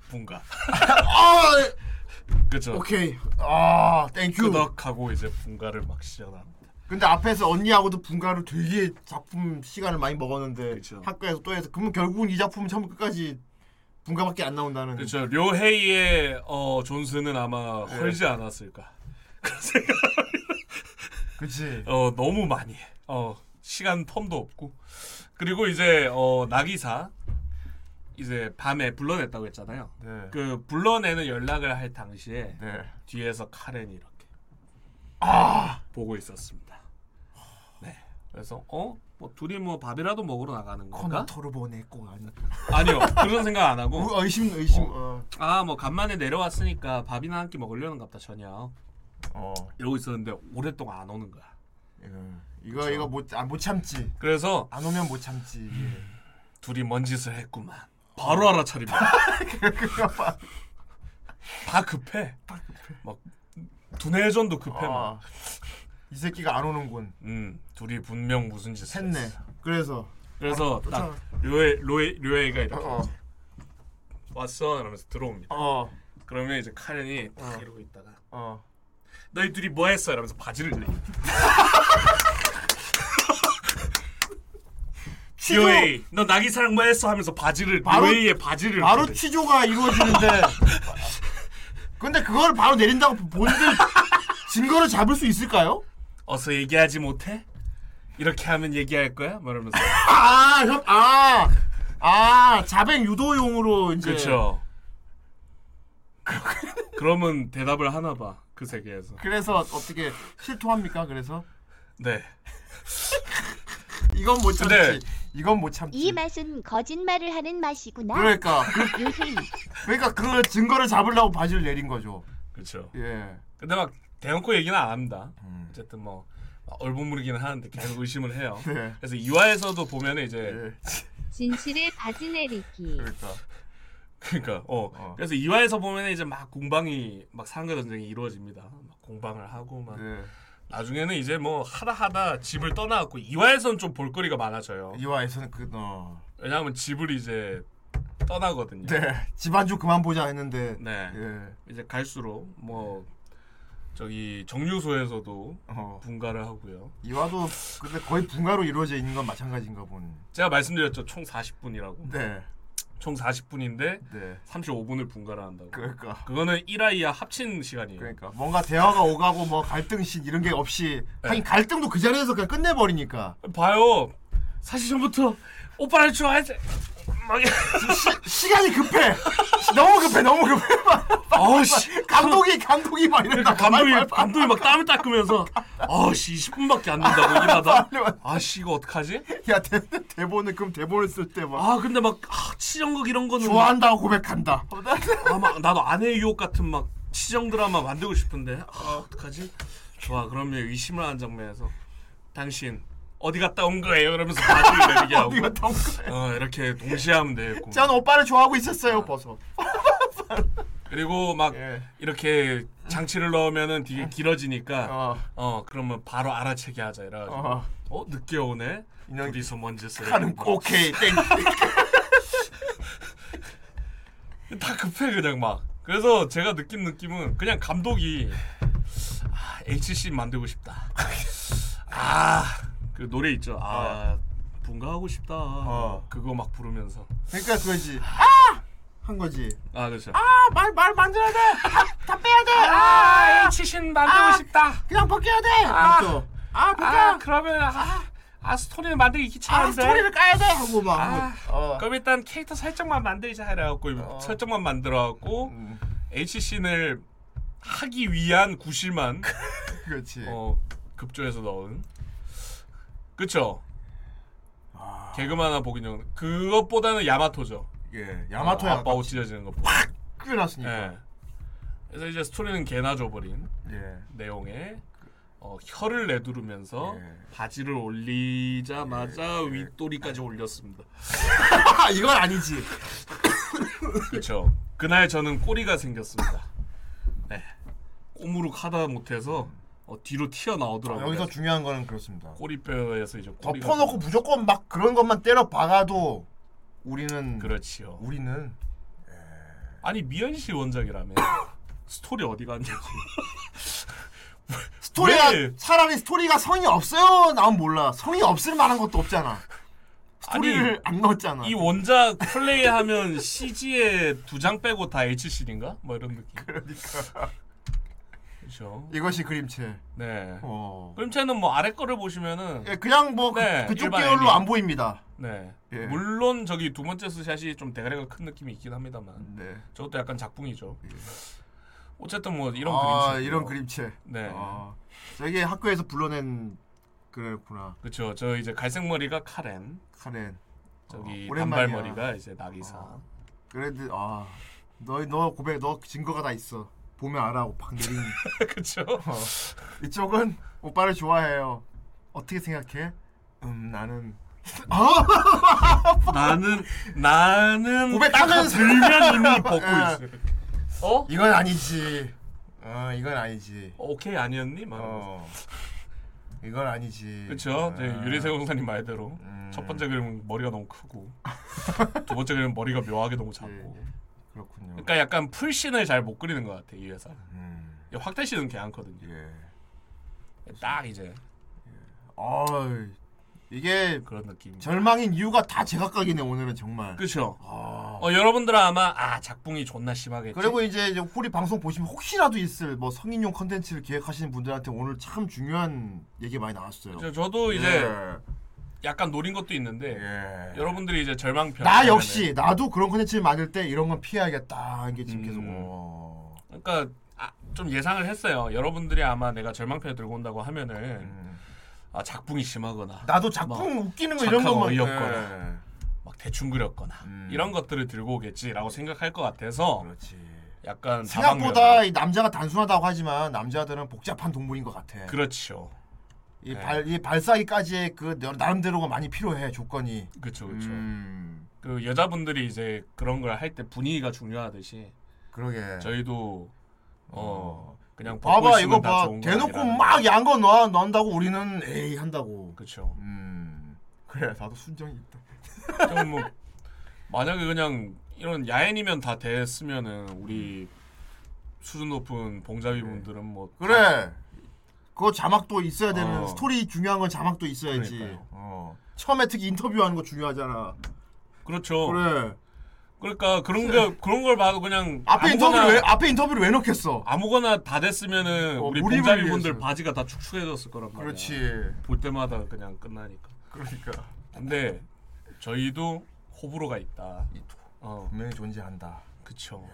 Speaker 4: 분가.
Speaker 3: 아,
Speaker 4: 그렇죠.
Speaker 3: 오케이. 아, 땡큐.
Speaker 4: 끄덕하고 이제 분가를 막 시작합니다.
Speaker 3: 근데 앞에서 언니하고도 분가를 되게 작품 시간을 많이 먹었는데
Speaker 4: 그쵸.
Speaker 3: 학교에서 또 해서 그러면 결국은 이 작품은 처음 끝까지 분가밖에 안 나온다는.
Speaker 4: 그렇죠. 료헤이의 어, 존스는 아마
Speaker 3: 네.
Speaker 4: 헐지 않았을까. 그런 생각.
Speaker 3: 그치.
Speaker 4: 어 너무 많이 해. 어 시간 텀도 없고 그리고 이제 어 나기사 이제 밤에 불러냈다고 했잖아요.
Speaker 3: 네.
Speaker 4: 그 불러내는 연락을 할 당시에
Speaker 3: 네.
Speaker 4: 뒤에서 카렌이 이렇게
Speaker 3: 아!
Speaker 4: 보고 있었습니다. 네. 그래서 어? 뭐 둘이 뭐 밥이라도 먹으러 나가는 건가?
Speaker 3: 토르 보내고 아니.
Speaker 4: 아니요. 그런 생각 안 하고
Speaker 3: 어, 의심 의심. 어.
Speaker 4: 아 뭐 간만에 내려왔으니까 밥이나 한 끼 먹으려는 갑다 전혀
Speaker 3: 어.
Speaker 4: 이러고 있었는데 오랫동안 안 오는 거야.
Speaker 3: 이거 예. 이거, 이거 못안못 참지.
Speaker 4: 그래서
Speaker 3: 안 오면 못 참지.
Speaker 4: 음,
Speaker 3: 예. 이게.
Speaker 4: 둘이 뭔 짓을 했구만. 바로 알아차립니다. 다 급해. 어. 막 두뇌전도 급해 막.
Speaker 3: 아. 이 새끼가 안 오는군.
Speaker 4: 음 둘이 분명 무슨 짓을
Speaker 3: 샜네.
Speaker 4: 했어.
Speaker 3: 그래서
Speaker 4: 그래서 딱
Speaker 3: 쫓아가.
Speaker 4: 료에 료에 료에가 이렇게
Speaker 3: 어.
Speaker 4: 왔어 이러면서 들어옵니다.
Speaker 3: 어.
Speaker 4: 그러면 이제 카렌이 딱 이러고 있다가
Speaker 3: 어.
Speaker 4: 너희 둘이 뭐 했어? 이러면서 바지를 내. 료에 너 나기사랑 뭐 했어? 하면서 바지를
Speaker 3: 바로-
Speaker 4: 료에의 바지를
Speaker 3: 바로
Speaker 4: 이렇게 내.
Speaker 3: 취조가 이루어지는데 근데 그걸 바로 내린다고 본인들 증거를 잡을 수 있을까요?
Speaker 4: 어서 얘기하지 못해? 이렇게 하면 얘기할 거야? 말하면서
Speaker 3: 아, 협, 아, 아, 자백 유도용으로 이제
Speaker 4: 그렇죠. 그러면 대답을 하나 봐. 그 세계에서.
Speaker 3: 그래서 어떻게 실토합니까? 그래서
Speaker 4: 네.
Speaker 3: 이건 못 참지,
Speaker 4: 근데-
Speaker 3: 이건 못 참지.
Speaker 9: 이 맛은 거짓말을 하는 맛이구나.
Speaker 4: 아,
Speaker 3: 그러니까, 그,
Speaker 9: 으흠.
Speaker 3: 그러니까 그 증거를 잡으려고 바지를 내린 거죠.
Speaker 4: 그렇죠.
Speaker 3: 예.
Speaker 4: 근데 막 대놓고 얘기는 안 합니다.
Speaker 3: 음.
Speaker 4: 어쨌든 뭐 얼버무리기는 하는데 계속 의심을 해요.
Speaker 3: 네.
Speaker 4: 그래서 이화에서도 보면 은 이제
Speaker 3: 예.
Speaker 9: 진실의 바지 내리기.
Speaker 3: 그러니까.
Speaker 4: 그러니까 어.
Speaker 3: 어.
Speaker 4: 그래서 이화에서 보면 은 이제 막 공방이 막 상가 전쟁이 이루어집니다. 막 공방을 하고 막
Speaker 3: 예.
Speaker 4: 나중에는 이제 뭐 하다 하다 집을 떠나갖고 이화에서는 좀 볼거리가 많아져요.
Speaker 3: 이화에서는 그, 어.
Speaker 4: 왜냐하면 집을 이제 떠나거든요.
Speaker 3: 네. 집안주 그만 보자 했는데.
Speaker 4: 네.
Speaker 3: 예.
Speaker 4: 이제 갈수록 뭐 저기 정류소에서도
Speaker 3: 어.
Speaker 4: 분가를 하고요.
Speaker 3: 이화도 근데 거의 분가로 이루어져 있는 건 마찬가지인가 본.
Speaker 4: 제가 말씀드렸죠. 총 40분이라고.
Speaker 3: 네.
Speaker 4: 총 40분인데
Speaker 3: 네.
Speaker 4: 35분을 분가를 한다고. 그...
Speaker 3: 그러니까.
Speaker 4: 거는 1화이야 합친 시간이에요.
Speaker 3: 그러니까 뭔가 대화가 오가고 뭐 갈등식 이런 게 없이
Speaker 4: 네.
Speaker 3: 하긴 갈등도 그 자리에서 그냥 끝내버리니까
Speaker 4: 봐요. 사실 전부터 오빠를 좋아해서 막
Speaker 3: 시간이 급해 너무 급해 너무 급해
Speaker 4: 아우 씨.
Speaker 3: 감독이 감독이 막 이런다
Speaker 4: 그러니까 감독이
Speaker 3: 아, 빨리, 빨리,
Speaker 4: 감독이 막 땀을 닦으면서 아씨 20분밖에 안 된다고 일하다
Speaker 3: 빨리, 빨리.
Speaker 4: 아씨 이거 어떡하지?
Speaker 3: 야 대, 대본을 그럼 대본을 쓸 때 막
Speaker 4: 아 근데 막 아, 치정극 이런 거는
Speaker 3: 좋아한다고 고백한다
Speaker 4: 아마 나도 아내의 유혹 같은 막 치정 드라마 만들고 싶은데 아 어떡하지? 좋아 그러면 의심을 하는 장면에서 당신 어디 갔다 온 거예요? 이러면서 바지를 내리게 하고
Speaker 3: 이거 너무 급해.
Speaker 4: 어, 이렇게 동시에 하면 되겠고
Speaker 3: 전 오빠를 좋아하고 있었어요 벗어
Speaker 4: 그리고 막
Speaker 3: 예.
Speaker 4: 이렇게 장치를 넣으면은 되게 길어지니까
Speaker 3: 어,
Speaker 4: 어 그러면 바로 알아채게 하자 이래가지고 어,
Speaker 3: 어.
Speaker 4: 늦게 오네
Speaker 3: 인형
Speaker 4: 둘이서 뭔 짓을
Speaker 3: 하는
Speaker 4: 했는가.
Speaker 3: 오케이 땡
Speaker 4: 다 급해 그냥 막 그래서 제가 느낀 느낌은 그냥 감독이 아, HC 만들고 싶다 아그 노래 있죠 아 분가하고 싶다
Speaker 3: 어.
Speaker 4: 그거 막 부르면서
Speaker 3: 그러니까 그거지 아한 거지
Speaker 4: 아 그렇죠
Speaker 3: 아말 말 만들어야 돼다 다 빼야 돼아
Speaker 4: HC 만들고 싶다
Speaker 3: 그냥 벗겨야 돼. 아, 또. 아, 벗겨.
Speaker 4: 그러면 아, 아 스토리를 만들기
Speaker 3: 아, 스토리를 까야 돼. 하고 막.
Speaker 4: 아.
Speaker 3: 어.
Speaker 4: 그럼 일단 캐릭터 설정만 만들자 해갖고
Speaker 3: 어.
Speaker 4: 설정만 만들어갖고
Speaker 3: 음,
Speaker 4: HC를 하기 위한 구실만
Speaker 3: 그렇지.
Speaker 4: 어 급조해서 넣은 그쵸 개그만 하나 보긴 형 그것보다는 야마토죠
Speaker 3: 아, 예. 야마토야.
Speaker 4: 어, 아빠고 찢어지는 것보다
Speaker 3: 끊어놨으니까.
Speaker 4: 예. 그래서 이제 스토리는 개나 줘버린
Speaker 3: 예.
Speaker 4: 내용에 어, 혀를 내두르면서
Speaker 3: 예.
Speaker 4: 바지를 올리자마자 윗도리까지 올렸습니다
Speaker 3: 아, 이건 아니지.
Speaker 4: 그쵸 그날 저는 꼬리가 생겼습니다 네 꼬무룩 하다 못해서 어, 뒤로 튀어나오더라고요
Speaker 3: 아, 여기서 중요한 거는 그렇습니다.
Speaker 4: 꼬리뼈에서 이제 꼬리가 뭐.
Speaker 3: 덮어놓고 무조건 막 그런 것만 때려 박아도 우리는
Speaker 4: 그렇지요
Speaker 3: 우리는
Speaker 4: 아니 미연 씨 원작이라면 스토리 어디 갔는지
Speaker 3: 스토리가
Speaker 4: 왜?
Speaker 3: 차라리 스토리가 성이 없어요 나면 몰라 성이 없을 만한 것도 없잖아 스토리를
Speaker 4: 아니,
Speaker 3: 안 넣었잖아
Speaker 4: 이 원작 플레이하면 CG에 두 장 빼고 다 HC인가? 뭐 이런 느낌. 그러니까. 그렇죠.
Speaker 3: 이것이 그림체.
Speaker 4: 네.
Speaker 3: 어.
Speaker 4: 그림체는 뭐 아래 거를 보시면은
Speaker 3: 예, 그냥 뭐 그,
Speaker 4: 네,
Speaker 3: 그쪽
Speaker 4: 일반
Speaker 3: 계열로
Speaker 4: 애니.
Speaker 3: 안 보입니다.
Speaker 4: 네.
Speaker 3: 예.
Speaker 4: 물론 저기 두 번째 스샷이 좀 대가리가 큰 느낌이 있긴 합니다만
Speaker 3: 네.
Speaker 4: 저것도 약간 작품이죠.
Speaker 3: 예.
Speaker 4: 어쨌든 뭐 이런
Speaker 3: 아,
Speaker 4: 그림체.
Speaker 3: 이런 그림체.
Speaker 4: 네.
Speaker 3: 아, 저게 학교에서 불러낸 그랬구나.
Speaker 4: 그렇죠. 저 이제 갈색 머리가 카렌,
Speaker 3: 카렌.
Speaker 4: 저기
Speaker 3: 어, 오랜만이야.
Speaker 4: 단발 머리가 이제 나기사.
Speaker 3: 어. 그래도 아, 너너 고백 너 증거가 다 있어. 보면 알아 오팍 느린.
Speaker 4: 그렇죠.
Speaker 3: 어. 이쪽은 오빠를 좋아해요. 어떻게 생각해? 음 나는
Speaker 4: 나는 나는
Speaker 3: 고백하는
Speaker 4: 들면 이미 벗고
Speaker 3: 예.
Speaker 4: 있어요. 어?
Speaker 3: 이건 아니지. 어 이건 아니지.
Speaker 4: 오케이 아니었니? 막.
Speaker 3: 어 이건 아니지.
Speaker 4: 그렇죠.
Speaker 3: 아,
Speaker 4: 제 유리세호 선사님 말대로
Speaker 3: 음.
Speaker 4: 첫 번째 그림은 머리가 너무 크고 두 번째 그림은 머리가 묘하게 너무
Speaker 3: 예,
Speaker 4: 작고.
Speaker 3: 그렇군요.
Speaker 4: 그러니까 약간 풀신을 잘 못 그리는 것 같아 이 회사.
Speaker 3: 음,
Speaker 4: 확대 신은 괜찮거든요.
Speaker 3: 예.
Speaker 4: 딱 이제
Speaker 3: 어 이게
Speaker 4: 그런 느낌.
Speaker 3: 절망인 이유가 다 제각각이네 오늘은 정말.
Speaker 4: 그렇죠.
Speaker 3: 아.
Speaker 4: 어, 여러분들은 아마 아 작품이 존나 심하겠지.
Speaker 3: 그리고 이제 이제 우리 방송 보시면 혹시라도 있을 뭐 성인용 컨텐츠를 기획하시는 분들한테 오늘 참 중요한 얘기 많이 나왔어요.
Speaker 4: 저, 저도 이제 약간 노린 것도 있는데
Speaker 3: 예.
Speaker 4: 여러분들이 이제 절망편.
Speaker 3: 나 역시 나도 그런 컨텐츠를 만들 때 이런 건 피해야겠다 이게 지금 계속.
Speaker 4: 음.
Speaker 3: 어.
Speaker 4: 그러니까 아, 좀 예상을 했어요. 여러분들이 아마 내가 절망편에 들고 온다고 하면은
Speaker 3: 음.
Speaker 4: 아, 작품이 심하거나
Speaker 3: 나도 작품 웃기는 거 이런
Speaker 4: 착하고
Speaker 3: 것만
Speaker 4: 어이없거나.
Speaker 3: 예.
Speaker 4: 막 대충 그렸거나
Speaker 3: 음.
Speaker 4: 이런 것들을 들고 오겠지라고 생각할 것 같아서
Speaker 3: 그렇지.
Speaker 4: 약간
Speaker 3: 생각보다
Speaker 4: 다방면으로.
Speaker 3: 이 남자가 단순하다고 하지만 남자들은 복잡한 동물인 것 같아.
Speaker 4: 그렇죠.
Speaker 3: 이,
Speaker 4: 네.
Speaker 3: 발, 이 발사기까지의 그 나름대로가 많이 필요해 조건이.
Speaker 4: 그렇죠. 그렇죠.
Speaker 3: 음,
Speaker 4: 그 여자분들이 이제 그런 걸 할 때 분위기가 중요하듯이
Speaker 3: 그러게.
Speaker 4: 저희도 어 그냥 벗고
Speaker 3: 네. 봐봐
Speaker 4: 있으면
Speaker 3: 이거
Speaker 4: 다
Speaker 3: 봐
Speaker 4: 좋은 거
Speaker 3: 대놓고
Speaker 4: 아니라는
Speaker 3: 막 양거 넣어 넣는다고 우리는 에이 한다고
Speaker 4: 그렇죠.
Speaker 3: 음 그래 나도 순정이 있다
Speaker 4: 그럼 뭐 만약에 그냥 이런 야인이면 다 됐으면은 우리 수준 높은 봉자비 분들은 뭐
Speaker 3: 네. 그래 그거 자막도 있어야 되는
Speaker 4: 어.
Speaker 3: 스토리 중요한 건 자막도 있어야지
Speaker 4: 그러니까요.
Speaker 3: 어. 처음에 특히 인터뷰하는 거 중요하잖아
Speaker 4: 그렇죠. 그래.
Speaker 3: 그래 네.
Speaker 4: 러니까 그런 거 그런 걸 봐도 그냥
Speaker 3: 앞에
Speaker 4: 아무거나-
Speaker 3: 인터뷰를 왜 앞에 인터뷰를 왜 넣겠어
Speaker 4: 아무거나 다 됐으면은
Speaker 3: 어,
Speaker 4: 우리
Speaker 3: 몰입을
Speaker 4: 봉자비
Speaker 3: 위해서.
Speaker 4: 분들 바지가 다 축축해졌을 거란 말이야.
Speaker 3: 그렇지
Speaker 4: 볼 때마다 그냥 끝나니까.
Speaker 3: 그러니까
Speaker 4: 근데 저희도 호불호가 있다. 어,
Speaker 3: 분명히 존재한다
Speaker 4: 그쵸.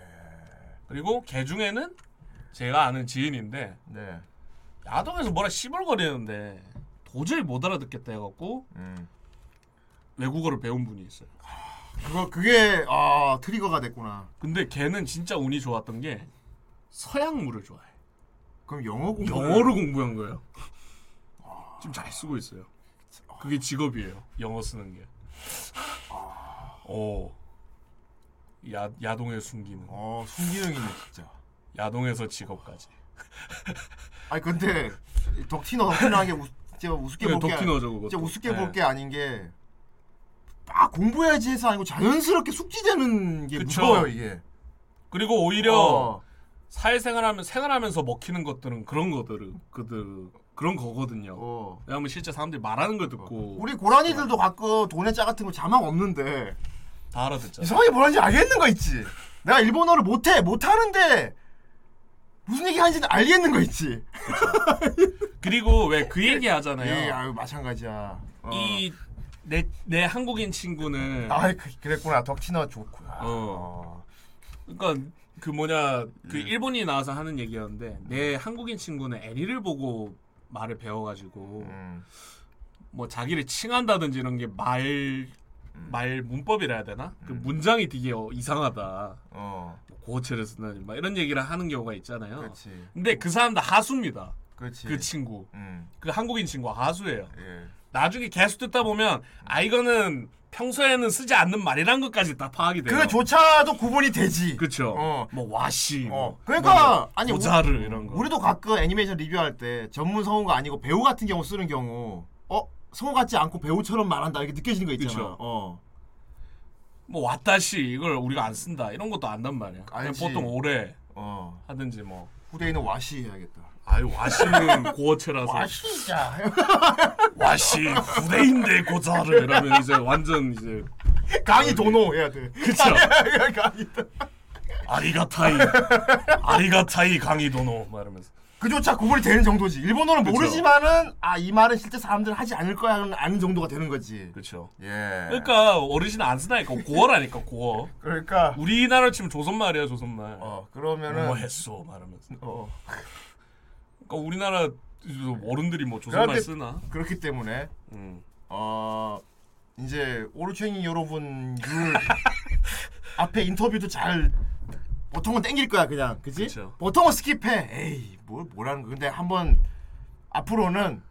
Speaker 4: 그리고 걔 중에는 제가 아는 지인인데
Speaker 3: 네
Speaker 4: 야동에서 뭐라 씨벌거리는데 도저히 못 알아듣겠다 해갖고
Speaker 3: 음.
Speaker 4: 외국어를 배운 분이 있어요.
Speaker 3: 그거 그게 아 트리거가 됐구나
Speaker 4: 근데 걔는 진짜 운이 좋았던 게 서양물을 좋아해.
Speaker 3: 그럼 영어 공부
Speaker 4: 영어를 공부한 거예요. 지금 잘 쓰고 있어요. 그게 직업이에요. 영어 쓰는 게. 오. 야, 야동에 숨기는.
Speaker 3: 어 순기능이네 진짜
Speaker 4: 야동에서 직업까지.
Speaker 3: 아니 근데 덕티너 흔하게 우, 제가 우습게
Speaker 4: 그게
Speaker 3: 볼게
Speaker 4: 덕티너죠, 그것도.
Speaker 3: 진짜 우습게
Speaker 4: 네.
Speaker 3: 볼 게 아닌 게 막 공부해야지 해서 아니고 자연스럽게 숙지되는 게
Speaker 4: 그쵸.
Speaker 3: 무서워요 이게.
Speaker 4: 그리고 오히려
Speaker 3: 어,
Speaker 4: 사회생활하면 생활하면서 먹히는 것들은 그런 거들 그들 그런 거거든요.
Speaker 3: 어.
Speaker 4: 왜냐면 실제 사람들이 말하는 걸 듣고
Speaker 3: 우리 고라니들도 가끔 돈에 짜 같은 거 자막 없는데
Speaker 4: 다 알아듣잖아.
Speaker 3: 이상하게 뭐라는지 알겠는 거 있지. 내가 일본어를 못해 못하는데 무슨 얘기 하는지는 알겠는 거 있지.
Speaker 4: 그리고 왜 그 얘기
Speaker 3: 예,
Speaker 4: 하잖아요.
Speaker 3: 아유 마찬가지야. 어.
Speaker 4: 이 내 내 한국인 친구는
Speaker 3: 아, 그, 그랬구나. 덕티너 좋구나.
Speaker 4: 어. 그러니까 그 뭐냐 그
Speaker 3: 음.
Speaker 4: 일본이 나와서 하는 얘기였는데 내 한국인 친구는 애니를 보고 말을 배워가지고
Speaker 3: 음.
Speaker 4: 뭐 자기를 칭한다든지 이런 게 말
Speaker 3: 음.
Speaker 4: 말 문법이라 해야 되나? 그 문장이 되게 어, 이상하다.
Speaker 3: 어.
Speaker 4: 고어체를 쓴다든지 막 이런 얘기를 하는 경우가 있잖아요.
Speaker 3: 그렇지.
Speaker 4: 근데 그 사람 다 하수입니다.
Speaker 3: 그렇지.
Speaker 4: 그 친구.
Speaker 3: 음.
Speaker 4: 그 한국인 친구가 하수예요.
Speaker 3: 예.
Speaker 4: 나중에 계속 듣다 보면 아 이거는 평소에는 쓰지 않는 말이란 것까지 다 파악이 돼요.
Speaker 3: 그렇죠. 그조차도 구분이 되지.
Speaker 4: 그쵸.
Speaker 3: 어.
Speaker 4: 뭐 와시.
Speaker 3: 어.
Speaker 4: 뭐
Speaker 3: 그러니까 아니
Speaker 4: 모자를
Speaker 3: 우-
Speaker 4: 이런 거.
Speaker 3: 우리도 가끔 애니메이션 리뷰할 때 전문 성우가 아니고 배우 같은 경우 쓰는 경우 어 성우 같지 않고 배우처럼 말한다 이렇게 느껴지는 거 있잖아.
Speaker 4: 그쵸.
Speaker 3: 어.
Speaker 4: 뭐 왔다시 이걸 우리가 안 쓴다 이런 것도 안단 말이야. 그냥
Speaker 3: 알지.
Speaker 4: 보통 오래
Speaker 3: 어.
Speaker 4: 하든지 뭐.
Speaker 3: 후대인은 와시 해야겠다.
Speaker 4: 아유 와시는 고어체라서
Speaker 3: 와시자.
Speaker 4: 와시 후대인데 고자를 이러면 이제 완전 이제
Speaker 3: 강이 도노 해야 돼.
Speaker 4: 그쵸
Speaker 3: 강이 도-
Speaker 4: 아리가타이 아리가타이 강이도노 말하면서
Speaker 3: 그조차 구분이 되는 정도지. 일본어는
Speaker 4: 그쵸.
Speaker 3: 모르지만은 아 이 말은 실제 사람들은 하지 않을 거야 하는 아는 정도가 되는 거지.
Speaker 4: 그렇죠.
Speaker 3: 예.
Speaker 4: 그러니까 어르신 안 쓰나니까 고어라니까 고어.
Speaker 3: 그러니까
Speaker 4: 우리나라 치면 조선말이야 조선말.
Speaker 3: 어 그러면은
Speaker 4: 뭐 했어 말하면서.
Speaker 3: 어
Speaker 4: 그러니까 우리나라 어른들이 뭐 조선말
Speaker 3: 그런데-
Speaker 4: 쓰나?
Speaker 3: 그렇기 때문에
Speaker 4: 음.
Speaker 3: 어 이제 오르챙이 여러분 율 앞에 인터뷰도 잘 보통은 땡길 거야 그냥 그지?
Speaker 4: 그쵸.
Speaker 3: 보통은 스킵해 에이 뭘 뭐라는 거 근데 한번 앞으로는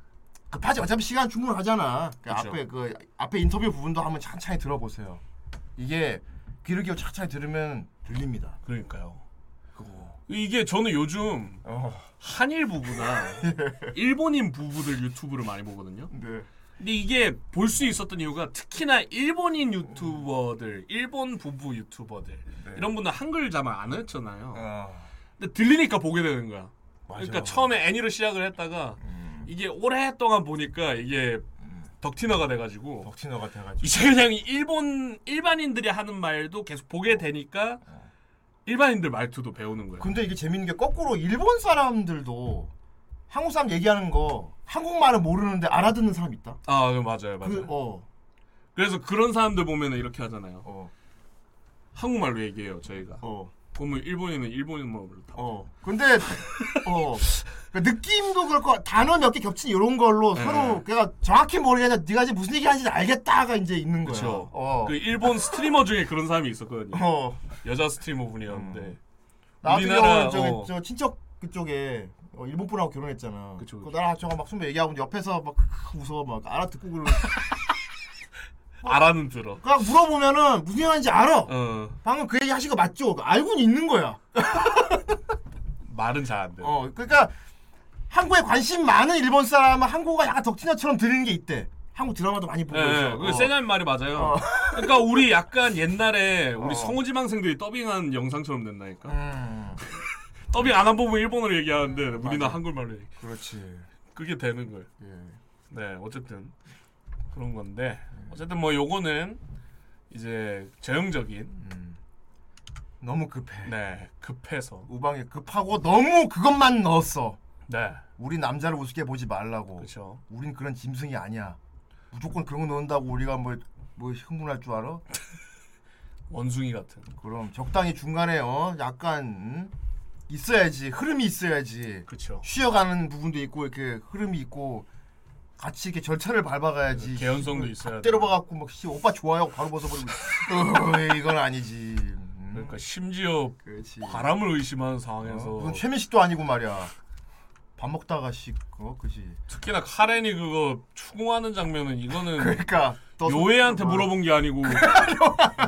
Speaker 3: 급하지 어차피 시간 충분하잖아 그
Speaker 4: 그쵸.
Speaker 3: 앞에 그 앞에 인터뷰 부분도 한번 천천히 들어보세요 이게 귀를 기울여 천천히 들으면 들립니다
Speaker 4: 그러니까요.
Speaker 3: 그거
Speaker 4: 이게 저는 요즘
Speaker 3: 어
Speaker 4: 한일 부부나 일본인 부부들 유튜브를 많이 보거든요.
Speaker 3: 근데
Speaker 4: 근데 이게 볼 수 있었던 이유가 특히나 일본인 유튜버들, 일본 부부 유튜버들
Speaker 3: 네.
Speaker 4: 이런 분은 한글 자막 안 했잖아요.
Speaker 3: 아
Speaker 4: 근데 들리니까 보게 되는 거야.
Speaker 3: 맞아
Speaker 4: 그러니까 처음에 애니를 시작을 했다가
Speaker 3: 음.
Speaker 4: 이게 오랫동안 보니까 이게 덕티너가 돼가지고
Speaker 3: 덕티너 같아가지고
Speaker 4: 이제 그냥 일본 일반인들이 하는 말도 계속 보게 되니까 일반인들 말투도 배우는 거야.
Speaker 3: 근데 이게 재밌는 게 거꾸로 일본 사람들도 한국 사람 얘기하는 거 한국말을 모르는데 알아듣는 사람 있다.
Speaker 4: 아 맞아요, 맞아요.
Speaker 3: 그, 어,
Speaker 4: 그래서 그런 사람들 보면 이렇게 하잖아요.
Speaker 3: 어,
Speaker 4: 한국말로 얘기해요 저희가.
Speaker 3: 어,
Speaker 4: 그러면 일본인은 일본인말로 다.
Speaker 3: 어. 근데 어, 그 느낌도 그렇고 단어 몇 개 겹친 이런 걸로
Speaker 4: 네.
Speaker 3: 서로 그러니까 정확히 모르겠는데 네가 지금 무슨 얘기하는지 알겠다가 이제 있는 거야.
Speaker 4: 그렇죠.
Speaker 3: 어,
Speaker 4: 그 일본 스트리머 중에 그런 사람이 있었거든요.
Speaker 3: 어.
Speaker 4: 여자 스트리머 분이었는데.
Speaker 3: 나 같은
Speaker 4: 우리나라,
Speaker 3: 경우는 저기
Speaker 4: 어.
Speaker 3: 저 친척 그쪽에 어, 일본 분하고 결혼했잖아.
Speaker 4: 그쵸, 그쵸.
Speaker 3: 그 나랑 저거 막 순배 얘기하고 옆에서 막 크크 웃어 막 알아듣고 그러.
Speaker 4: 알아는 들어.
Speaker 3: 그냥 물어보면은 무슨 얘기하는지 알아.
Speaker 4: 어
Speaker 3: 방금 그 얘기 하신 거 맞죠? 알고는 있는 거야.
Speaker 4: 말은 잘 안 돼.
Speaker 3: 어, 그러니까 한국에 관심 많은 일본 사람은 한국어가 약간 덕진어처럼 들리는 게 있대. 한국 드라마도 많이 보고
Speaker 4: 예,
Speaker 3: 있어.
Speaker 4: 예,
Speaker 3: 어.
Speaker 4: 그 세자님 말이 맞아요.
Speaker 3: 어.
Speaker 4: 그러니까 우리 약간 옛날에 우리
Speaker 3: 어.
Speaker 4: 성우지망생들이 더빙한 영상처럼 됐나니까.
Speaker 3: 음,
Speaker 4: 더빙 안 한 부분 일본어로 얘기하는데 우리는
Speaker 3: 맞아.
Speaker 4: 한글말로 얘기.
Speaker 3: 그렇지.
Speaker 4: 그게 되는 거예요.
Speaker 3: 예.
Speaker 4: 네, 어쨌든 그런 건데 어쨌든 뭐 요거는 이제 재형적인
Speaker 3: 음. 너무 급해.
Speaker 4: 네 급해서
Speaker 3: 우방이 급하고 너무 그것만 넣었어.
Speaker 4: 네
Speaker 3: 우리 남자를 우습게 보지 말라고.
Speaker 4: 그렇죠.
Speaker 3: 우린 그런 짐승이 아니야. 무조건 그런 거 넣는다고 우리가 뭐, 뭐 흥분할 줄 알아?
Speaker 4: 원숭이 같은.
Speaker 3: 그럼 적당히 중간에 어 약간 음? 있어야지 흐름이 있어야지.
Speaker 4: 그렇죠.
Speaker 3: 쉬어가는 부분도 있고 이렇게 흐름이 있고 같이 이렇게 절차를 밟아가야지.
Speaker 4: 개연성도 있어야 돼.
Speaker 3: 때려봐갖고 막 씨, 오빠 좋아요 하고 바로 벗어버리고. 어, 이건 아니지. 음.
Speaker 4: 그러니까 심지어
Speaker 3: 그렇지.
Speaker 4: 바람을 의심하는
Speaker 3: 어?
Speaker 4: 상황에서
Speaker 3: 무슨 최민식도 아니고 말이야. 밥 먹다가 씨, 어, 그지.
Speaker 4: 특히나 카렌이 그거 추궁하는 장면은 이거는
Speaker 3: 그러니까 또
Speaker 4: 요웨한테
Speaker 3: 어.
Speaker 4: 물어본 게 아니고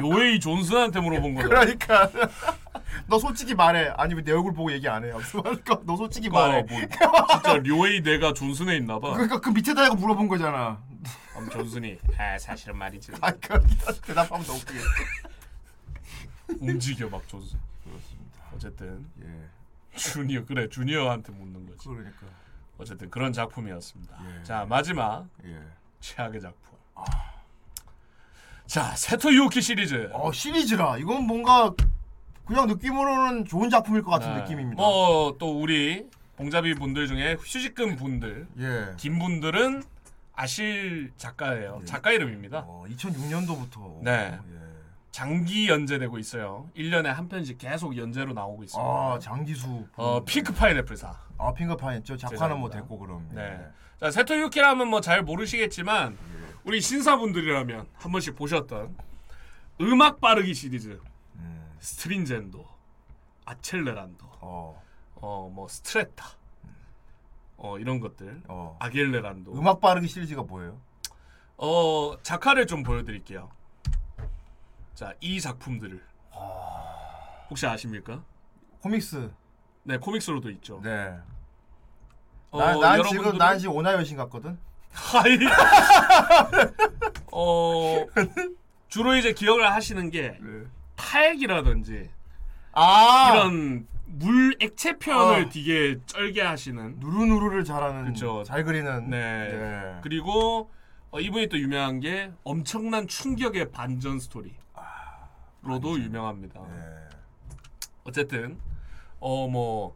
Speaker 4: 요웨이 존슨한테 물어본 거다.
Speaker 3: 그러니까. 너 솔직히 말해. 아니 왜 내 얼굴 보고 얘기 안 해? 무슨 말까? 너 솔직히 말해.
Speaker 4: 뭐, 진짜 요웨이 내가 존슨에 있나 봐.
Speaker 3: 그러니까 그 밑에다 가 물어본 거잖아.
Speaker 4: 그럼 존슨이 아 사실은 말이지.
Speaker 3: 아, 그러니까 대답하면 너 웃기겠다.
Speaker 4: 움직여 막 존슨. 그렇습니다. 어쨌든
Speaker 3: 예,
Speaker 4: 주니어 그래 주니어한테 묻는 거지.
Speaker 3: 그러니까.
Speaker 4: 어쨌든 그런 작품이었습니다.
Speaker 3: 예. 아.
Speaker 4: 자 마지막
Speaker 3: 예.
Speaker 4: 최악의 작품. 자 세토 유오키 시리즈.
Speaker 3: 어 시리즈라 이건 뭔가 그냥 느낌으로는 좋은 작품일 것 같은
Speaker 4: 네.
Speaker 3: 느낌입니다.
Speaker 4: 뭐또 우리 봉자비 분들 중에 휴직금 분들,
Speaker 3: 예.
Speaker 4: 김 분들은 아실 작가예요. 작가 이름입니다.
Speaker 3: 어, 2006년도부터.
Speaker 4: 네.
Speaker 3: 예.
Speaker 4: 장기 연재되고 있어요. 1년에 한 편씩 계속 연재로 나오고 있습니다.
Speaker 3: 아 음. 장기수.
Speaker 4: 어, 피크 파인애플사.
Speaker 3: 아 핑거파인 저 작화는 뭐
Speaker 4: 죄송합니다.
Speaker 3: 됐고 그럼. 예.
Speaker 4: 네. 자, 세토 유키라면 뭐 잘 모르시겠지만
Speaker 3: 네.
Speaker 4: 우리 신사분들이라면 한 번씩 보셨던 음악 빠르기 시리즈.
Speaker 3: 음.
Speaker 4: 스트린젠도, 아첼레란도,
Speaker 3: 어.
Speaker 4: 어, 뭐 스트레타. 어, 이런 것들.
Speaker 3: 어.
Speaker 4: 아겔레란도.
Speaker 3: 음악 빠르기 시리즈가 뭐예요?
Speaker 4: 어 작화를 좀 보여드릴게요. 자 이 작품들을
Speaker 3: 아.
Speaker 4: 혹시 아십니까?
Speaker 3: 코믹스.
Speaker 4: 네 코믹스로도 있죠.
Speaker 3: 네.
Speaker 4: 어,
Speaker 3: 난, 난 지금
Speaker 4: 여러분들은-
Speaker 3: 난 지금 오나 여신 같거든.
Speaker 4: 하이. 어 주로 이제 기억을 하시는 게 타액이라든지
Speaker 3: 네. 아
Speaker 4: 이런 물 액체 표현을
Speaker 3: 어.
Speaker 4: 되게 쩔게 하시는
Speaker 3: 누르누르를 잘하는.
Speaker 4: 그쵸.
Speaker 3: 잘 그리는.
Speaker 4: 네.
Speaker 3: 예.
Speaker 4: 그리고 어, 이분이 또 유명한 게 엄청난 충격의 반전 스토리.
Speaker 3: 네.
Speaker 4: 로도 유명합니다.
Speaker 3: 예.
Speaker 4: 어쨌든 어 뭐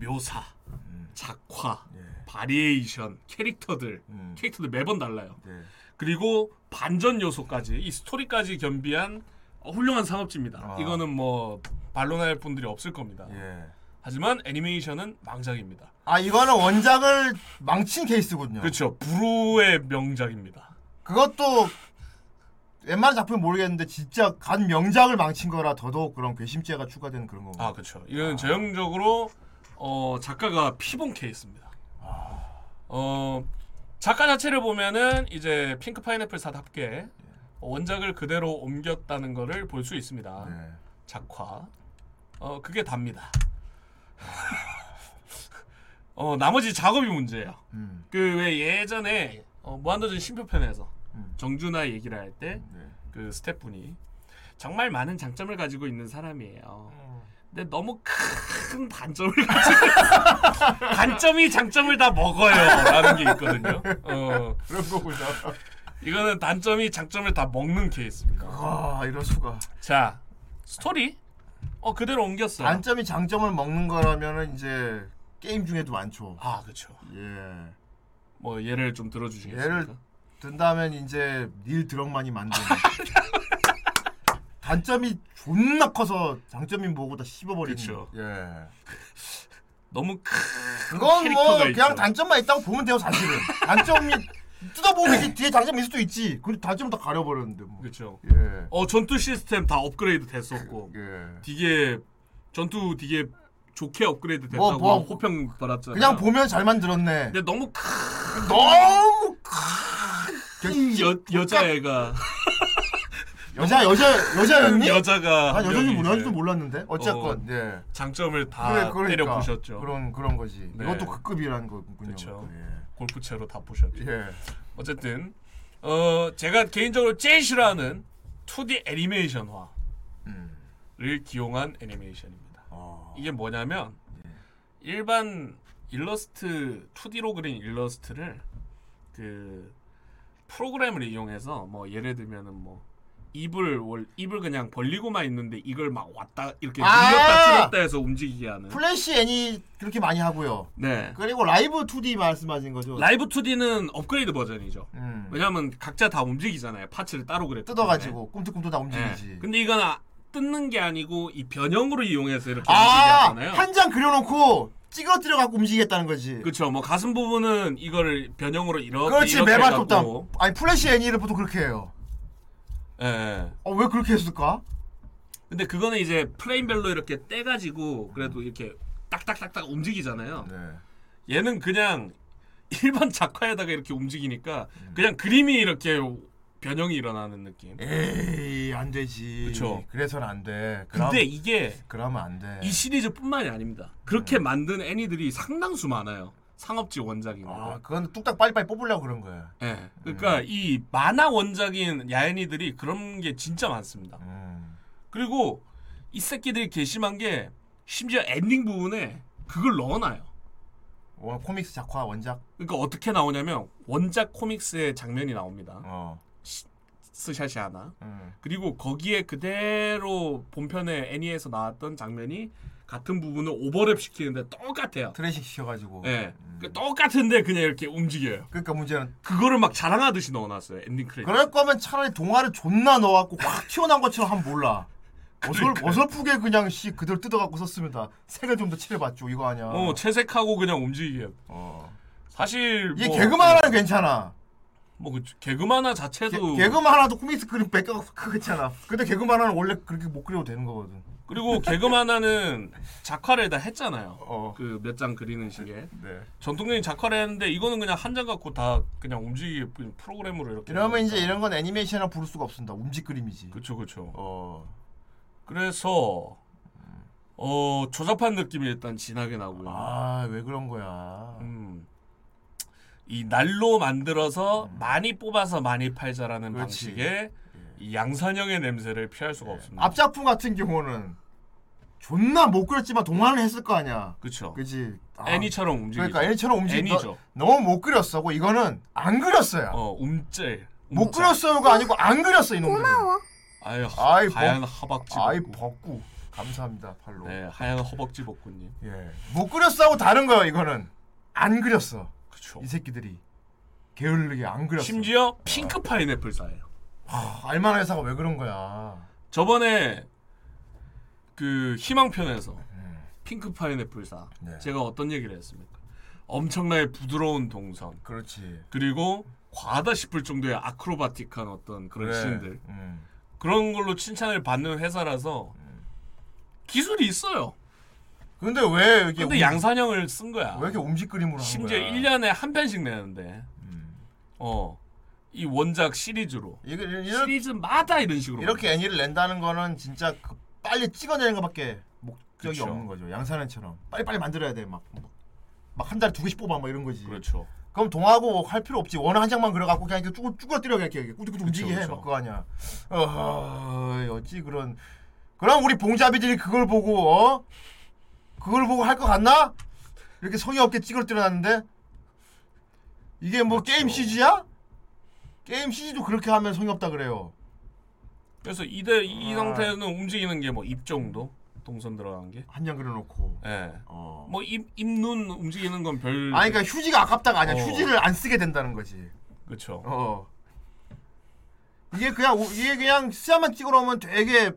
Speaker 4: 묘사,
Speaker 3: 음.
Speaker 4: 작화,
Speaker 3: 예.
Speaker 4: 바리에이션, 캐릭터들,
Speaker 3: 음.
Speaker 4: 캐릭터들 매번 달라요.
Speaker 3: 네.
Speaker 4: 그리고 반전 요소까지 이 스토리까지 겸비한 어, 훌륭한 산업지입니다.
Speaker 3: 아.
Speaker 4: 이거는 뭐 반론할 분들이 없을 겁니다.
Speaker 3: 예.
Speaker 4: 하지만 애니메이션은 망작입니다.
Speaker 3: 아 이거는 원작을 망친 케이스군요.
Speaker 4: 그렇죠. 브루의 명작입니다.
Speaker 3: 그것도 웬만한 작품 은 모르겠는데 진짜 간 명작을 망친 거라 더더욱 그런 괘씸죄가 추가되는 그런 건가.
Speaker 4: 아 그렇죠. 이거는 전형적으로 어, 작가가 피본 케이스입니다. 어 작가 자체를 보면은 이제 핑크 파인애플 사답게 원작을 그대로 옮겼다는 거를 볼 수 있습니다.
Speaker 3: 네.
Speaker 4: 작화. 어 그게 답니다. 어 나머지 작업이 문제예요.
Speaker 3: 음.
Speaker 4: 그 왜 예전에 어, 무한도전 심표편에서
Speaker 3: 음.
Speaker 4: 정준하 얘기를 할 때 그
Speaker 3: 네.
Speaker 4: 스태프분이 정말 많은 장점을 가지고 있는 사람이에요.
Speaker 3: 음.
Speaker 4: 근데 너무 큰 단점을 가지고 있어요. 단점이 장점을 다 먹어요라는 게 있거든요. 어
Speaker 3: 그런 거구나.
Speaker 4: 이거는 단점이 장점을 다 먹는 케이스입니다.
Speaker 3: 아 이럴 수가.
Speaker 4: 자 스토리 어 그대로 옮겼어요.
Speaker 3: 단점이 장점을 먹는 거라면은 이제 게임 중에도 많죠.
Speaker 4: 아 그렇죠.
Speaker 3: 예.
Speaker 4: 뭐 예를 좀 들어주시겠습니까?
Speaker 3: 예를 든다면 이제 닐 드럭만이 만든 단점이 존나 커서 장점인 뭐고 다 씹어버리는.
Speaker 4: 그쵸.
Speaker 3: 예.
Speaker 4: 너무 큰
Speaker 3: 그건 뭐
Speaker 4: 캐릭터가
Speaker 3: 그냥
Speaker 4: 있죠.
Speaker 3: 단점만 있다고 보면 돼요 사실은. 단점이 뜯어보면 이제 뒤에 장점이 있을 수도 있지. 근데 단점 다 가려버렸는데 뭐.
Speaker 4: 그렇죠.
Speaker 3: 예.
Speaker 4: 어 전투 시스템 다 업그레이드 됐었고
Speaker 3: 예.
Speaker 4: 되게 전투 되게 좋게 업그레이드 됐다고
Speaker 3: 뭐, 뭐.
Speaker 4: 호평 받았잖아요.
Speaker 3: 그냥 보면 잘 만들었네.
Speaker 4: 근데 너무
Speaker 3: 너무
Speaker 4: 큰 여, 여자애가
Speaker 3: 여자 여자
Speaker 4: 큰
Speaker 3: 여자였니?
Speaker 4: 여자가
Speaker 3: 난
Speaker 4: 한
Speaker 3: 여자인
Speaker 4: 명이
Speaker 3: 줄 알지도
Speaker 4: 이제
Speaker 3: 몰랐는데 어쨌건 예. 그러니까.
Speaker 4: 장점을 다 때려 부셨죠.
Speaker 3: 그런 그런 거지.
Speaker 4: 네.
Speaker 3: 이것도 극급이라는 거군요.
Speaker 4: 그쵸.
Speaker 3: 예.
Speaker 4: 골프채로 다 부셨죠.
Speaker 3: 예.
Speaker 4: 어쨌든 어 제가 개인적으로 제일 싫어하는 2D 애니메이션화를
Speaker 3: 음.
Speaker 4: 기용한 애니메이션입니다.
Speaker 3: 어.
Speaker 4: 이게 뭐냐면 일반 일러스트 2D로 그린 일러스트를 그 프로그램을 이용해서 뭐 예를 들면은 뭐 입을 월, 입을 그냥 벌리고만 있는데 이걸 막 왔다 이렇게
Speaker 3: 아!
Speaker 4: 눌렸다 찍었다 해서 움직이게 하는
Speaker 3: 플래시 애니 그렇게 많이 하고요.
Speaker 4: 네
Speaker 3: 그리고 라이브 2D 말씀하신 거죠.
Speaker 4: 라이브 2D는 업그레이드 버전이죠
Speaker 3: 음.
Speaker 4: 왜냐면 각자 다 움직이잖아요 파츠를 따로 그랬기
Speaker 3: 뜯어가지고 꿈틀꿈틀 다
Speaker 4: 때문에.
Speaker 3: 움직이지.
Speaker 4: 네. 근데 이건 아, 뜯는 게 아니고 이 변형으로 이용해서 이렇게 움직이잖아요
Speaker 3: 아한 장 그려놓고 찌그러뜨려 갖고 움직이겠다는 거지.
Speaker 4: 그렇죠. 뭐 가슴 부분은 이걸 변형으로 이렇게
Speaker 3: 네. 그렇지
Speaker 4: 이렇게
Speaker 3: 매발
Speaker 4: 해갖고.
Speaker 3: 톱담. 아니 플래시 애니를 보통 그렇게 해요.
Speaker 4: 예, 예.
Speaker 3: 어 왜 그렇게 했을까?
Speaker 4: 근데 그거는 이제 플레인별로 이렇게 떼가지고 그래도 이렇게 딱딱딱딱 움직이잖아요.
Speaker 3: 네.
Speaker 4: 얘는 그냥 일반 작화에다가 이렇게 움직이니까 그냥 그림이 이렇게 변형이 일어나는 느낌.
Speaker 3: 예. 에이 안 되지.
Speaker 4: 그쵸.
Speaker 3: 그래서는 안 돼. 그럼, 예.
Speaker 4: 근데 이게
Speaker 3: 그러면 안 돼.
Speaker 4: 이 시리즈뿐만이 아닙니다. 그렇게
Speaker 3: 음.
Speaker 4: 만든 애니들이 상당수 많아요. 상업지 원작이니까.
Speaker 3: 아 그건 뚝딱 빨리빨리 뽑으려고 그런 음. 거야.
Speaker 4: 예. 그러니까 이 만화 원작인 야엔이들이 그런 게 진짜 많습니다.
Speaker 3: 음.
Speaker 4: 그리고 이 새끼들이 괘씸한 게 심지어 엔딩 부분에 그걸 넣어놔요.
Speaker 3: 와 코믹스 작화 원작.
Speaker 4: 그러니까 어떻게 나오냐면 원작 코믹스의 장면이 나옵니다.
Speaker 3: 어.
Speaker 4: 스샷이 하나.
Speaker 3: 음.
Speaker 4: 그리고 거기에 그대로 본편의 애니에서 나왔던 장면이 같은 부분을 오버랩 시키는데 똑같아요.
Speaker 3: 트레이싱 시켜가지고.
Speaker 4: 예. 그 똑같은데 그냥 이렇게 움직여요.
Speaker 3: 그러니까 문제는
Speaker 4: 그거를 막 자랑하듯이 넣어놨어요. 엔딩 크레딧.
Speaker 3: 그럴 거면 차라리 동화를 존나 넣어갖고 확 튀어나온 것처럼 하면 몰라. 어설,
Speaker 4: 그러니까요.
Speaker 3: 어설프게 그냥 씨 그대로 뜯어갖고 썼습니다. 색을 좀 더 칠해봤죠 이거 아니야.
Speaker 4: 어, 채색하고 그냥 움직이게.
Speaker 3: 어.
Speaker 4: 사실
Speaker 3: 이게
Speaker 4: 뭐-
Speaker 3: 개그만 하나는 괜찮아.
Speaker 4: 뭐그 개그만화
Speaker 3: 개,
Speaker 4: 자체도
Speaker 3: 개그만 하나도 코믹스 그림 뺏겨갖고 크겠잖아. 근데 개그만 하나는 원래 그렇게 못 그려도 되는 거거든.
Speaker 4: 그리고 개그만화는 작화를 다 했잖아요.
Speaker 3: 어.
Speaker 4: 그 몇 장 그리는 식의
Speaker 3: 네.
Speaker 4: 전통적인 작화를 했는데 이거는 그냥 한 장 갖고 다 그냥 움직이 프로그램으로 이렇게
Speaker 3: 이러면 이제 이런 건 애니메이션을 부를 수가 없습니다. 움직 그림이지.
Speaker 4: 그쵸 그쵸
Speaker 3: 어.
Speaker 4: 그래서 어 조잡한 느낌이 일단 진하게 나고요
Speaker 3: 아왜 그런 거야.
Speaker 4: 음. 이 날로 만들어서 많이 뽑아서 많이 팔자라는
Speaker 3: 음. 그렇지. 예.
Speaker 4: 방식의 이 양산형의 냄새를 피할 수가 없습니다
Speaker 3: 앞작품 같은 경우는 존나 못 그렸지만 동화는 했을 거 아니야.
Speaker 4: 그쵸
Speaker 3: 그지. 아,
Speaker 4: 애니처럼 움직이죠
Speaker 3: 그러니까 애니처럼 움직이죠.
Speaker 4: 애니죠
Speaker 3: 너무 못 그렸어. 고 이거는 안 그렸어요.
Speaker 4: 어 움찔
Speaker 3: 못 그렸어요가 아니고 안 그렸어 이놈들. 고마워.
Speaker 4: 아유
Speaker 3: 아이,
Speaker 4: 하얀 하박지
Speaker 3: 아이
Speaker 4: 먹고.
Speaker 3: 벗고. 감사합니다 팔로.
Speaker 4: 네, 하얀 허벅지 복구님.
Speaker 3: 예. 못 그렸어하고 다른 거요 이거는 안 그렸어.
Speaker 4: 그렇죠.
Speaker 3: 이 새끼들이 게을르게 안 그렸어.
Speaker 4: 심지어 핑크 파인애플사예요.
Speaker 3: 하, 알만한 회사가 왜 그런 거야?
Speaker 4: 저번에 그 희망편에서 핑크 파인애플사
Speaker 3: 네.
Speaker 4: 제가 어떤 얘기를 했습니까? 엄청나게 부드러운 동선
Speaker 3: 그렇지.
Speaker 4: 그리고 과하다 싶을 정도의 아크로바틱한 어떤 그런
Speaker 3: 그래.
Speaker 4: 씬들
Speaker 3: 음.
Speaker 4: 그런 걸로 칭찬을 받는 회사라서 기술이 있어요.
Speaker 3: 근데 왜 이렇게
Speaker 4: 근데
Speaker 3: 움-
Speaker 4: 양산형을 쓴 거야.
Speaker 3: 왜 이렇게 움직 그림으로 한
Speaker 4: 심지어
Speaker 3: 거야?
Speaker 4: 1년에 한 편씩 내는데
Speaker 3: 아, 음.
Speaker 4: 어. 이 원작 시리즈로
Speaker 3: 이거 이렇게
Speaker 4: 시리즈마다 이런 식으로
Speaker 3: 이렇게 애니를 낸다는 거는 진짜 그 빨리 찍어내는 것밖에 목적이
Speaker 4: 그쵸.
Speaker 3: 없는 거죠. 양산현처럼 빨리 빨리 만들어야 돼. 막막한 달에 두 개씩 뽑아 뭐 이런 거지.
Speaker 4: 그렇죠.
Speaker 3: 그럼 동하고 할 필요 없지. 원어 한 장만 그려갖고 그냥 이렇게 쭈글 쭈글뜨려 그냥 이렇게 꾸덕꾸덕 움직이게
Speaker 4: 그쵸.
Speaker 3: 해막 그거 아니야. 어허, 어찌 그런. 그럼 우리 봉자비들이 그걸 보고 어 그걸 보고 할 것 같나? 이렇게 성의 없게 찌그러뜨려놨는데 이게 뭐
Speaker 4: 그쵸.
Speaker 3: 게임 CG야? 게임 CG도 그렇게 하면 성의 없다 그래요.
Speaker 4: 그래서 이대 이
Speaker 3: 아.
Speaker 4: 상태는 움직이는 게 뭐 입 정도 동선 들어간 게.
Speaker 3: 한 장 그려놓고.
Speaker 4: 예.
Speaker 3: 어.
Speaker 4: 뭐입 입눈 움직이는 건 별.
Speaker 3: 아니 그러니까 휴지가 아깝다가 아니야.
Speaker 4: 음. 어.
Speaker 3: 휴지를 안 쓰게 된다는 거지.
Speaker 4: 그렇죠.
Speaker 3: 어. 이게 그냥 우- 이게 그냥 수야만 찍으러 오면 되게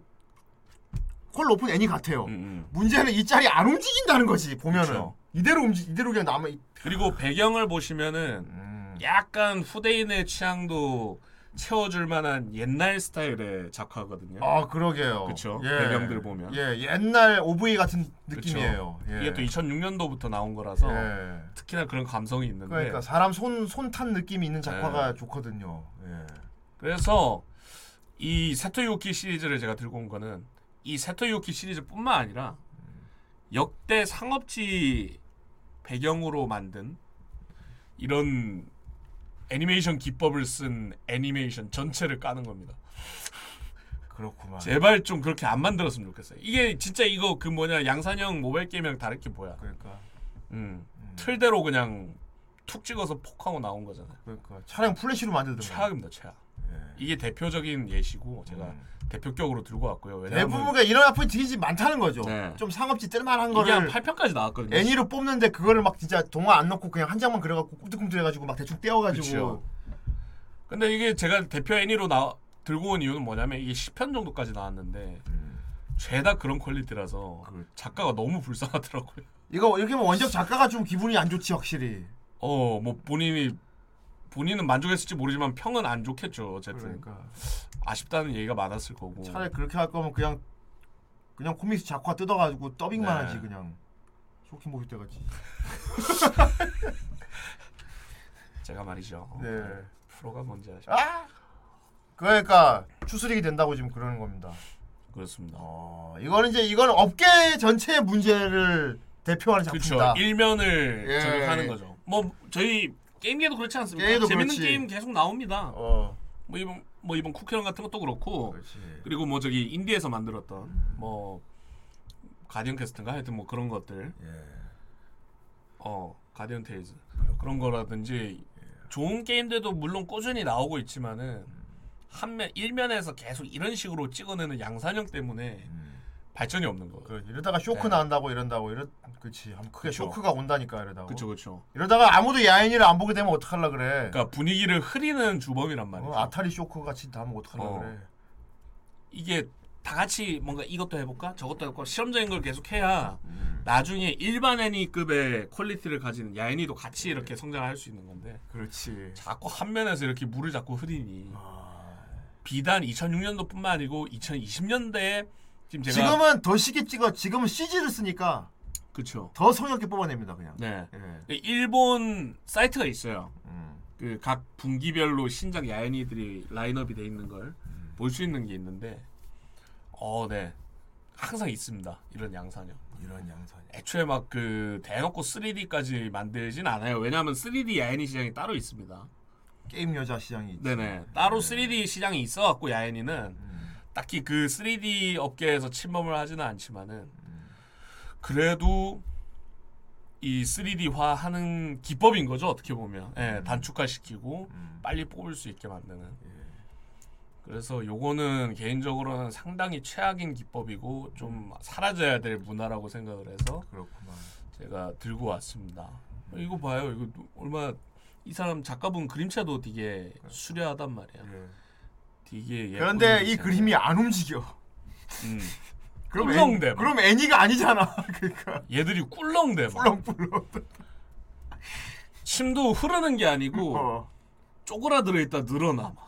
Speaker 3: 콜 높은 애니 같아요.
Speaker 4: 음, 음.
Speaker 3: 문제는 이 짤이 안 움직인다는 거지 보면은
Speaker 4: 그쵸.
Speaker 3: 이대로 움직 이대로 그냥 남아. 있-
Speaker 4: 그리고 배경을 보시면은
Speaker 3: 음.
Speaker 4: 약간 후대인의 취향도 채워줄 만한 옛날 스타일의 작화거든요.
Speaker 3: 아 그러게요.
Speaker 4: 그쵸. 배경들 보면.
Speaker 3: 예 옛날 OV 같은
Speaker 4: 그쵸?
Speaker 3: 느낌이에요. 예.
Speaker 4: 이게 또 2006년도부터 나온 거라서
Speaker 3: 예.
Speaker 4: 특히나 그런 감성이 있는데.
Speaker 3: 그러니까 사람 손 손 탄 느낌이 있는 작화가
Speaker 4: 예.
Speaker 3: 좋거든요. 예.
Speaker 4: 그래서 이 세토유키 시리즈를 제가 들고 온 거는 이 세토유키 시리즈뿐만 아니라 역대 상업지 배경으로 만든 이런 애니메이션 기법을 쓴 애니메이션 전체를 까는 겁니다.
Speaker 3: 그렇구만.
Speaker 4: 제발 좀 그렇게 안 만들었으면 좋겠어요. 이게 진짜 이거 그 뭐냐 양산형 모바일 게임이랑 다를 게 뭐야.
Speaker 3: 그러니까
Speaker 4: 음.
Speaker 3: 음.
Speaker 4: 틀대로 그냥 툭 찍어서 폭하고 나온 거잖아요.
Speaker 3: 그러니까 차량 플래시로 만들던
Speaker 4: 최악입니다, 최악.
Speaker 3: 예.
Speaker 4: 이게 대표적인 예시고 제가
Speaker 3: 음. 네,
Speaker 4: 대표격으로 들고 왔고요. 왜냐하면
Speaker 3: 대부분가 이런 아픈 디지 많다는 거죠.
Speaker 4: 네.
Speaker 3: 좀 상업지 뜰만한
Speaker 4: 이게
Speaker 3: 거를
Speaker 4: 한 8편까지 나왔거든요.
Speaker 3: 애니로 뽑는데 그거를 막 진짜 동화 안 넣고 그냥 한 장만 그려갖고 꿈틀꿈틀해가지고 막 대충 떼어가지고
Speaker 4: 그쵸. 근데 이게 제가 대표 애니로 나 들고 온 이유는 뭐냐면 이게 10편 정도까지 나왔는데
Speaker 3: 음.
Speaker 4: 죄다 그런 퀄리티라서
Speaker 3: 그-
Speaker 4: 작가가 너무 불쌍하더라고요.
Speaker 3: 이거 이렇게 하면 원작 작가가 좀 기분이 안 좋지 확실히.
Speaker 4: 어 뭐 본인이 본인은 만족했을지 모르지만 평은 안 좋겠죠. 어쨌든
Speaker 3: 그러니까
Speaker 4: 아쉽다는 얘기가 많았을 거고.
Speaker 3: 차라리 그렇게 할 거면 그냥 그냥 코믹스 작화 뜯어가지고 더빙만
Speaker 4: 네.
Speaker 3: 하지 그냥 쇼킹 보기 때같이.
Speaker 4: 제가 말이죠. 어,
Speaker 3: 네.
Speaker 4: 프로가 뭔지 아시죠?
Speaker 3: 아 그러니까 추스리기 된다고 지금 그러는 겁니다.
Speaker 4: 그렇습니다.
Speaker 3: 어 이거는 이제 이건 업계 전체의 문제를 대표하는 작품이다.
Speaker 4: 그렇죠. 일면을
Speaker 3: 예.
Speaker 4: 저격하는 거죠. 뭐 저희 게임계도 그렇지 않습니까?
Speaker 3: 게임도
Speaker 4: 재밌는
Speaker 3: 그렇지.
Speaker 4: 게임 계속 나옵니다.
Speaker 3: 어
Speaker 4: 뭐 이번 뭐 이번 쿠키런 같은 것도 그렇고
Speaker 3: 그렇지.
Speaker 4: 그리고 뭐 저기 인디에서 만들었던 뭐 가디언 퀘스트인가 하여튼 뭐 그런 것들
Speaker 3: 예.
Speaker 4: 어 가디언 테이즈 그런 거라든지 좋은 게임들도 물론 꾸준히 나오고 있지만은 한면 일면에서 계속 이런 식으로 찍어내는 양산형 때문에
Speaker 3: 음. 그렇죠.
Speaker 4: 발전이 없는 거예요.
Speaker 3: 그래, 이러다가 쇼크
Speaker 4: 네.
Speaker 3: 나온다고 이런다고 이런 그치 한번 크게
Speaker 4: 그쵸.
Speaker 3: 쇼크가 온다니까 이러다가
Speaker 4: 그렇죠, 그렇죠.
Speaker 3: 이러다가 아무도 야인이를 안 보게 되면 어떡할라 그래
Speaker 4: 그러니까 분위기를 흐리는 주범이란 말이죠.
Speaker 3: 어, 아타리 쇼크 같이 나면 어떡할라
Speaker 4: 어.
Speaker 3: 그래
Speaker 4: 이게 다 같이 뭔가 이것도 해볼까 저것도 해볼까 실험적인 걸 계속 해야 나중에 일반 애니급의 퀄리티를 가진 야애니도 같이 이렇게 성장할 수 있는 건데
Speaker 3: 그렇지
Speaker 4: 자꾸 한 면에서 이렇게 물을 자꾸 흐리니
Speaker 3: 아.
Speaker 4: 비단 2006년도뿐만 아니고 2020년대에 지금 제가
Speaker 3: 지금은 더 시기 찍어 지금은 CG를 쓰니까
Speaker 4: 그쵸
Speaker 3: 더 성역게 뽑아냅니다 그냥
Speaker 4: 네
Speaker 3: 예.
Speaker 4: 일본 사이트가 있어요
Speaker 3: 음.
Speaker 4: 그 각 분기별로 신작 야애니들이 라인업이 돼 있는 걸 볼 수 있는 게 있는데 어네 항상 있습니다 이런 양상형
Speaker 3: 이런 양산이
Speaker 4: 애초에 막 그 대놓고 3D까지 만들진 않아요. 왜냐하면 3D 야인이 시장이 따로 있습니다.
Speaker 3: 게임 여자 시장이 있지. 예. 음,
Speaker 4: 네네. 따로 3D 시장이 있어갖고 야인이는 딱히 그 3D 업계에서 침범을 하지는 않지만은 그래도 이 3D화 하는 기법인 거죠 어떻게 보면 예, 단축화시키고 빨리 뽑을 수 있게 만드는 그래서 요거는 개인적으로는 상당히 최악인 기법이고 좀 사라져야 될 문화라고 생각을 해서
Speaker 3: 그렇구만.
Speaker 4: 제가 들고 왔습니다. 이거 봐요. 이거 얼마 이 사람 작가분 그림체도 되게 수려하단 말이야.
Speaker 3: 예.
Speaker 4: 되게 예쁜
Speaker 3: 그렇죠. 그런데 이
Speaker 4: 그림체인데.
Speaker 3: 그림이 안 움직여.
Speaker 4: 음.
Speaker 3: 그럼
Speaker 4: 꿀렁대,
Speaker 3: 애니-
Speaker 4: 막.
Speaker 3: 그럼 애니가 아니잖아. 그러니까
Speaker 4: 얘들이 꿀렁대 막
Speaker 3: 꿀렁꿀렁.
Speaker 4: 침도 흐르는 게 아니고
Speaker 3: 어.
Speaker 4: 쪼그라들어 있다 늘어나. 막.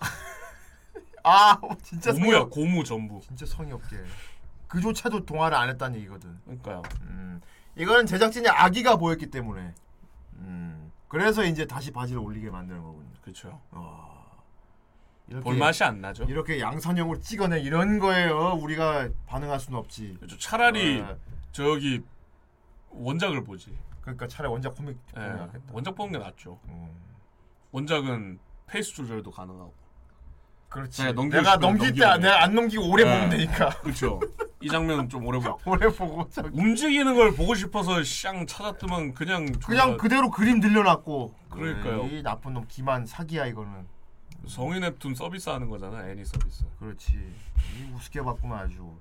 Speaker 3: 아 진짜 성의
Speaker 4: 고무야
Speaker 3: 없.
Speaker 4: 고무 전부.
Speaker 3: 진짜 성의 없게. 그조차도 동화를 안 했다는 얘기거든.
Speaker 4: 그러니까요.
Speaker 3: 음. 이거는 제작진이 아기가 보였기 때문에. 음. 그래서 이제 다시 바지를 올리게 만드는 거군요.
Speaker 4: 그렇죠.
Speaker 3: 와. 이렇게
Speaker 4: 볼 맛이 안 나죠.
Speaker 3: 이렇게 양산형으로 찍어내 이런 거예요. 우리가 반응할 수는 없지.
Speaker 4: 그렇죠. 차라리
Speaker 3: 아,
Speaker 4: 저기 원작을 보지.
Speaker 3: 그러니까 차라리 원작 코믹
Speaker 4: 예.
Speaker 3: 보는 게 낫겠다.
Speaker 4: 원작 보는 게 낫죠.
Speaker 3: 음.
Speaker 4: 원작은 페이스 조절도 가능하고.
Speaker 3: 그렇지.
Speaker 4: 자, 네, 넘기고
Speaker 3: 내가
Speaker 4: 싶으면
Speaker 3: 넘길 때
Speaker 4: 넘기면 돼.
Speaker 3: 내가 안 넘기고 오래
Speaker 4: 예.
Speaker 3: 보면 되니까.
Speaker 4: 그렇죠. 이 장면은 좀 오래 보.
Speaker 3: 오래 보고 저기.
Speaker 4: 움직이는 걸 보고 싶어서 샹 찾았더만 그냥
Speaker 3: 그냥
Speaker 4: 정말
Speaker 3: 그대로 그림 늘려놨고.
Speaker 4: 그러니까요.
Speaker 3: 에이, 나쁜 놈 기만 사기야 이거는. 그-
Speaker 4: 성인 앱툰 서비스 하는 거잖아. 애니 서비스.
Speaker 3: 그렇지. 이 우습게 봤구만 아주.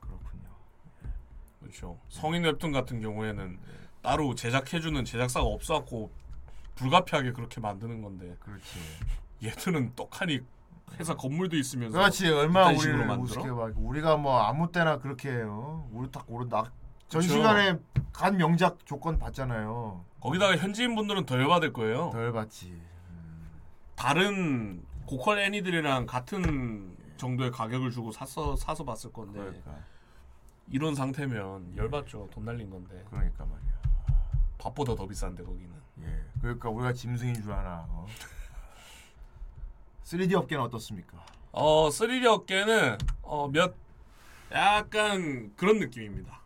Speaker 3: 그렇군요.
Speaker 4: 그렇죠. 성인 웹툰 같은 경우에는 따로 제작해주는 제작사가 없어갖고 불가피하게 그렇게 만드는 건데
Speaker 3: 그렇지.
Speaker 4: 얘들은 떡하니 회사 건물도 있으면서
Speaker 3: 그렇지. 얼마나
Speaker 4: 어떤 식으로
Speaker 3: 우리를
Speaker 4: 만들어?
Speaker 3: 우습게 봐. 우리가 뭐 아무 때나 그렇게 해요. 우리 딱 오른 나전
Speaker 4: 그쵸.
Speaker 3: 시간에 간 명작 조건 봤잖아요.
Speaker 4: 거기다가 현지인 분들은 덜 받을 거예요.
Speaker 3: 덜 봤지.
Speaker 4: 다른 고퀄 애니들이랑 같은 정도의 가격을 주고 샀어 사서 봤을 건데
Speaker 3: 그러니까.
Speaker 4: 이런 상태면 열받죠. 돈 날린 건데
Speaker 3: 그러니까 말이야.
Speaker 4: 밥보다 더 비싼데 거기는.
Speaker 3: 예. 그러니까 우리가 짐승인 줄 아나. 어? 3D 업계는 어떻습니까?
Speaker 4: 어 3D 업계는 어 몇 약간 그런 느낌입니다.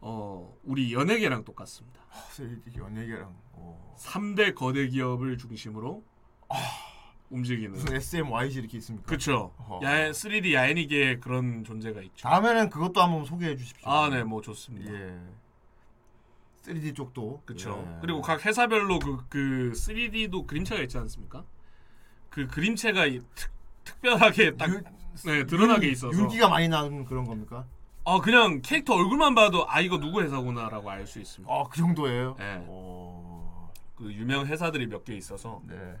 Speaker 4: 어 우리 연예계랑 똑같습니다.
Speaker 3: 3D 연예계랑 어.
Speaker 4: 3대 거대 기업을 중심으로 아, 움직이는
Speaker 3: 무슨 SMYG 이렇게 있습니까?
Speaker 4: 네. 그쵸
Speaker 3: 네. 어허.
Speaker 4: 야 3D 야인이계 그런 존재가 있죠.
Speaker 3: 다음에는 그것도 한번 소개해 주십시오.
Speaker 4: 아 네 뭐 좋습니다.
Speaker 3: 예. 3D 쪽도
Speaker 4: 그렇죠.
Speaker 3: 예.
Speaker 4: 그리고 각 회사별로 그, 그 3D도 그림체가 있지 않습니까? 그 그림체가 이 특, 특별하게 딱
Speaker 3: 유-
Speaker 4: 네, 드러나게
Speaker 3: 윤-
Speaker 4: 있어서
Speaker 3: 윤기가 많이 나는 그런 겁니까?
Speaker 4: 아 그냥 캐릭터 얼굴만 봐도 아 이거 누구 회사구나라고 알 수 있습니다.
Speaker 3: 아 그 정도예요? 어.
Speaker 4: 예.
Speaker 3: 오.
Speaker 4: 그 유명 회사들이 몇 개 있어서
Speaker 3: 네.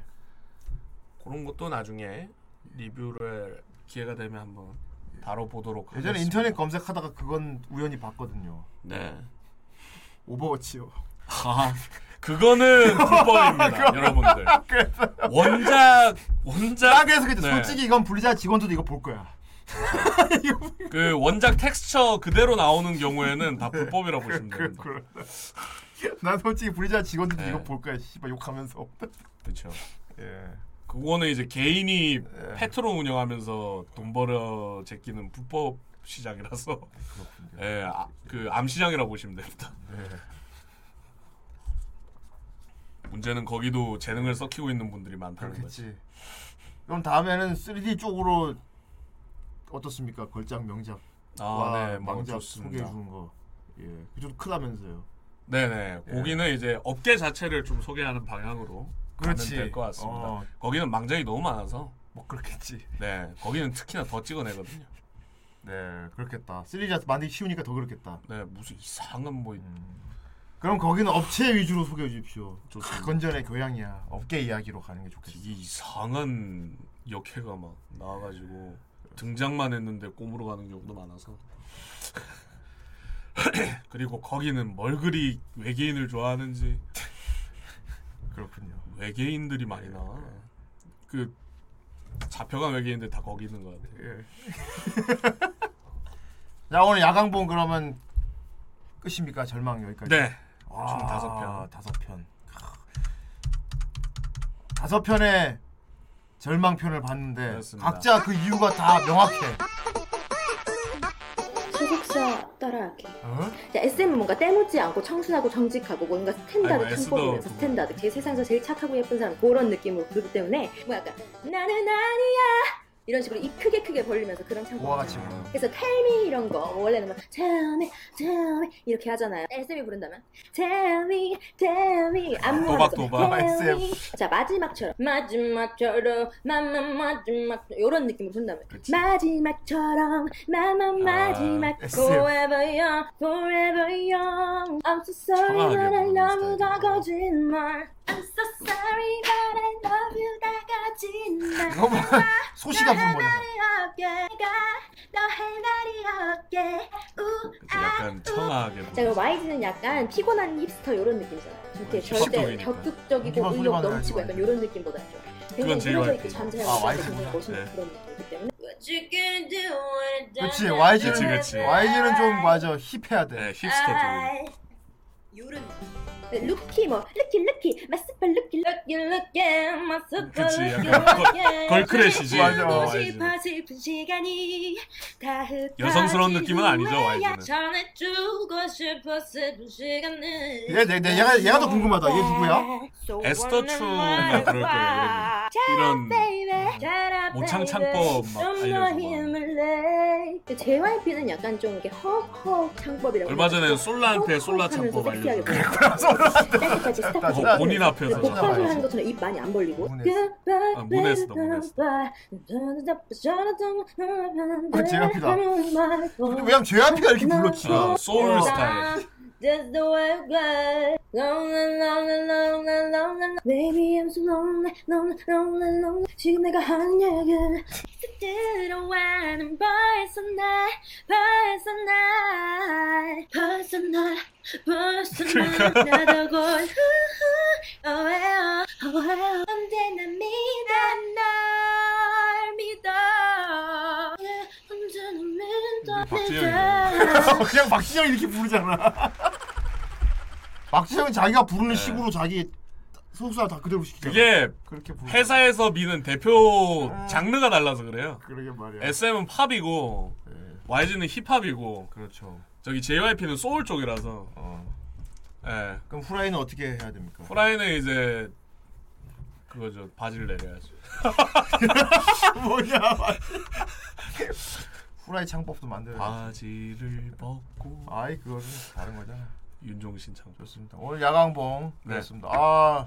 Speaker 4: 그런 것도 나중에 리뷰를 기회가 되면 한번 다뤄보도록 하겠습니다.
Speaker 3: 예전에 인터넷 검색하다가 그건 우연히 봤거든요.
Speaker 4: 네.
Speaker 3: 오버워치요.
Speaker 4: 아, 그거는 불법입니다, 여러분들. 원작 원작
Speaker 3: 딱에서 그때
Speaker 4: 네.
Speaker 3: 솔직히 이건 분리자 직원들도 이거 볼 거야.
Speaker 4: 그 원작 텍스처 그대로 나오는 경우에는
Speaker 3: 네.
Speaker 4: 다 불법이라고 보시면
Speaker 3: 그
Speaker 4: 됩니다.
Speaker 3: 난 솔직히 분리자 직원들도
Speaker 4: 네.
Speaker 3: 이거 볼 거야. 씨발 욕하면서.
Speaker 4: 그렇죠.
Speaker 3: 예.
Speaker 4: 그거는 이제 개인이 패트로 운영하면서 돈 벌어 제끼는 불법 시장이라서 예, 아, 그 암시장이라고 보시면 됩니다.
Speaker 3: 예.
Speaker 4: 문제는 거기도 재능을 썩히고 있는 분들이 많다는 거지.
Speaker 3: 그렇겠지. 그럼 다음에는 3D 쪽으로 어떻습니까? 걸작 명작.
Speaker 4: 아, 네, 뭐
Speaker 3: 명작 소개해
Speaker 4: 좋습니다.
Speaker 3: 주는 거. 예. 그좀 크다면서요.
Speaker 4: 네네. 거기는 이제 업계 자체를 좀 소개하는 방향으로 가면
Speaker 3: 예. 그렇지.
Speaker 4: 될 것 같습니다.
Speaker 3: 어.
Speaker 4: 거기는 망정이 너무 많아서
Speaker 3: 뭐 그렇겠지.
Speaker 4: 네 거기는 특히나 더 찍어내거든요.
Speaker 3: 네, 그렇겠다. 3D 만들기 쉬우니까 더 그렇겠다.
Speaker 4: 네 무슨 이상한 뭐
Speaker 3: 그럼 거기는 업체 위주로 소개해 주십시오.
Speaker 4: 좋습니다.
Speaker 3: 건전의 교양이야. 업계 이야기로 가는 게 좋겠어.
Speaker 4: 되게 이상한 역해가 막 나와가지고 등장만 했는데 꼼으로 가는 경우도 많아서 그리고 거기는 뭘 그리 외계인을 좋아하는지
Speaker 3: 그렇군요.
Speaker 4: 외계인들이 많이 나와
Speaker 3: 네.
Speaker 4: 그 잡혀간 외계인들 다 거기 있는 것 같아
Speaker 3: 예. 자, 오늘 야광봉 그러면 끝입니까? 절망 여기까지.
Speaker 4: 네
Speaker 3: 아,
Speaker 4: 총 다섯 편.
Speaker 3: 다섯 편. 크. 다섯 편의 절망편을 봤는데
Speaker 4: 그렇습니다.
Speaker 3: 각자 그 이유가 다 명확해.
Speaker 10: 소속사 따라하기.
Speaker 3: 어?
Speaker 10: 자, SM은 뭔가 떼놓지 않고 청순하고 정직하고 뭔가 스탠다드
Speaker 4: 아이고, S도
Speaker 10: 창법이면서
Speaker 4: 그거.
Speaker 10: 스탠다드 걔 세상에서 제일 착하고 예쁜 사람 그런 느낌으로 부르기 때문에 뭐 약간 나는 아니야 이런 식으로 입 크게 크게 벌리면서 그런 창고.
Speaker 3: 고와 같이 부르는
Speaker 10: 그래서 텔미 이런 거 원래는 막 텔미 텔미 이렇게 하잖아요. SM이 부른다면 텔미 텔미
Speaker 3: 아,
Speaker 10: 안무
Speaker 4: 또박또박
Speaker 10: 자 마지막처럼 마지막처럼 마마 마지막 이런 느낌으로 부른다면
Speaker 3: 그치. 아,
Speaker 10: 마지막처럼 마마 마지막
Speaker 3: SM.
Speaker 10: forever young forever young I'm so sorry
Speaker 4: 정확하게
Speaker 10: that I
Speaker 3: 부르는
Speaker 10: love you 다 거짓말
Speaker 3: 스타일이구나.
Speaker 10: I'm so sorry that I love you 다 거짓말
Speaker 3: 이거 뭐 소시가 부른 거야.
Speaker 10: 없게 너할 날이 없게 우
Speaker 4: 약간 청아하게
Speaker 10: 자 그럼 YG는 약간 피곤한 힙스터 이런 느낌이잖아요. 이렇게 절대
Speaker 4: 힙합적이니까.
Speaker 10: 적극적이고
Speaker 3: 공기만
Speaker 10: 의욕
Speaker 3: 소리만
Speaker 10: 넘치고
Speaker 3: 나지
Speaker 10: 약간 이런 느낌보다 좀
Speaker 4: 그건
Speaker 10: 굉장히
Speaker 4: JYP.
Speaker 10: 이루어져 있고 잠자는
Speaker 3: 아,
Speaker 10: 아,
Speaker 3: YG 구나.
Speaker 10: 굉장히 멋있는
Speaker 4: 네.
Speaker 10: 그런 느낌이기 때문에
Speaker 3: 그치
Speaker 10: 그렇지
Speaker 3: YG는
Speaker 10: 네.
Speaker 4: 그치, 그치.
Speaker 3: YG는 좀 맞아 힙해야 돼.
Speaker 4: 네
Speaker 10: 아,
Speaker 4: 힙스터
Speaker 10: 요런 루키 뭐 루키 루키 마스파 루키 루키 루키 마스파
Speaker 4: 그치,
Speaker 10: 루키
Speaker 4: 약간 뭐
Speaker 10: 루키
Speaker 4: 걸크래시지.
Speaker 3: 맞아,
Speaker 10: 보고
Speaker 4: 맞아.
Speaker 10: 예, 싶어 싶은 시간이 다 흩어진
Speaker 4: 여성스러운 느낌은 아니죠,
Speaker 10: 후에야
Speaker 4: YG 는.
Speaker 10: 전해주고 싶어 싶은 시간은
Speaker 3: 얘, 내, 내, 얘가, 얘가 더 궁금하다. 얘 누구야?
Speaker 10: So
Speaker 4: 에스터
Speaker 10: wonderful.
Speaker 4: 추가 그럴 거예요 이런
Speaker 10: 네.
Speaker 4: 이런 모창 창법 음. 막 알려주고
Speaker 10: 그 JYP는 약간 좀 이렇게 헉헉 창법이라고
Speaker 4: 얼마 전에 솔라한테 솔라 창법 알려주고
Speaker 10: 그랬구나 솔라한테 깨끗하지 스타트
Speaker 4: 뭐 본인 앞에서
Speaker 3: 복잡하지.
Speaker 10: 보컬을 하는
Speaker 4: 자꾸
Speaker 10: 것처럼 입 많이 안 벌리고
Speaker 3: 문에서.
Speaker 4: 아, 문에서 나 문에서.
Speaker 3: 아, JYP 다. 근데 왜냐면 JYP가 이렇게 불렀지.
Speaker 10: 네.
Speaker 4: 아, 소울 스타일
Speaker 10: That's the way it goes. Lonely, lonely, lonely, lonely. Baby, I'm so lonely, lonely, lonely, lonely. 지금 내가 하는 얘기는 들어와는 벌써 나, 벌써 나, 벌써 나, 벌써 나. 나도 곧 후후, 어해요, 어해요. 언제나 믿어, 널 믿어. 언제나 믿어,
Speaker 4: 박지영이네.
Speaker 10: 믿어.
Speaker 3: 그냥 박진영이 이렇게 부르잖아. 박진영이 자기가 부르는 식으로 자기 소수사 다 네. 그대로 시키잖아.
Speaker 4: 그게
Speaker 3: 그렇게 부르
Speaker 4: 회사에서 미는 대표
Speaker 3: 아.
Speaker 4: 장르가 달라서 그래요
Speaker 3: 그러게 말이야.
Speaker 4: SM은 팝이고
Speaker 3: 예,
Speaker 4: YG는 힙합이고
Speaker 3: 그렇죠.
Speaker 4: 저기 JYP는 소울 쪽이라서
Speaker 3: 어.
Speaker 4: 예
Speaker 3: 그럼 후라이는 어떻게 해야 됩니까?
Speaker 4: 후라이는 이제 그거죠 바지를 내려야죠
Speaker 3: 뭐냐? 후라이 창법도 만들어. 아.
Speaker 4: 바지를 벗고
Speaker 3: 아이 그거는 다른 거잖아.
Speaker 4: 윤종신 창조
Speaker 3: 좋습니다. 오늘 야광봉
Speaker 4: 네.
Speaker 3: 그렇습니다. 아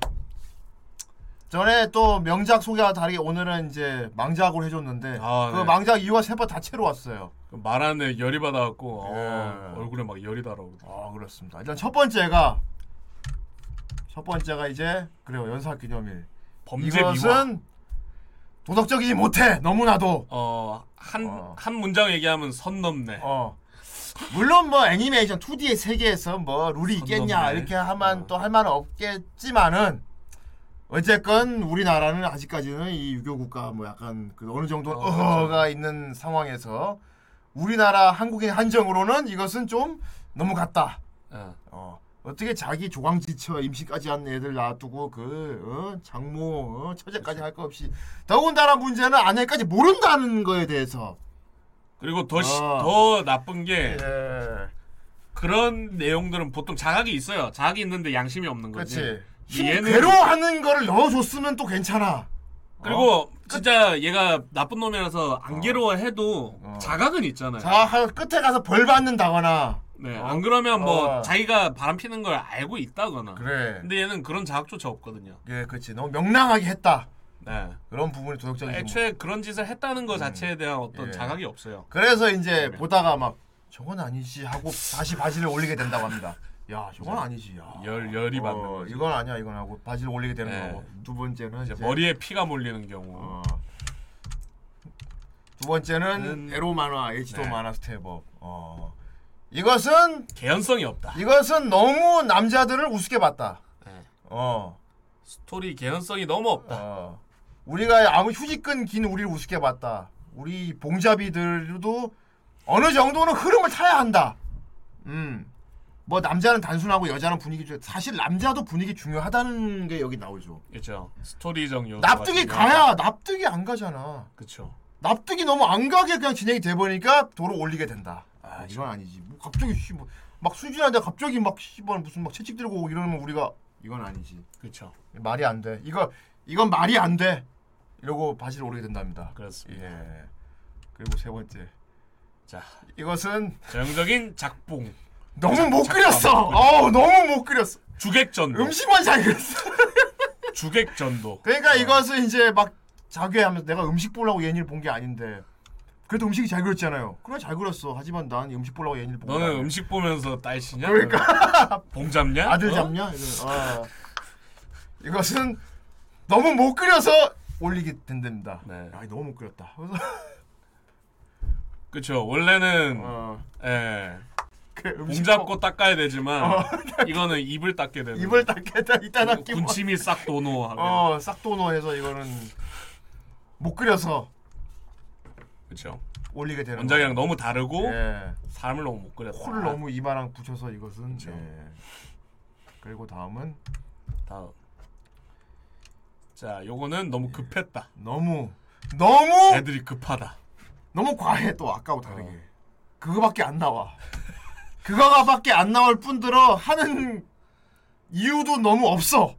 Speaker 3: 전에 또 명작 소개와 다르게 오늘은 이제 망작으로 해줬는데
Speaker 4: 아,
Speaker 3: 그
Speaker 4: 네. 그
Speaker 3: 망작 이유가 세번 다채로 왔어요.
Speaker 4: 말하는 열이 받아갖고 어,
Speaker 3: 예.
Speaker 4: 얼굴에 막 열이 달아오르고
Speaker 3: 아 그렇습니다. 일단 첫 번째가 첫 번째가 이제 그래요 연사 기념일.
Speaker 4: 범죄 미화
Speaker 3: 이것은 도덕적이지 못해 너무나도
Speaker 4: 어한한
Speaker 3: 어.
Speaker 4: 문장 얘기하면 선 넘네
Speaker 3: 어 물론 뭐 애니메이션 2D의 세계에서 뭐 룰이
Speaker 4: 선
Speaker 3: 있겠냐
Speaker 4: 넘네.
Speaker 3: 이렇게 하면
Speaker 4: 어.
Speaker 3: 또 할 말은 없겠지만은 어쨌건 우리나라는 아직까지는 이 유교 국가 뭐 약간 그 어느 정도
Speaker 4: 어,
Speaker 3: 어가 있는 상황에서 우리나라 한국인 한정으로는 이것은 좀 너무 같다.
Speaker 4: 예.
Speaker 3: 어. 어떻게 자기 조광지처 임신까지 한 애들 놔두고 그 어? 장모 어? 처제까지 할 거 없이 더군다나 문제는 아내까지 모른다는 거에 대해서
Speaker 4: 그리고 더, 시,
Speaker 3: 어.
Speaker 4: 더 나쁜 게
Speaker 3: 예
Speaker 4: 그런 내용들은 보통 자각이 있어요 자각이 있는데 양심이 없는 거지
Speaker 3: 그렇지
Speaker 4: 얘는-
Speaker 3: 괴로워하는 거를 넣어줬으면 또 괜찮아
Speaker 4: 그리고
Speaker 3: 어?
Speaker 4: 진짜 얘가 나쁜 놈이라서 안 괴로워해도
Speaker 3: 어.
Speaker 4: 자각은 있잖아요
Speaker 3: 자 하- 끝에 가서 벌 받는다거나
Speaker 4: 네, 안 그러면 뭐
Speaker 3: 어.
Speaker 4: 자기가 바람 피는 걸 알고 있다거나
Speaker 3: 그래
Speaker 4: 근데 얘는 그런 자극조차 없거든요
Speaker 3: 예 그렇지 너무 명랑하게 했다
Speaker 4: 네.
Speaker 3: 그런 부분이 뭐. 도덕적인 부분
Speaker 4: 애초에 그런 짓을 했다는 것 자체에 대한 어떤
Speaker 3: 예.
Speaker 4: 자각이 없어요.
Speaker 3: 그래서 이제 보다가 막 저건 아니지 하고 다시 바지를 올리게 된다고 합니다 야 저건 아니지 야.
Speaker 4: 열 열이 받는
Speaker 3: 어,
Speaker 4: 네, 거죠.
Speaker 3: 이건 아니야 이건 하고 바지를 올리게 되는
Speaker 4: 네.
Speaker 3: 거고 두 번째는
Speaker 4: 이제
Speaker 3: 이제,
Speaker 4: 머리에 피가 몰리는 경우.
Speaker 3: 어. 두 번째는
Speaker 4: 음.
Speaker 3: 에로 만화, H도
Speaker 4: 네.
Speaker 3: 만화 스텝업. 어. 이것은
Speaker 4: 개연성이 없다.
Speaker 3: 이것은 너무 남자들을 우습게 봤다.
Speaker 4: 네.
Speaker 3: 어.
Speaker 4: 스토리 개연성이 너무 없다.
Speaker 3: 어. 우리가 아무 휴지끈 긴 우리를 우습게 봤다. 우리 봉잡이들도 어느 정도는 흐름을 타야 한다. 음. 뭐 남자는 단순하고 여자는 분위기 중에 사실 남자도 분위기 중요하다는 게 여기 나오죠.
Speaker 4: 그렇죠. 스토리적 요소.
Speaker 3: 납득이 가야 납득이 안 가잖아.
Speaker 4: 그렇죠.
Speaker 3: 납득이 너무 안 가게 그냥 진행이 돼 버리니까 도로 올리게 된다. 아
Speaker 4: 그렇죠.
Speaker 3: 이건 아니지. 뭐 갑자기 씨, 뭐, 막 순진한데 갑자기 막 씨발 무슨 막 채찍 들고 오고 이러면 우리가 이건 아니지.
Speaker 4: 그렇죠.
Speaker 3: 말이 안 돼. 이거 이건 말이 안 돼. 이러고 바지를 오르게 된답니다.
Speaker 4: 그렇습니다.
Speaker 3: 예. 그리고 세 번째
Speaker 4: 자,
Speaker 3: 이것은
Speaker 4: 전형적인 작봉.
Speaker 3: 너무 못
Speaker 4: 작-
Speaker 3: 그렸어.
Speaker 4: 작가.
Speaker 3: 어우 너무 못 그렸어.
Speaker 4: 주객전도.
Speaker 3: 음식만 잘 그렸어.
Speaker 4: 주객전도.
Speaker 3: 그러니까 이것은 이제 막 자괴하면서 내가 음식 보려고 예니를 본 게 아닌데 그래도 음식이 잘 그렸잖아요. 그래 잘 그렸어. 하지만 난 음식 보려고 예니를 본 게
Speaker 4: 너는
Speaker 3: 아니야.
Speaker 4: 음식 보면서 딸시냐?
Speaker 3: 그러니까
Speaker 4: 봉 잡냐?
Speaker 3: 아들
Speaker 4: 어?
Speaker 3: 잡냐? 이거. 아. 이것은 너무 못 그려서 올리게 된답니다.
Speaker 4: 네.
Speaker 3: 아 너무 못 그렸다. 그래서
Speaker 4: 어? 그쵸. 원래는
Speaker 3: 어.
Speaker 4: 예.
Speaker 3: 그래,
Speaker 4: 봉
Speaker 3: 음식 어.
Speaker 4: 잡고 닦아야 되지만 이거는 입을 닦게 되는.
Speaker 3: 입을 닦겠다 이따
Speaker 4: 군-
Speaker 3: 닦기 뭐-
Speaker 4: 군침이 싹 도노하게.
Speaker 3: 어 싹도노해서 이거는 못 그려서
Speaker 4: 그쵸.
Speaker 3: 올리게 되는
Speaker 4: 원작이랑 너무 다르고
Speaker 3: 예.
Speaker 4: 사람을 너무 못 그렸다.
Speaker 3: 코를 너무 이마랑 붙여서 이것은
Speaker 4: 그렇죠.
Speaker 3: 예. 그리고 다음은
Speaker 4: 다음. 자, 요거는 너무 급했다.
Speaker 3: 너무 너무
Speaker 4: 애들이 급하다.
Speaker 3: 너무 과해 또 아까와 다르게
Speaker 4: 어.
Speaker 3: 그거밖에 안 나와 그거가밖에 안 나올 뿐더러 하는 이유도 너무 없어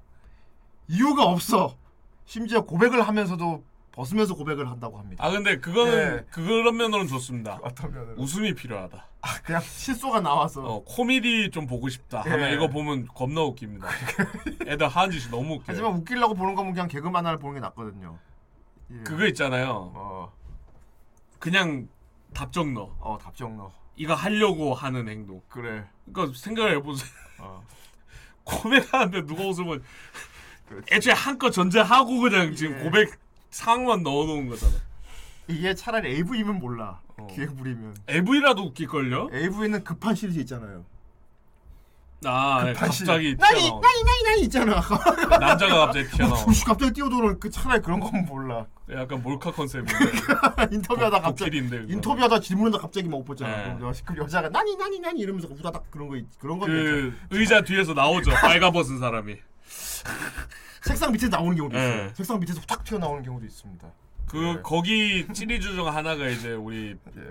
Speaker 3: 이유가 없어 심지어 고백을 하면서도 벗으면서 고백을 한다고 합니다
Speaker 4: 아 근데 그거는
Speaker 3: 예.
Speaker 4: 그런 면으로는 좋습니다.
Speaker 3: 어떠면
Speaker 4: 웃음이 필요하다.
Speaker 3: 아, 그냥 실소가 나와서
Speaker 4: 어 코미디 좀 보고 싶다 하면
Speaker 3: 예. 그러니까.
Speaker 4: 이거 보면 겁나 웃깁니다. 애들 하는 짓이 너무 웃겨.
Speaker 3: 하지만
Speaker 4: 요
Speaker 3: 웃기려고 보는 거면 그냥 개그만 하나 보는 게 낫거든요 예.
Speaker 4: 그거 있잖아요.
Speaker 3: 어,
Speaker 4: 그냥 답정 넣어.
Speaker 3: 어 답정 너
Speaker 4: 이거 하려고 하는 행동.
Speaker 3: 그래
Speaker 4: 그러니까 생각을 해보세요.
Speaker 3: 어.
Speaker 4: 고백하는데 누가 웃으면
Speaker 3: 그렇지.
Speaker 4: 애초에 한껏 전제하고 그냥 지금
Speaker 3: 예.
Speaker 4: 고백 상황만 넣어놓은 거잖아.
Speaker 3: 이게 차라리 AV면 몰라
Speaker 4: 어.
Speaker 3: 기획 부리면
Speaker 4: AV라도 웃길걸요?
Speaker 3: 예. AV는 급한 시리즈 있잖아요
Speaker 4: 아 예,
Speaker 3: 급한 시리즈.
Speaker 4: 갑자기
Speaker 3: 그 나이
Speaker 4: 튀어나온
Speaker 3: 나이 나이 나이 있잖아
Speaker 4: 남자가 갑자기 튀어나온
Speaker 3: 혹시 갑자기 뛰어들어 그 차라리 그런 건 몰라.
Speaker 4: 약간 몰카 컨셉인데
Speaker 3: 인터뷰하다
Speaker 4: 도-
Speaker 3: 갑자기
Speaker 4: 도끼리인데, 그거는.
Speaker 3: 인터뷰하다 질문하다 갑자기 막 오빠잖아.
Speaker 4: 네.
Speaker 3: 그럼 여자- 그 여자가 나니 나니 나니 이러면서 후다닥 그런 거 있- 그런 거 그...
Speaker 4: 그 의자 뒤에서 나오죠 빨가벗은 사람이
Speaker 3: 책상 밑에 나오는 경우도
Speaker 4: 네.
Speaker 3: 있어요. 책상 밑에서 탁 튀어나오는 경우도 있습니다.
Speaker 4: 그
Speaker 3: 예.
Speaker 4: 거기 찌리주 중 하나가 이제 우리
Speaker 3: 예.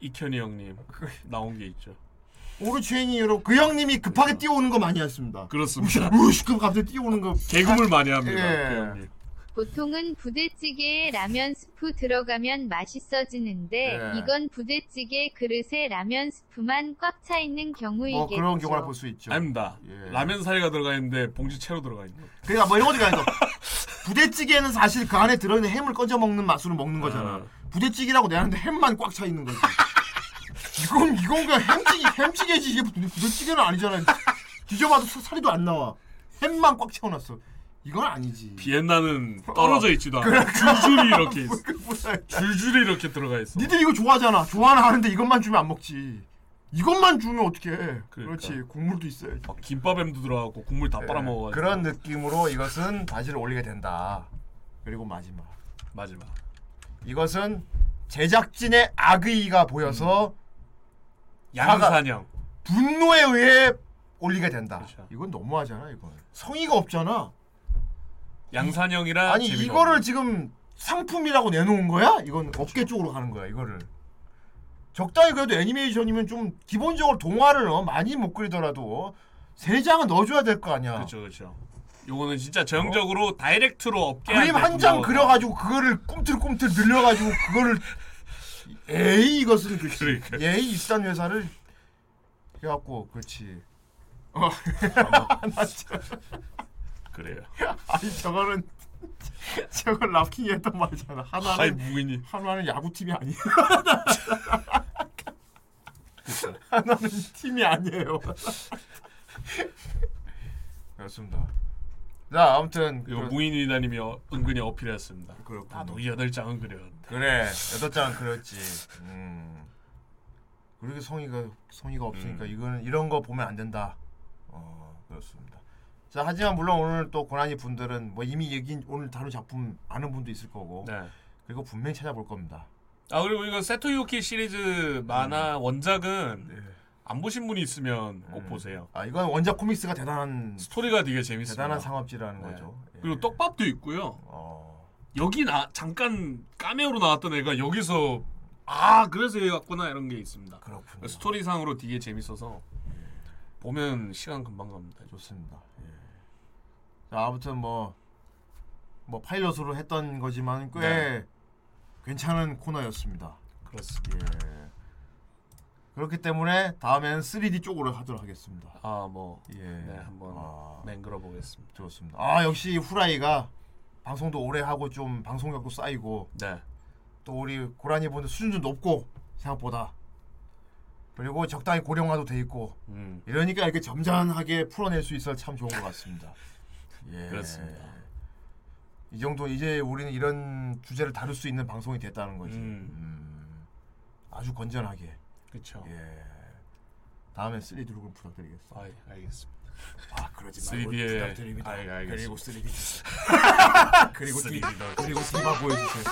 Speaker 4: 이현이 형님 나온 게 있죠
Speaker 3: 오르추행이로 그 형님이
Speaker 4: 음.
Speaker 3: 급하게 뛰어오는 거 많이 했습니다.
Speaker 4: 그렇습니다
Speaker 3: 우시 그 갑자기 뛰어오는 거
Speaker 4: 개그물 많이 합니다
Speaker 3: 예.
Speaker 4: 그 형님
Speaker 9: 보통은 부대찌개에 라면 스프 들어가면 맛있어지는데
Speaker 3: 예.
Speaker 9: 이건 부대찌개 그릇에 라면 스프만 꽉 차 있는 경우이겠죠.
Speaker 3: 뭐 그런 경우를 볼 수 있죠.
Speaker 4: 아닙니다
Speaker 3: 예.
Speaker 4: 라면 사리가 들어가 있는데 봉지 채로 들어가 있는 거
Speaker 3: 그러니까 뭐 이런 거지 그러니까 부대찌개는 사실 그 안에 들어있는 햄을 꺼져 먹는 맛으로 먹는 거잖아.
Speaker 4: 어.
Speaker 3: 부대찌개라고 내는데 햄만 꽉 차 있는 거지. 이건 이건 그냥 햄찌개 햄찌개지 이게 부- 부대찌개는 아니잖아. 뒤져봐도 사- 살이도 안 나와. 햄만 꽉 채워놨어. 이건 아니지.
Speaker 4: 비엔나는 떨어져 있지도 않아
Speaker 3: 그래.
Speaker 4: 줄줄이 이렇게 있어
Speaker 3: 그 뭐야.
Speaker 4: 줄줄이 이렇게 들어가 있어
Speaker 3: 니들 이거 좋아하잖아. 좋아하나 하는데 이것만 주면 안 먹지. 이것만 주면 어떻게 해?
Speaker 4: 그러니까.
Speaker 3: 그렇지 국물도 있어야지.
Speaker 4: 막 김밥엠도 들어가고 국물 다 빨아먹어가지고
Speaker 3: 예. 그런 느낌으로 이것은 바지를 올리게 된다. 그리고 마지막.
Speaker 4: 마지막
Speaker 3: 이것은 제작진의 악의가 보여서
Speaker 4: 양산형
Speaker 3: 분노에 의해 올리게 된다.
Speaker 4: 그렇죠.
Speaker 3: 이건 너무하잖아, 이건. 성의가 없잖아.
Speaker 4: 양산형이라
Speaker 3: 아니,
Speaker 4: 재미가 그렇죠.
Speaker 3: 이거를
Speaker 4: 없는.
Speaker 3: 지금 상품이라고 내놓은 거야? 이건 업계 쪽으로 가는 거야, 이거를. 적당히 그래도 애니메이션이면 좀 기본적으로 동화를 어, 많이 못 그리더라도 세 장은 넣어줘야 될 거 아니야.
Speaker 4: 그렇죠 그렇죠 요거는 진짜 전형적으로 다이렉트로 업계
Speaker 3: 어? 그림 한 장 그려가지고 그거를 꿈틀꿈틀 늘려가지고 그거를 에이 이것은 그렇지.
Speaker 4: 그러니까.
Speaker 3: 에이 이딴 회사를 해갖고 그렇지.
Speaker 4: 어.
Speaker 3: 아,
Speaker 4: 그래요
Speaker 3: 아니 저거는 저건 랍킹이 했던 말이잖아.
Speaker 4: 아이
Speaker 3: 하나는
Speaker 4: 무인이
Speaker 3: 하나는 야구팀이 아니에요.
Speaker 4: 그러니까.
Speaker 3: 하나는 팀이 아니에요. 그렇습니다. 자 아무튼
Speaker 4: 이거
Speaker 3: 그렇- 아,
Speaker 4: 무인이다님이 아, 어, 은근히 어필했습니다. 음. 네.
Speaker 3: 그렇군요.
Speaker 4: 나도 이 여덟 장은 그렸는데
Speaker 3: 그래 여덟 장은 그렇지. 음. 그렇게 성의가 성의가
Speaker 4: 음.
Speaker 3: 없으니까 이거는 이런 거 보면 안 된다. 어 그렇습니다. 자 하지만 물론 오늘 또 고난이 분들은 뭐 이미 얘기 오늘 다룬 작품 아는 분도 있을 거고
Speaker 4: 네.
Speaker 3: 그리고 분명히 찾아볼 겁니다.
Speaker 4: 아 그리고 이거 세토유키 시리즈 만화 원작은
Speaker 3: 네.
Speaker 4: 안 보신 분이 있으면 꼭
Speaker 3: 음.
Speaker 4: 보세요.
Speaker 3: 아 이건 원작 코믹스가 대단한
Speaker 4: 스토리가 되게 재밌습니다.
Speaker 3: 대단한 상업지라는
Speaker 4: 네.
Speaker 3: 거죠. 예.
Speaker 4: 그리고 떡밥도 있고요.
Speaker 3: 어,
Speaker 4: 여기 나 잠깐 까메오로 나왔던 애가 여기서 아 그래서 얘 같구나 이런 게 있습니다.
Speaker 3: 그렇군요.
Speaker 4: 스토리상으로 되게 재밌어서 보면 시간 금방 갑니다.
Speaker 3: 좋습니다. 예. 자 아무튼 뭐 뭐 파일럿으로 했던 거지만 꽤
Speaker 4: 네.
Speaker 3: 괜찮은 코너였습니다.
Speaker 4: 그렇습니다.
Speaker 3: 예. 그렇기 때문에 다음엔 3D 쪽으로 하도록 하겠습니다.
Speaker 4: 아 뭐.
Speaker 3: 예.
Speaker 4: 네 한번
Speaker 3: 아.
Speaker 4: 맹글어 보겠습니다.
Speaker 3: 좋습니다. 아 역시 후라이가 방송도 오래 하고 좀 방송력도 쌓이고
Speaker 4: 네.
Speaker 3: 또 우리 고라니 분들 수준도 높고 생각보다 그리고 적당히 고령화도 돼 있고
Speaker 4: 음.
Speaker 3: 이러니까 이렇게 점잖하게 풀어낼 수 있어 참 좋은 것 같습니다. 예.
Speaker 4: 그렇습니다.
Speaker 3: 이 정도 이제 우리는 이런 주제를 다룰 수 있는 방송이 됐다는 거지.
Speaker 4: 음.
Speaker 3: 음. 아주 건전하게.
Speaker 4: 그렇죠.
Speaker 3: 예. 다음엔 3D룩을 부탁드리겠습니다.
Speaker 4: 아, 예, 알겠습니다.
Speaker 3: 아 그러지 말고
Speaker 4: 3D 의-
Speaker 3: 부탁드립니다.
Speaker 4: 아이, 알겠습니다.
Speaker 3: 그리고 3D 그리고 3D 그리고 디바 보여주세요.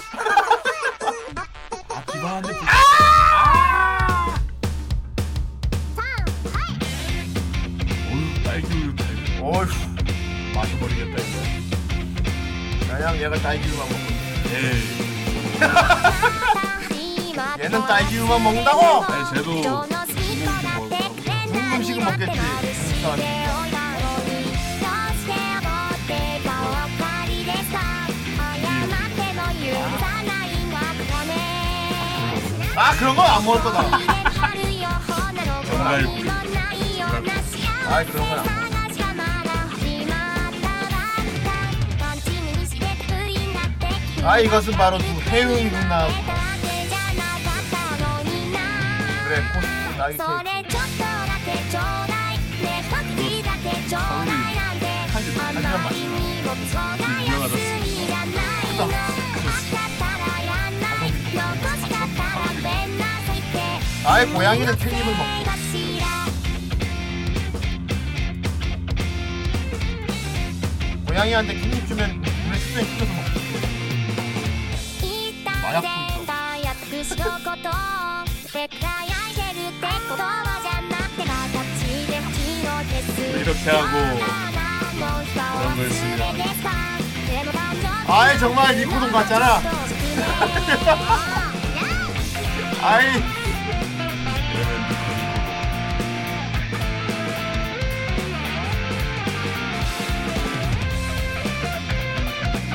Speaker 3: 아 디바한테 부...
Speaker 4: 아! 오늘 딸기우유 팔고
Speaker 3: 어휴
Speaker 4: 마셔버리겠다 이거.
Speaker 3: 그냥 얘가 딸기우유만 먹고 있네.
Speaker 4: 예.
Speaker 3: 얘는 딸기우유만 먹는다고?
Speaker 4: 아니 쟤도
Speaker 3: 좋은 음식을 먹겠지. 일단 あ그런건안먹었구나
Speaker 4: 정말
Speaker 3: 아그런건안먹었어 아 이것은 바로 두 해운 누나 그래 코스프 나이
Speaker 2: それ
Speaker 3: 테
Speaker 2: ちょっとだけちょうだいねえパクチーだけちょうだいなんてあんまりにもそうだ休みがないのあったらやんない残したからべんなさいって
Speaker 3: 아예 고양이는 캣닙을 먹
Speaker 2: 映画しら
Speaker 3: 고양이한테 캣닙 주면 물에 식초에 뿌려서 먹
Speaker 2: 言ったってんだ約束のことをで輝いてるってことはじゃなくて形で気を消す
Speaker 4: 이렇게 하고
Speaker 2: 그런
Speaker 4: 거였습니다.
Speaker 3: 아이 정말 니코동 같잖아 아이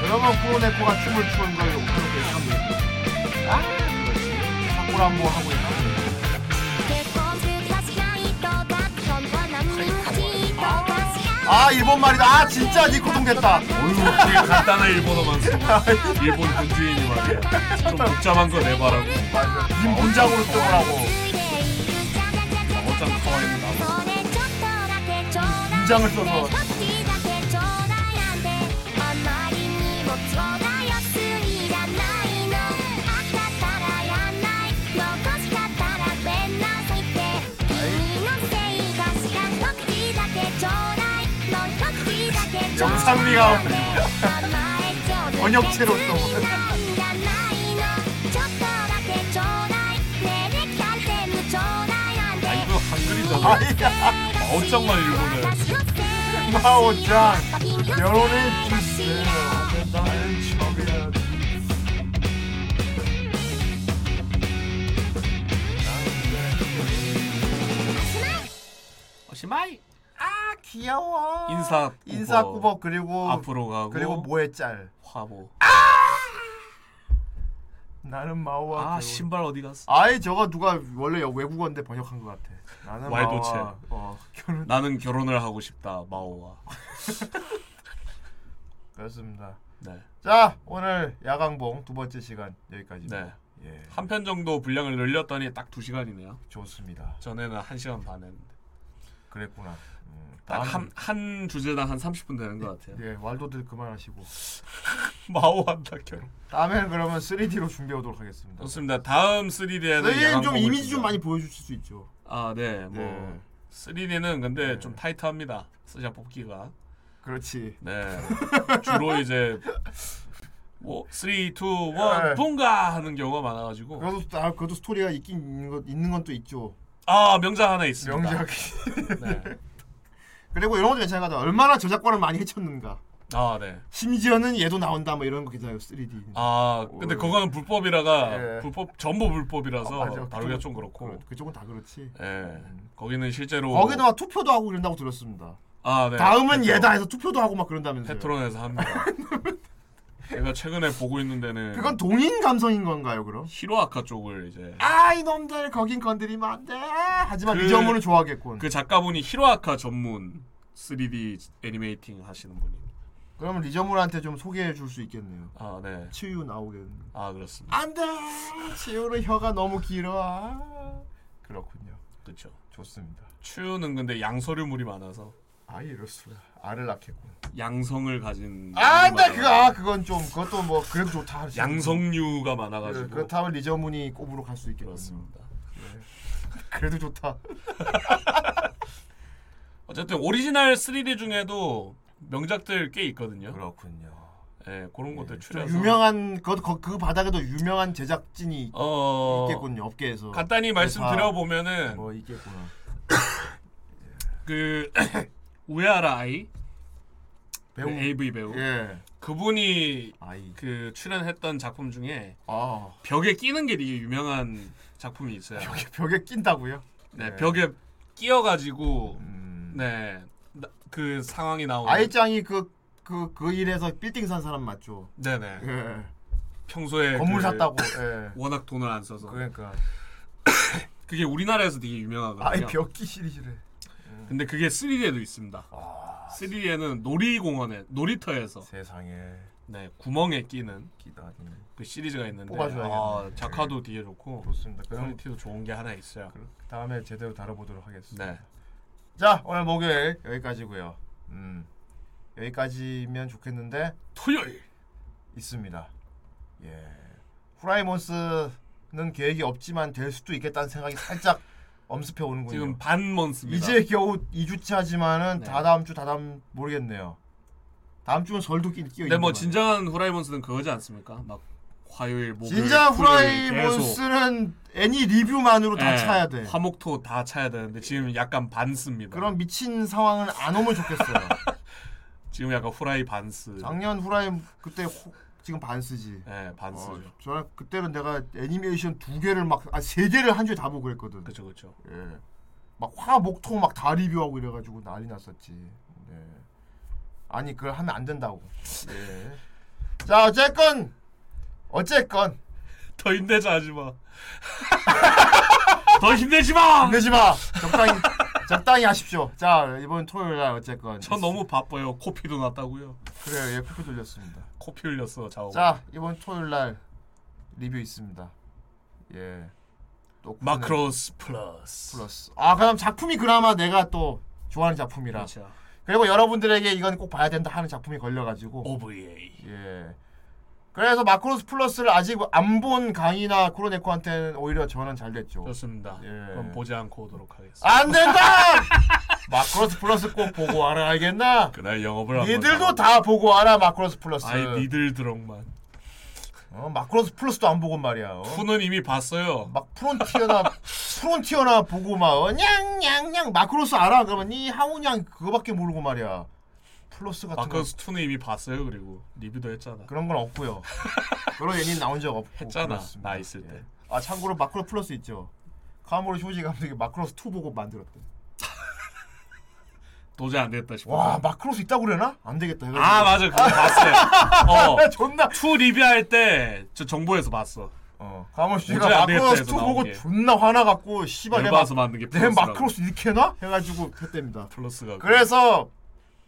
Speaker 3: 그러면 구호네코가 춤을 추는 걸 욕하는 게 참. 아, 사쿠란보 하고 있다.
Speaker 2: 結婚するかしないとかそんな人気とかしら
Speaker 3: 아 일본 말이다. 아 진짜 니코동 됐다.
Speaker 4: 어휴 되게 간단한 일본어만 쓰고 일본 현지인이 말이야. 좀 복잡한 거 내봐라고.
Speaker 3: 님 문장으로 써보라고.
Speaker 2: ついているじゃじゃじゃじゃそれちょっとだけちょうだいね
Speaker 3: 문장을 써서
Speaker 4: 어쩜 어, 가만히 나.
Speaker 2: パクチーだけちょうだいなんてあまりにもちょうだいよすぎじゃないのあったったらやんない残したったらべんなさいって君のせいかしら一口だけちょうだいの一口だけちょうだい
Speaker 3: 영상미가 없네.
Speaker 2: 번역체로
Speaker 3: 번역체로 또.
Speaker 4: 아 이거 한글이잖아.
Speaker 3: 아이야
Speaker 4: 어쩜만 일본어.
Speaker 3: 마오짱
Speaker 2: 결혼해
Speaker 3: 결혼해 주세요. 나는 처음이야.
Speaker 4: 시마이.
Speaker 3: 아 귀여워.
Speaker 4: 인사 아, 꾸벅.
Speaker 3: 인사 꾸벅 그리고
Speaker 4: 앞으로 가고
Speaker 3: 그리고 뭐- 아, 모의 짤.
Speaker 4: 화보.
Speaker 3: 나는 마오와.
Speaker 4: 아
Speaker 3: 결혼.
Speaker 4: 신발 어디 갔어?
Speaker 3: 아이 저거 누가 원래 외국어인데 번역한 것 같아. 나는
Speaker 4: 와일드체.
Speaker 3: 마오와 어 결혼.
Speaker 4: 나는 결혼을 하고 싶다 마오와.
Speaker 3: 그렇습니다.
Speaker 4: 네.
Speaker 3: 자 오늘 야광봉 두 번째 시간 여기까지입니다.
Speaker 4: 네.
Speaker 3: 예
Speaker 4: 한 편 정도 분량을 늘렸더니 딱 두 시간이네요.
Speaker 3: 좋습니다.
Speaker 4: 전에는 한 시간 반 했는데
Speaker 3: 그랬구나. 음,
Speaker 4: 딱
Speaker 3: 다음-
Speaker 4: 한 한 주제당 한 30분 되는 것 같아요.
Speaker 3: 예 왈도들 그만하시고
Speaker 4: 예. 마오한다 결혼.
Speaker 3: 다음에는 그러면 3D로 준비해 오도록 하겠습니다.
Speaker 4: 좋습니다. 다음 3D에는
Speaker 3: 선생님 좀 이미지 좀 많이 보여주실 수 있죠.
Speaker 4: 아, 네. 뭐 네.
Speaker 3: 네.
Speaker 4: 3D는 근데 좀 타이트합니다. 쓰자 뽑기가.
Speaker 3: 그렇지.
Speaker 4: 네. 주로 이제 뭐 3, 2, 1
Speaker 3: 네.
Speaker 4: 붕가 하는 경우가 많아 가지고
Speaker 3: 그래도 다 그것도 스토리가 있긴 있는 것 있는 건 또 있죠.
Speaker 4: 아, 명작 하나 있습니다.
Speaker 3: 명작.
Speaker 4: 네.
Speaker 3: 그리고 이런 것도 괜찮아요. 얼마나 저작권을 많이 해쳤는가.
Speaker 4: 아, 네.
Speaker 3: 심지어는 얘도 나온다 뭐 이런 거 괜찮아요. 3D.
Speaker 4: 아, 근데 그거는 불법이라가
Speaker 3: 예.
Speaker 4: 불법 전부 불법이라서
Speaker 3: 맞아.
Speaker 4: 다루기가 좀
Speaker 3: 그쪽은-
Speaker 4: 그렇고.
Speaker 3: 그- 그쪽은 다 그렇지.
Speaker 4: 예. 거기는 실제로
Speaker 3: 거기도 막 투표도 하고 이런다고 들었습니다.
Speaker 4: 아, 네.
Speaker 3: 다음은
Speaker 4: 페트론-
Speaker 3: 얘다 해서 투표도 하고 막 그런다면서요.
Speaker 4: 페트론에서 합니다. 제가 최근에 보고 있는 데는
Speaker 3: 그건 동인 감성인 건가요, 그럼?
Speaker 4: 히로아카 쪽을 이제
Speaker 3: 아 이놈들 거긴 건드리면 안 돼. 하지만
Speaker 4: 그-
Speaker 3: 이 점으로 좋아하겠군.
Speaker 4: 그 작가분이 히로아카 전문 3D 애니메이팅 하시는 분이.
Speaker 3: 그러면 리저물한테 좀 소개해 줄 수 있겠네요.
Speaker 4: 아 네.
Speaker 3: 치유 나오겠네.
Speaker 4: 아 그렇습니다.
Speaker 3: 안돼. 치유는 혀가 너무 길어. 아. 그렇군요.
Speaker 4: 그렇죠.
Speaker 3: 좋습니다.
Speaker 4: 추유는 근데 양서류물이 많아서
Speaker 3: 아 이럴 수가. 알을 낳겠군.
Speaker 4: 양성을 가진.
Speaker 3: 안돼
Speaker 4: 물이
Speaker 3: 그거
Speaker 4: 많아요.
Speaker 3: 아 그건 좀 그것도 뭐 그래도 좋다. 하지.
Speaker 4: 양성류가
Speaker 3: 그,
Speaker 4: 많아가지고.
Speaker 3: 그렇다면 리저문이 꼽으로 갈 수 있겠군요.
Speaker 4: 그렇습니다.
Speaker 3: 그래도 좋다.
Speaker 4: 어쨌든 오리지널 3D 중에도 명작들 꽤 있거든요.
Speaker 3: 그렇군요.
Speaker 4: 예, 그런
Speaker 3: 네, 좀
Speaker 4: 것들 추려서
Speaker 3: 유명한 그, 그, 그 바닥에도 유명한 제작진이
Speaker 4: 어
Speaker 3: 있겠군요 업계에서.
Speaker 4: 간단히 말씀드려 보면은
Speaker 3: 뭐 있겠구나.
Speaker 4: 그 우에아라 아이
Speaker 3: 배우.
Speaker 4: 그 AV 배우
Speaker 3: 예.
Speaker 4: 그분이
Speaker 3: 아이.
Speaker 4: 그 출연했던 작품 중에
Speaker 3: 아
Speaker 4: 벽에 끼는 게 되게 유명한 작품이 있어요.
Speaker 3: 벽에, 벽에 낀다고요?
Speaker 4: 네,
Speaker 3: 네.
Speaker 4: 벽에 끼어가지고
Speaker 3: 음.
Speaker 4: 네 그 상황이 나오는.
Speaker 3: 아이짱이 그 그 그 일에서 빌딩 산 사람 맞죠?
Speaker 4: 네네.
Speaker 3: 예.
Speaker 4: 평소에
Speaker 3: 건물
Speaker 4: 그
Speaker 3: 샀다고. 예.
Speaker 4: 워낙 돈을 안 써서
Speaker 3: 그러니까.
Speaker 4: 그게 우리나라에서 되게 유명하거든요.
Speaker 3: 아이 벽기 시리즈래.
Speaker 4: 근데 그게 3D에도 있습니다. 3D에는 놀이공원에 놀이터에서
Speaker 3: 아, 세상에
Speaker 4: 네 구멍에 끼는
Speaker 3: 기다니.
Speaker 4: 그 시리즈가 있는데
Speaker 3: 뽑아줘야겠네.
Speaker 4: 아, 작화도 되게 좋고
Speaker 3: 좋습니다. 그럼
Speaker 4: 퀄리티도 좋은 게 하나 있어요.
Speaker 3: 다음에 제대로 다뤄보도록 하겠습니다.
Speaker 4: 네.
Speaker 3: 자 오늘 목요일 여기까지고요. 음 여기까지면 좋겠는데
Speaker 4: 토요일
Speaker 3: 있습니다. 예. 후라이몬스는 계획이 없지만 될 수도 있겠다는 생각이 살짝 엄습해 오는군요.
Speaker 4: 지금 반 먼스입니다.
Speaker 3: 이제 겨우 2주째 하지만은
Speaker 4: 네.
Speaker 3: 다다음 주 다다음 모르겠네요. 다음 주는 설도 끼- 끼어
Speaker 4: 근데 뭐
Speaker 3: 있는
Speaker 4: 진정한 후라이몬스는 그거지 않습니까? 막 화요일 목요일
Speaker 3: 진짜
Speaker 4: 토요일
Speaker 3: 후라이몬스는 애니 리뷰만으로
Speaker 4: 계속.
Speaker 3: 다
Speaker 4: 네,
Speaker 3: 차야 돼.
Speaker 4: 화목토 다 차야 되는데 지금 약간 반스입니다.
Speaker 3: 그런 미친 상황은 안 오면 좋겠어요.
Speaker 4: 지금 약간 후라이 반스.
Speaker 3: 작년 후라이 그때 호- 지금 반 쓰지.
Speaker 4: 네 반스죠.
Speaker 3: 어, 저는 그때는 내가 애니메이션 두 개를 막아세 개를 한 주에 다 보고 그랬거든.
Speaker 4: 그렇죠 그렇죠.
Speaker 3: 예. 막 화목토 막 다 리뷰하고 이래가지고 난리 났었지. 예. 아니 그걸 하면 안 된다고. 예. 자 어쨌건 어쨌건
Speaker 4: 더 힘내자 하지 마. 더 힘내지 마.
Speaker 3: 내지 마. 적당히 적당히 하십시오. 자 이번 토요일 날 어쨌건
Speaker 4: 저 너무 바빠요. 코피도 났다고요.
Speaker 3: 그래요. 예 코피 돌렸습니다.
Speaker 4: 코피 흘렸어 자오.
Speaker 3: 자 이번 토요일 날 리뷰 있습니다. 예. 또 국내
Speaker 4: 마크로스 플러스.
Speaker 3: 플러스. 아 그럼 작품이 그나마 내가 또 좋아하는 작품이라.
Speaker 4: 그렇죠.
Speaker 3: 그리고 여러분들에게 이건 꼭 봐야 된다 하는 작품이 걸려가지고.
Speaker 4: OVA.
Speaker 3: 예. 그래서 마크로스 플러스를 아직 안 본 강이나 코로네코한테는 오히려 전환 잘 됐죠.
Speaker 4: 좋습니다.
Speaker 3: 예. 아!
Speaker 4: 그럼 보지 않고 오도록 하겠습니다.
Speaker 3: 안 된다! 마크로스 플러스 꼭 보고 와라 알겠나?
Speaker 4: 그날 영업을 한번
Speaker 3: 니들도
Speaker 4: 나가고.
Speaker 3: 다 보고 와라 마크로스 플러스.
Speaker 4: 아이 니들 드럭만.
Speaker 3: 어, 마크로스 플러스도 안 보고 말이야. 어.
Speaker 4: 푸는 이미 봤어요.
Speaker 3: 막 프론티어나 프론티어나 보고 막 냥냥냥 마크로스 알아? 그러면 이 하우냥 그거밖에 모르고 말이야. 플러스 같은 거
Speaker 4: 마크로스 2는 이미 봤어요. 그리고 리뷰도 했잖아.
Speaker 3: 그런 건 없고요. 그런 애니 나온 적 없고
Speaker 4: 했잖아,
Speaker 3: 그렇습니다.
Speaker 4: 나 있을 때.
Speaker 3: 아 참고로 마크로 플러스 있죠. 카모로 쇼지 감독이 마크로스 2 보고 만들었대.
Speaker 4: 도저히 안 됐다 싶어.
Speaker 3: 와 마크로스 있다고 그래나? 안 되겠다. 해가지고.
Speaker 4: 아 맞아 그거 봤어요. 어.
Speaker 3: 야, 존나.
Speaker 4: 2 리뷰할 때 저 정보에서 봤어.
Speaker 3: 어 카모로 쇼지가
Speaker 4: 도저히 안 되겠다
Speaker 3: 마크로스 2
Speaker 4: 해서 나온
Speaker 3: 보고
Speaker 4: 게.
Speaker 3: 존나 화나갖고 씨발 내, 마,
Speaker 4: 얇아서 만든 게
Speaker 3: 내
Speaker 4: 플러스라고.
Speaker 3: 마크로스 이렇게 해놔? 해가지고 했답니다.
Speaker 4: 플러스가
Speaker 3: 그래서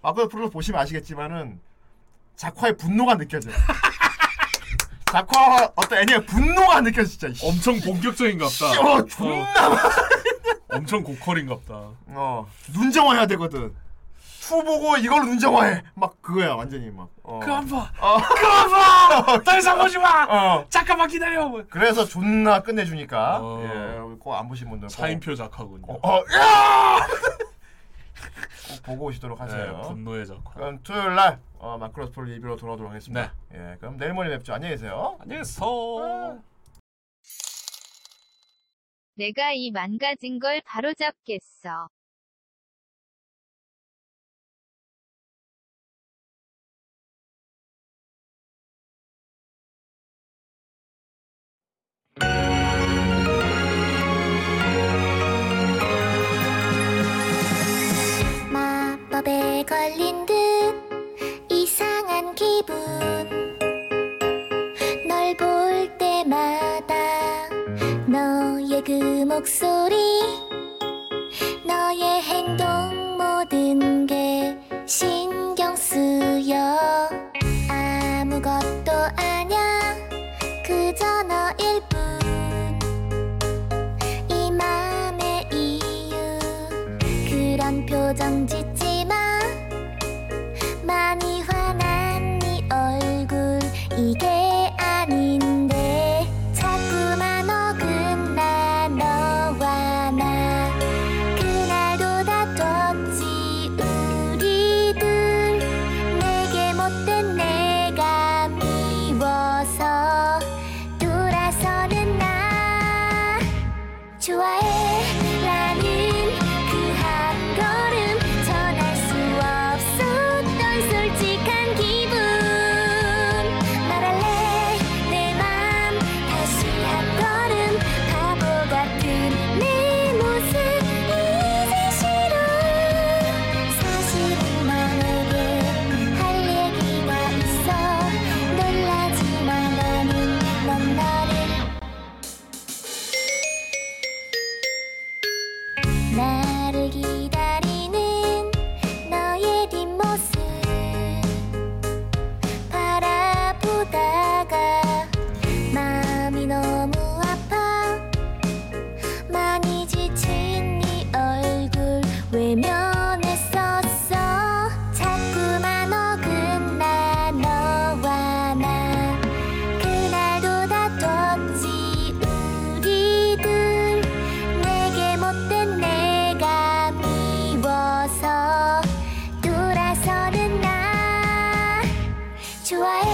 Speaker 3: 마크로스 플러스 보시면 아시겠지만은 작화의 분노가 느껴져. 요 작화 어떤 애니의 분노가 느껴지죠. 씨.
Speaker 4: 엄청 본격적인갑다.
Speaker 3: 어, 존나
Speaker 4: 엄청 고퀄인갑다.
Speaker 3: 어 눈정화해야 되거든. 투 보고 이걸로 눈정화해. 막 그거야 완전히 막. 어.
Speaker 4: 그안 봐.
Speaker 3: 어.
Speaker 4: 더 이상 보지 마.
Speaker 3: 어.
Speaker 4: 잠깐만 기다려.
Speaker 3: 그래서 존나 끝내주니까
Speaker 4: 어.
Speaker 3: 예, 꼭 안 보신 분들
Speaker 4: 차인표 작화군요.
Speaker 3: 꼭, 어, 야! 꼭 보고 오시도록
Speaker 4: 네,
Speaker 3: 하세요.
Speaker 4: 분노의 작화.
Speaker 3: 그럼 토요일 날 어, 마크로스 폴 리뷰로 돌아오도록 하겠습니다.
Speaker 4: 네.
Speaker 3: 예, 그럼 내일 모레 뵙죠. 안녕히 계세요.
Speaker 4: 안녕히 계세요.
Speaker 9: 내가 이 망가진 걸 바로잡겠어.
Speaker 2: 마법에 걸린 듯 이상한 기분 그 목소리 너의 행동 모든 게 신경 쓰여 아무것도 아냐 그저 너일 뿐 이 맘의 이유 그런 표정 짓지 마 많이 화난 네 얼굴 이게 아닌데 자꾸만 어긋나 너와 나 그날도 다퉜지 우리들 내게 못된 내가 미워서 돌아서는 나 좋아해 라는 그 한 걸음 전할 수 없었던 솔직한 기분 말할래 내 맘 다시 한 걸음 바보 같은 내 모습 이제 싫어 사실은 나에게 할 얘기가 있어 놀라지만 나는 넌 나를 나를 기다리는 너의 뒷모습 바라보다가 마음이 너무 아파 많이 지친 네 얼굴 외면했었어 자꾸만 어긋나 너와 나 그날도 다퉜지 우리들 내게 못된 내가 미워서 돌아서는 나 좋아해 그그